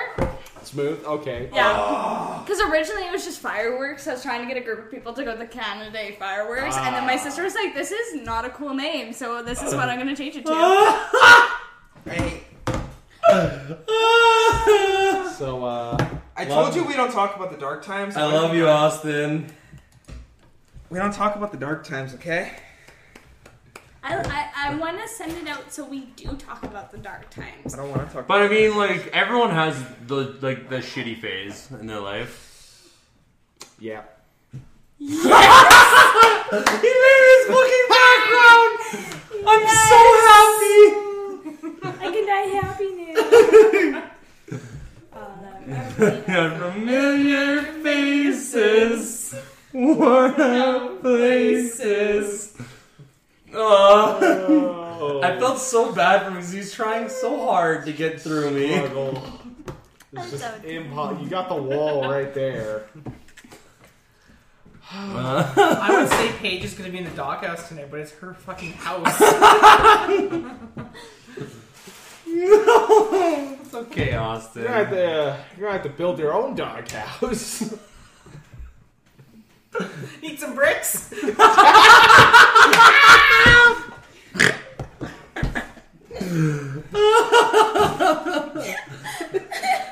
B: Smooth. Okay.
E: Oh.
C: Yeah.
G: Ah.
C: Because originally it was just fireworks. I was trying to get a group of people to go to the Canada Day fireworks. And then my sister was like, this is not a cool name. So this is what I'm going to change it to.
D: Ah.
J: Hey,
B: So uh,
J: I
D: Love
J: told you we don't talk about the dark times.
D: I love you, Austin.
J: We don't talk about the dark times, okay?
C: I, I, I want to send it out so we do talk about the dark times.
J: I don't want to talk.
D: But
J: about
D: I mean, like everyone has the like the shitty phase in their life.
B: yeah.
D: He made his fucking background. I'm so happy.
C: I can die happy now. oh, no.
D: Yeah, familiar faces, worn out places. Oh.
B: Oh,
D: I felt so bad for him because he's trying so hard to get through me.
B: struggle. It's
C: I'm
B: just
C: so dead.
B: impo- You got the wall right there.
D: Uh,
F: I would say Paige is gonna be in the doghouse tonight, but it's her fucking house.
D: it's okay, Austin.
B: You're gonna have to, uh, you're gonna have to build your own dog house.
F: Need some bricks?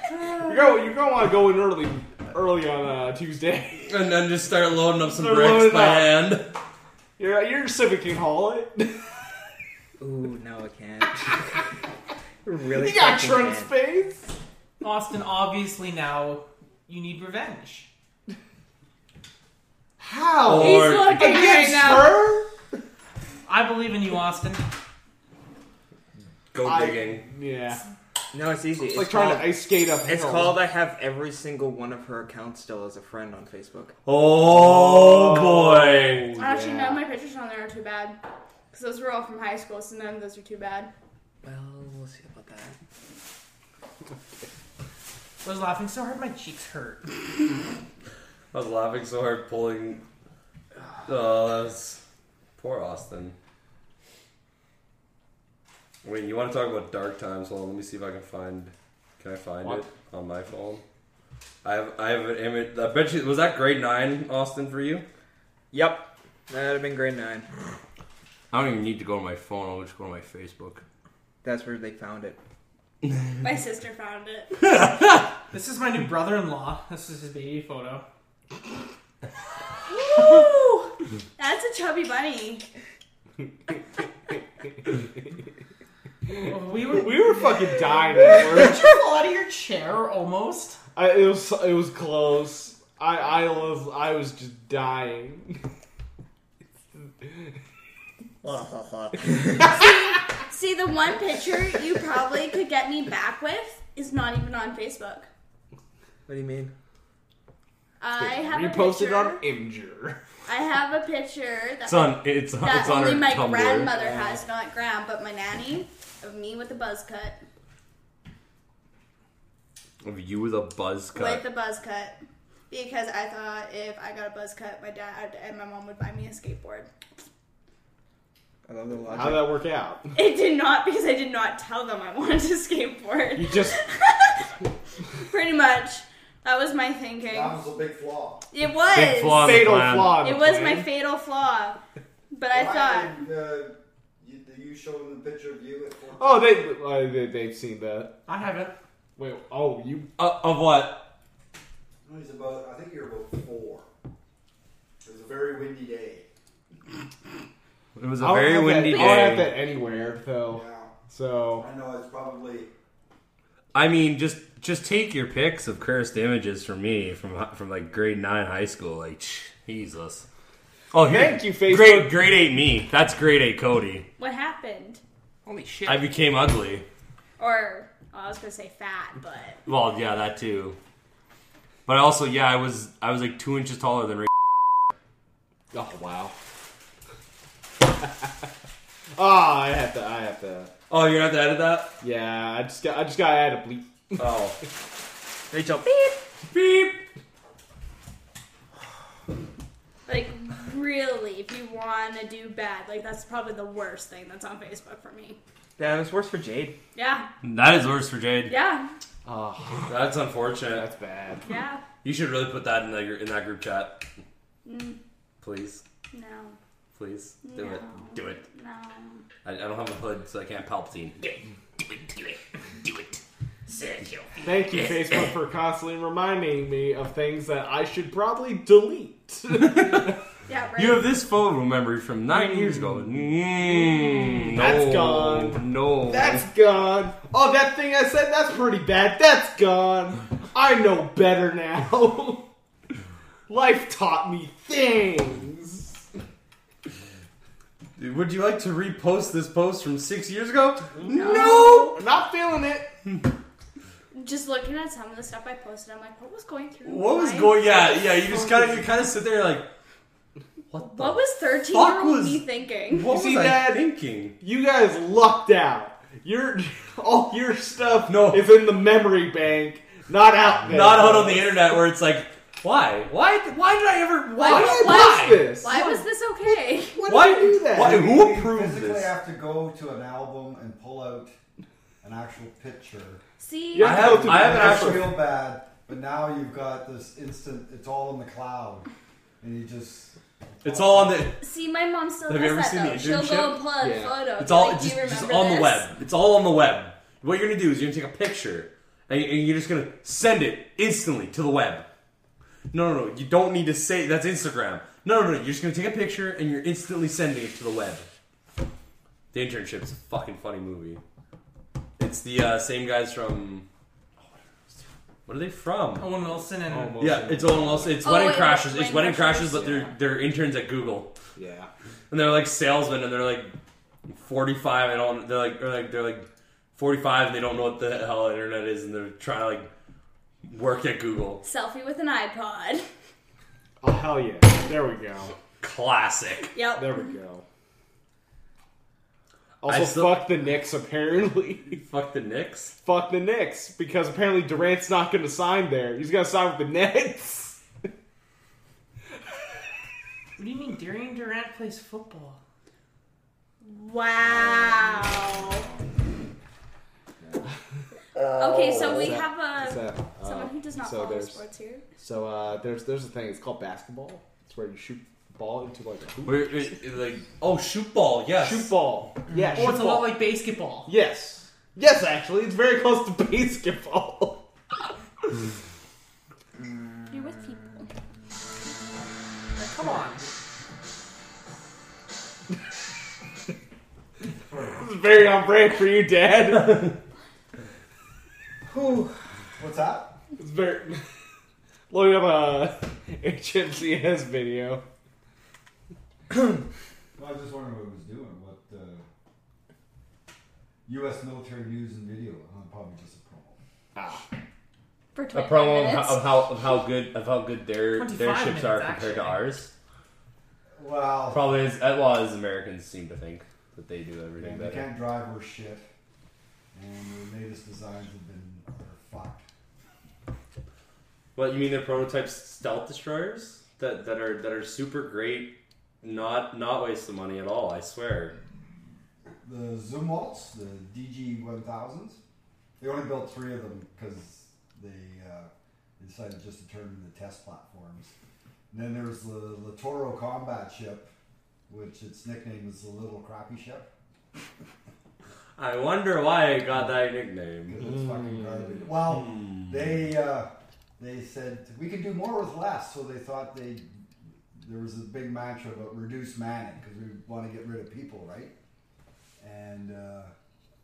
B: You're gonna, you're gonna want to go in early, early on uh, Tuesday.
D: And then just start loading up some
B: Start
D: bricks
B: loading
D: by
B: up.
D: hand.
B: Your your Civic can haul it.
J: it. Ooh, no, I can't. really?
B: You got
J: fucking
B: trunk
J: can't.
B: space.
F: Austin, obviously now you need revenge.
B: How?
D: Or-
J: Oh.
C: He's looking right
B: Against
C: now.
B: her?
F: I believe in you, Austin.
D: Go
B: I-
D: digging.
B: Yeah.
J: No, it's easy. It's,
B: It's like trying
J: called,
B: to ice skate up.
J: it's called. I have every single one of her accounts still as a friend on Facebook.
D: Oh boy.
C: Actually, no, my pictures on there are too bad. Because those were all from high school, so none of those are too bad.
J: Well, we'll see about that.
F: I was laughing so hard my cheeks hurt.
D: I was laughing so hard pulling. Oh, that was poor Austin. Wait, you want to talk about dark times? Hold on, let me see if I can find. Can I find
B: What?
D: it on my phone? I have I have an image. I bet you was that grade nine, Austin, for you?
J: Yep, that'd have been grade nine.
D: I don't even need to go to my phone. I'll just go to my Facebook.
J: That's where they found it.
C: My sister found it.
F: This is my new brother-in-law. This is his baby photo.
C: Woo! That's a chubby bunny.
F: We were
B: We were fucking dying. at work.
F: Did you fall out of your chair almost?
B: I, it was it was close. I I was I was just dying.
C: See, the one picture you probably could get me back with is not even on Facebook.
J: What do you mean?
C: I have a
B: Reposted
C: picture.
B: on Imgur.
C: I have a picture that,
D: It's on. It's on.
C: that
D: it's on
C: only
D: her
C: my
D: Tumblr.
C: grandmother has, not Gram, but my nanny of me with a buzz cut,
D: Of you with a buzz cut.
C: with a buzz cut, because I thought if I got a buzz cut, my dad and my mom would buy me a skateboard.
J: I love the logic.
B: How'd that work out?
C: It did not because I did not tell them I wanted to skateboard.
B: You just
C: Pretty much, that was my thinking.
E: That was a big flaw.
C: It was.
D: Big flaw in the
B: fatal
D: plan.
B: flaw. in
C: It
B: the
C: was
B: plan.
C: my fatal flaw. But I
E: Why
C: thought
E: did, uh, you, you showed them the picture of you at four.
B: Oh, they, uh, they they've seen that.
F: I haven't.
B: Wait. Oh, you.
D: Uh, of what?
E: It was about. I think you were about four. It was a very windy day.
D: It was
B: I
D: a
B: don't
D: very
B: have
D: windy
B: that,
D: day.
B: I don't have that anywhere
G: Oh.
B: though.
E: Yeah,
B: So
E: I know it's probably.
D: I mean, just just take your pics of cursed images from me from hi- from like grade nine high school. Like Jesus. Oh, here,
B: Thank you, Facebook.
D: Grade grade eight me. That's grade eight Cody.
C: what happened,
J: Holy shit!
D: I became ugly.
C: or Well, I was gonna say fat, but
A: Well, yeah, that too. But also, yeah, I was I was like two inches taller than Ray.
B: Oh wow. Ah, I have to. I have to.
A: Oh, you're gonna have to edit that.
B: Yeah, I just got. I just got to add a bleep.
A: Oh,
D: Rachel,
A: beep.
C: like really, if you want to do bad, like that's probably the worst thing that's on Facebook for me.
D: yeah, it was worse for Jade.
C: Yeah,
A: That is worse for Jade.
C: yeah,
B: Oh,
A: That's unfortunate.
B: that's bad.
C: yeah.
A: You should really put that in the gr- in that group chat,
C: Mm,
A: please,
C: no,
A: please do it,
C: No.
A: do it.
C: no.
A: I, I don't have a hood, so I can't Palpatine.
B: Thank you, Facebook, for constantly reminding me of things that I should probably delete.
C: Yeah, right.
A: You have this photo memory from nine years ago. Mm, no,
B: That's gone.
A: No,
B: That's gone. Oh, that thing I said, that's pretty bad. That's gone. I know better now. Life taught me things.
A: Would you like to repost this post from six years ago?
B: No! I'm not feeling it.
C: Just looking at some of the stuff I posted, I'm like, what was going through?
A: What was
C: my-
A: going? Yeah, yeah. You just kind of you kind of sit there like, what the
C: What was thirteen year old
A: was-
C: me thinking?
A: What
B: see
A: was I
B: that?
A: thinking?
B: You guys lucked out. Your all your stuff
A: No.
B: is in the memory bank, not out there.
A: Not out on the internet where it's like, why, why, why did I ever? Why?
B: Why did I post this?
C: Why was this okay?
B: Why,
A: Why?
B: did I do that?
A: Why? Who approved
E: physically
A: this?
E: have to go to an album and pull out an actual picture.
C: See,
B: Yeah.
A: I have, I have an
E: I
A: actual.
E: feel bad, but now you've got this instant. It's all in the cloud, and you just.
A: It's all on the.
C: see, my mom still
A: Have you
C: does
A: ever
C: that
A: seen
C: though.
A: the Indian
C: She'll
A: shit?
C: go and plug
B: Yeah.
C: photos.
A: It's all
C: like,
A: just,
C: do you
A: just
C: remember
A: on the
C: this?
A: web. It's all on the web. What you're gonna do is you're gonna take a picture and, and you're just gonna send it instantly to the web. No, no, no. You don't need to say that's Instagram. No, no, no. You're just gonna take a picture and you're instantly sending it to the web. The internship's a fucking funny movie. It's the uh, same guys from. What are they from?
F: Owen Wilson and
B: Almost.
A: yeah, it's Owen Wilson. It's
C: Oh,
A: Wedding
C: wait,
A: Crashes. It's
C: Wedding
A: Wedding Crashes,
C: Crashers,
A: but they're
B: yeah.
A: they're interns at Google
B: Yeah.
A: and they're like salesmen, and they're like forty five, and all they're like they're like they're like forty five, and they don't know what the hell internet is, and they're trying to like work at Google.
C: Selfie with an iPod.
B: Oh hell yeah! There we go.
A: Classic.
C: Yep.
B: There we go. Also,
A: I still-
B: fuck the Knicks. Apparently,
A: Fuck the Knicks.
B: fuck the Knicks because apparently Durant's not going to sign there. He's going to sign with the Nets.
F: What do you mean Darian Durant plays football?
C: Wow. Okay, so we
B: Is that-
C: have a
B: is that,
C: Um, someone
B: uh,
C: who does not
B: so
C: follow
B: there's-
C: sports here.
B: So uh, there's there's a thing. It's called basketball. It's where you shoot the ball into like a hoop.
A: We're, it- like oh shoot ball yes.
B: Shoot ball. Yeah.
F: Oh,
B: shoot
F: it's a
B: ball.
F: lot like basketball.
B: Yes. Yes, actually, it's very close to basketball.
C: You're with people.
F: Like, come on.
B: It's very on brand for you, Dad.
E: What's that?
B: It's very. Look up a HMCS video.
E: No, I was just wondering what it was doing. What uh, U.S. military news and video? Huh, probably just a promo.
C: For
A: A
C: 25
A: promo of
C: minutes.
A: how, of how of how good of how good their their
F: 25
A: ships are
F: minutes,
A: compared to
F: actually.
A: ours.
E: Well,
A: Probably as well as Americans seem to think that they do everything
E: and we
A: better.
E: can't drive or shit, and the latest designs have been are fucked.
A: What you mean? They're prototype stealth destroyers that that are that are super great. Not not waste the money at all. I swear.
E: The Zoom Waltz, the DG 1000s, they only built three of them because they uh, they decided just to turn them into test platforms. And then there's the Latoro combat ship, which its nickname is the Little Crappy Ship.
A: I wonder why I got that nickname.
E: Because it's fucking garbage. Well, they uh, they said we can do more with less, so they thought they there was a big mantra about reduce manning because we want to get rid of people, right? And uh,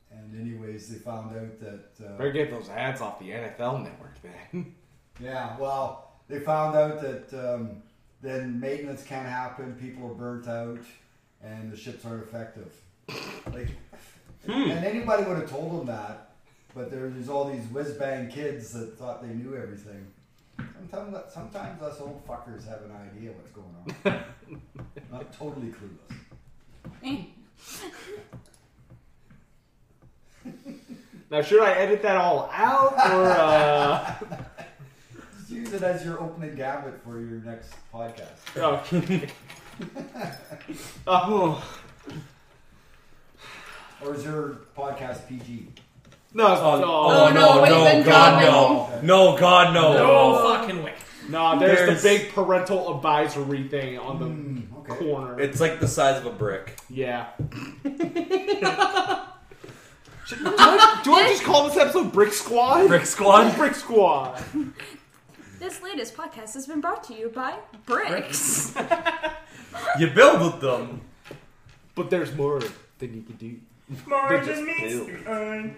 E: and anyways, they found out that uh,
B: Better get those ads off the NFL network, man.
E: Yeah, well, they found out that um, then maintenance can't happen, people are burnt out,
B: Hmm.
E: and the ships aren't effective. Like, and anybody would have told them that, But there was all these whiz bang kids that thought they knew everything. Sometimes, sometimes us old fuckers have an idea what's going on. Not totally clueless.
B: Now, should I edit that all out or? Uh...
E: Just use it as your opening gambit for your next podcast.
B: okay. oh
E: Or is your podcast PG?
B: no, it's,
A: Oh,
B: oh,
A: oh,
C: no,
A: no,
C: wait,
A: no,
C: then
A: God, no.
C: God,
A: No, God, no.
F: No fucking way.
B: no. There's, Hmm.
A: There's-
B: the big parental advisory thing on the
E: Hmm, okay.
B: corner.
A: It's like the size of a brick.
B: yeah. Should- do, I, do I just call this episode Brick Squad?
A: Brick Squad?
B: Brick Squad.
C: This latest podcast has been brought to you by Bricks.
A: You build with them.
B: But there's more than you can do.
G: Margin
B: They
G: meets
B: just
G: the urn.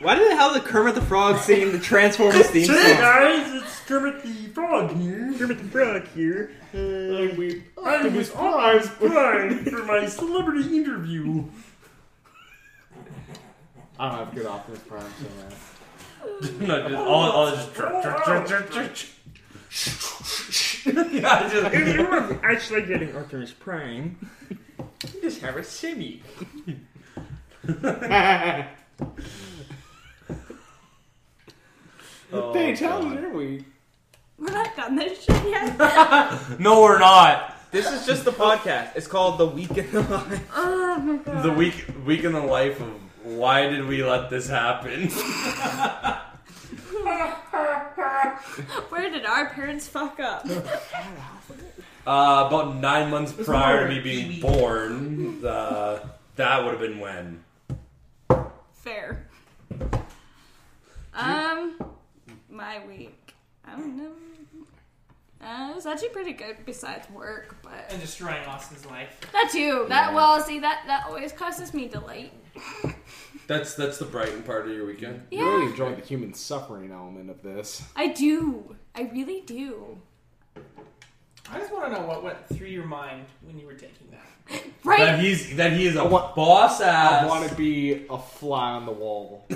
D: Why did the hell the Kermit the Frog sing the Transformers theme song?
G: guys, it's Kermit the Frog here. Kermit the Frog here.
B: Like we,
G: I was always prime for my celebrity interview.
B: I don't have good Optimus Prime, so man.
A: no, just, all, all just. drip, drip, drip, drip, drip, drip. yeah, just.
G: If you were actually getting
D: Optimus Prime. Just have a simmy.
A: Oh,
B: hey, challenge every week.
C: We're not done this shit yet.
A: No, we're not.
D: This is just the podcast. It's called The Week in the Life.
C: Oh my god.
A: The week, week in the life of why did we let this happen?
C: Where did our parents fuck up?
A: Uh, about nine months prior to me
F: more
A: being
F: kiwi.
A: born, uh, that would have been when.
C: Fair. Um, my week. I don't know. Uh, it was actually pretty good besides work, but
F: And destroying Austin's life.
C: that too. That well, see that that always causes me delight.
A: That's that's the Brighton part of your weekend.
C: Yeah,
B: You really enjoyed the human suffering element of this.
C: I do. I really do.
F: I just want to know what went through your mind when you were taking that.
A: That
C: Right?
A: he's that he is a
B: want-
A: boss ass.
B: I want to be a fly on the wall.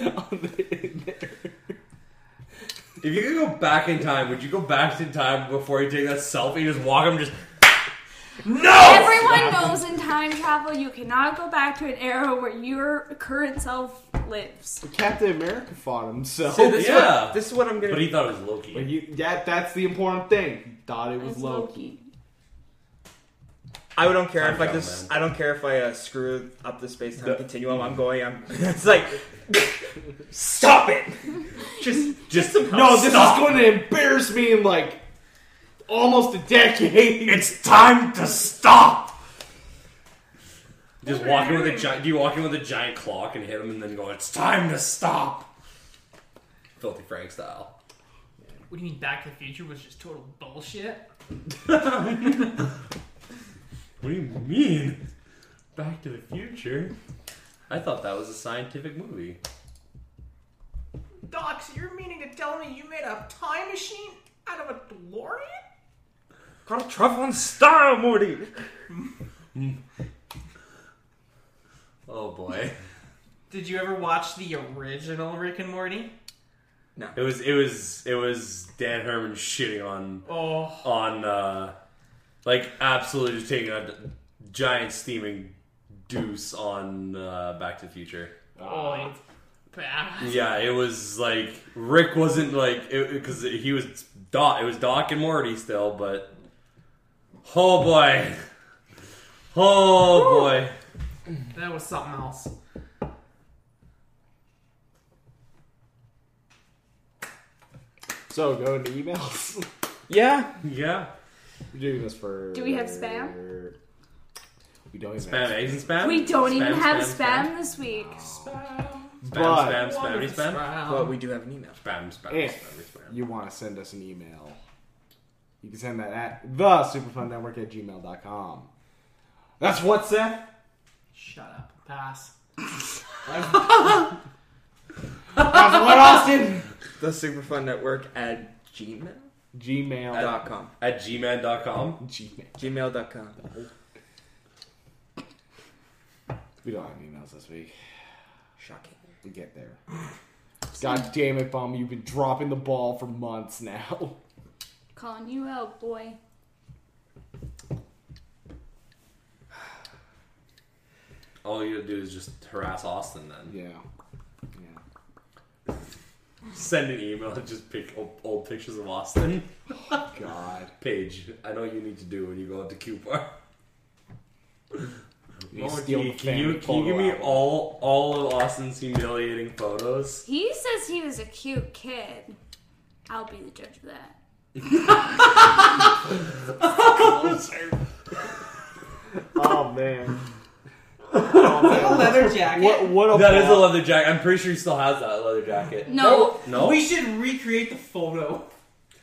B: On the- in there.
A: If you could go back in time, would you go back in time before you take that selfie? Just walk him, just
C: Everyone knows in time travel you cannot go back to an era where your current self lives.
B: Captain America fought himself.
D: So this,
A: yeah.
D: is what, this is what I'm gonna
A: but he thought it was Loki.
B: But you- that, that's the important thing. He thought it was
C: It's
B: Loki.
D: I don't care
A: Time
D: if I
A: travel,
D: just.
A: man.
D: I don't care if I uh, screw up the space time
A: The-
D: continuum. I'm going. I'm. It's like, stop it. Just,
A: just
B: No, this
A: Stop.
B: is going to embarrass me in like almost a decade.
A: It's time to stop. Just walk in with a giant. Do you walk in with a giant clock and hit him, and then go? It's time to stop. Filthy Frank style.
F: What do you mean Back to the Future was just total bullshit?
A: What do you mean? Back to the Future. I thought that was a scientific movie.
F: Docs, you're meaning to tell me you made a time machine out of a DeLorean?
D: Carl Truffle and style, Morty.
A: Oh boy.
F: Did you ever watch the original Rick and Morty?
A: It was it was it was Dan Herman shitting on
F: Oh,
A: on uh like absolutely just taking a giant steaming deuce on uh, Back to the Future.
F: oh, it's bad.
A: Yeah, it was like Rick wasn't like because he was Doc. It was Doc and Morty still, but oh boy, oh boy.
F: That was something else.
B: So going to emails.
D: Yeah.
A: Yeah,
B: We're doing this for.
C: Do we have spam?
B: We don't even
A: spam
B: have
A: eggs and spam.
C: We don't even
A: Spam,
C: have
A: spam.
C: spam, this week.
A: Spam,
B: But-
A: spam, spammy, spam, spam,
D: But we do have an email.
A: spam, spam, spam,
B: If
A: spam.
B: you want to send us an email, you can send that at the superfunnetwork at gmail.com. That's what, Seth?
F: Shut up. Pass.
B: That's what, Austin?
D: The Superfund Network at gmail.com.
B: Gmail.
A: At gman.com.
B: Gmail.
D: Gmail.com.
B: We don't have emails this week.
J: Shocking.
B: to get there. God damn it, Bum, you've been dropping the ball for months now.
C: Calling you out, boy.
D: All you gotta do is just harass Austin then.
B: Yeah. Yeah.
D: Send an email and just pick old, old pictures of Austin.
B: God.
D: Paige, I know what you need to do when you go out to Cupar.
B: You
D: Oh,
B: steal
D: gee, can
B: the fan
D: you, can you give
B: photo
D: me
B: album.
D: all all of Austin's humiliating photos?
C: He says he was a cute kid. I'll be the judge of that.
B: Oh man.
F: A leather jacket.
B: What what a
D: Oh, That is a
B: ball.
D: leather jacket. I'm pretty sure he still has that leather jacket.
C: No.
D: No?
F: We should recreate the photo.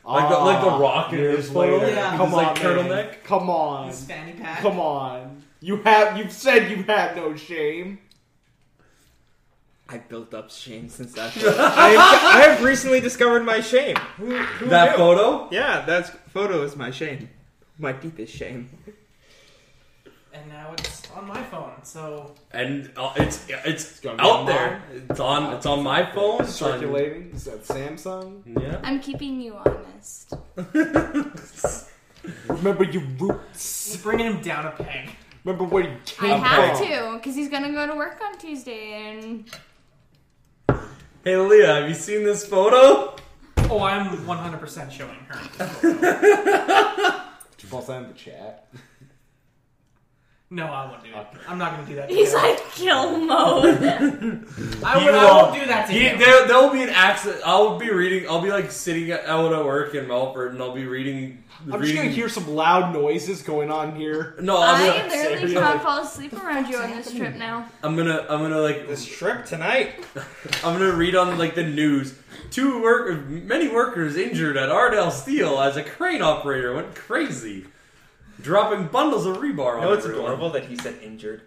D: Like the, like the
B: Ah,
D: rock in
B: years
D: his photo.
B: later.
F: Yeah.
D: With
B: Come
D: his,
B: on,
D: like,
B: man.
D: turtleneck.
B: Come on.
F: His fanny
B: Um,
F: pack.
B: Come on. You have you've said you had no shame.
J: I built up shame since that. photo. I, have, I have recently discovered my shame. Who, who
D: That
J: knew?
D: photo?
J: Yeah, that's photo is my shame. My deepest shame.
F: And now it's on my phone, so
D: And uh, it's it's
B: gonna be
D: out
B: on
D: there. It's on it's on my phone. Hmm. it's on-
B: Circulating. Is that Samsung?
D: Yeah.
C: I'm keeping you honest.
B: Remember your roots.
F: it's bringing him down a peg.
B: Remember where you
C: I
B: came
C: have
B: from.
C: to, because he's gonna go to work on Tuesday and
D: Hey Leah, have you seen this photo?
F: Oh, I'm 100% showing her.
B: Did you post that in the chat?
F: No, I won't do it. I'm not gonna do that. to
C: he's
F: you.
C: like kill mode.
F: I,
D: You
F: would, I won't
D: won't.
F: do that to
D: He,
F: you.
D: there, there'll be an accident. I'll be reading. I'll be like sitting out at work in Melford, and I'll be reading.
B: I'm just
D: reading
B: gonna hear some loud noises going on here.
D: No, I'll be
C: I
D: like,
C: literally
D: serious.
C: cannot fall asleep around you on this trip now.
D: I'm gonna, I'm gonna like,
J: This trip tonight.
D: I'm gonna read on like the news. Two work, many workers injured at Ardell Steel as a crane operator went crazy, dropping bundles of rebar.
J: You know
D: on
J: it's
D: everyone.
J: adorable that he said injured.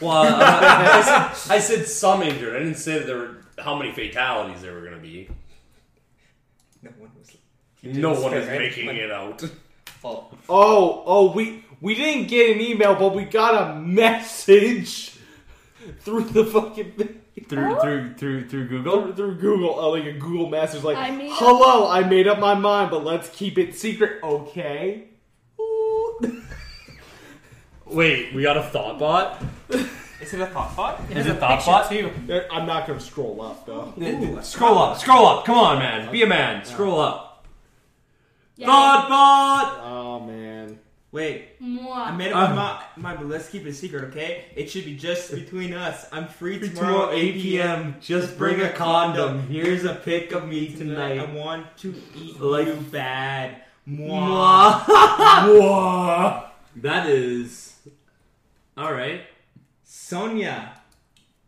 D: Well, I, I- I said, I said some injured. I didn't say that there were how many fatalities there were gonna be.
J: No one was. he didn't
D: No one is
J: spare
D: making
J: anyone.
D: it out.
J: Oh,
B: Oh, oh, we we didn't get an email, but we got a message through the fucking thing.
D: Through through through through Google.
B: Through, through Google, uh, like a Google message, like,
C: I made up-
B: "Hello, I made up my mind, but let's keep it secret, okay?" Ooh.
D: Wait, we got a thought bot.
F: Is it a thought bot? It
D: Is
F: has
D: it
F: a
D: thought
F: picture,
D: bot?
F: too.
B: There- I'm not gonna scroll up though.
D: Scroll up, scroll up. Come on, man. Be a man. Scroll up.
C: Yeah.
D: Thought bot.
B: Oh man,
J: wait. I
C: Mwah.
J: made
D: Uh.
J: up my mind, but let's keep it secret, okay? It should be just between us. I'm free tomorrow, 8 p.m.
D: Just
J: bring a condom.
D: Here's a pic of me
J: Tonight, I want to eat
D: Like-
J: you bad. Mwah.
D: Mwah. that is. Alright.
J: Sonia.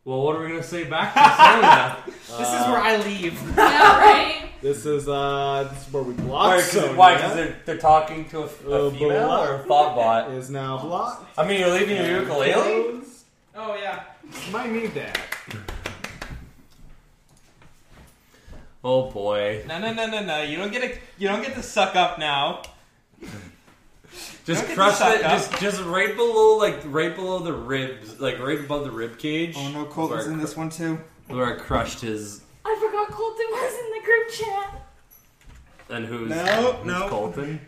D: Well, what are we going to say back to Sonia?
F: This is where I leave.
C: Yeah, right?
B: this is uh, this is where we block.
D: Why?
B: Sonya
D: Because they're, they're talking to a,
B: Uh,
D: a female
B: but-
D: or a thought bot?
B: is now blocked.
D: I mean, you're leaving your ukulele?
F: Oh yeah.
B: Might need that.
D: Oh boy.
J: No, no, no, no, no. You don't get a, You don't get to suck up now.
D: Just
J: Don't get
D: crush
J: the
D: it.
J: suck up.
D: Just, just right below, like, right below the ribs, like, right above the rib cage.
J: Oh,
D: where, I
J: this one too.
D: cr- where I crushed his.
C: I forgot Colton was in the group chat.
D: And who's,
J: No,
D: who's
J: no.
D: Colton?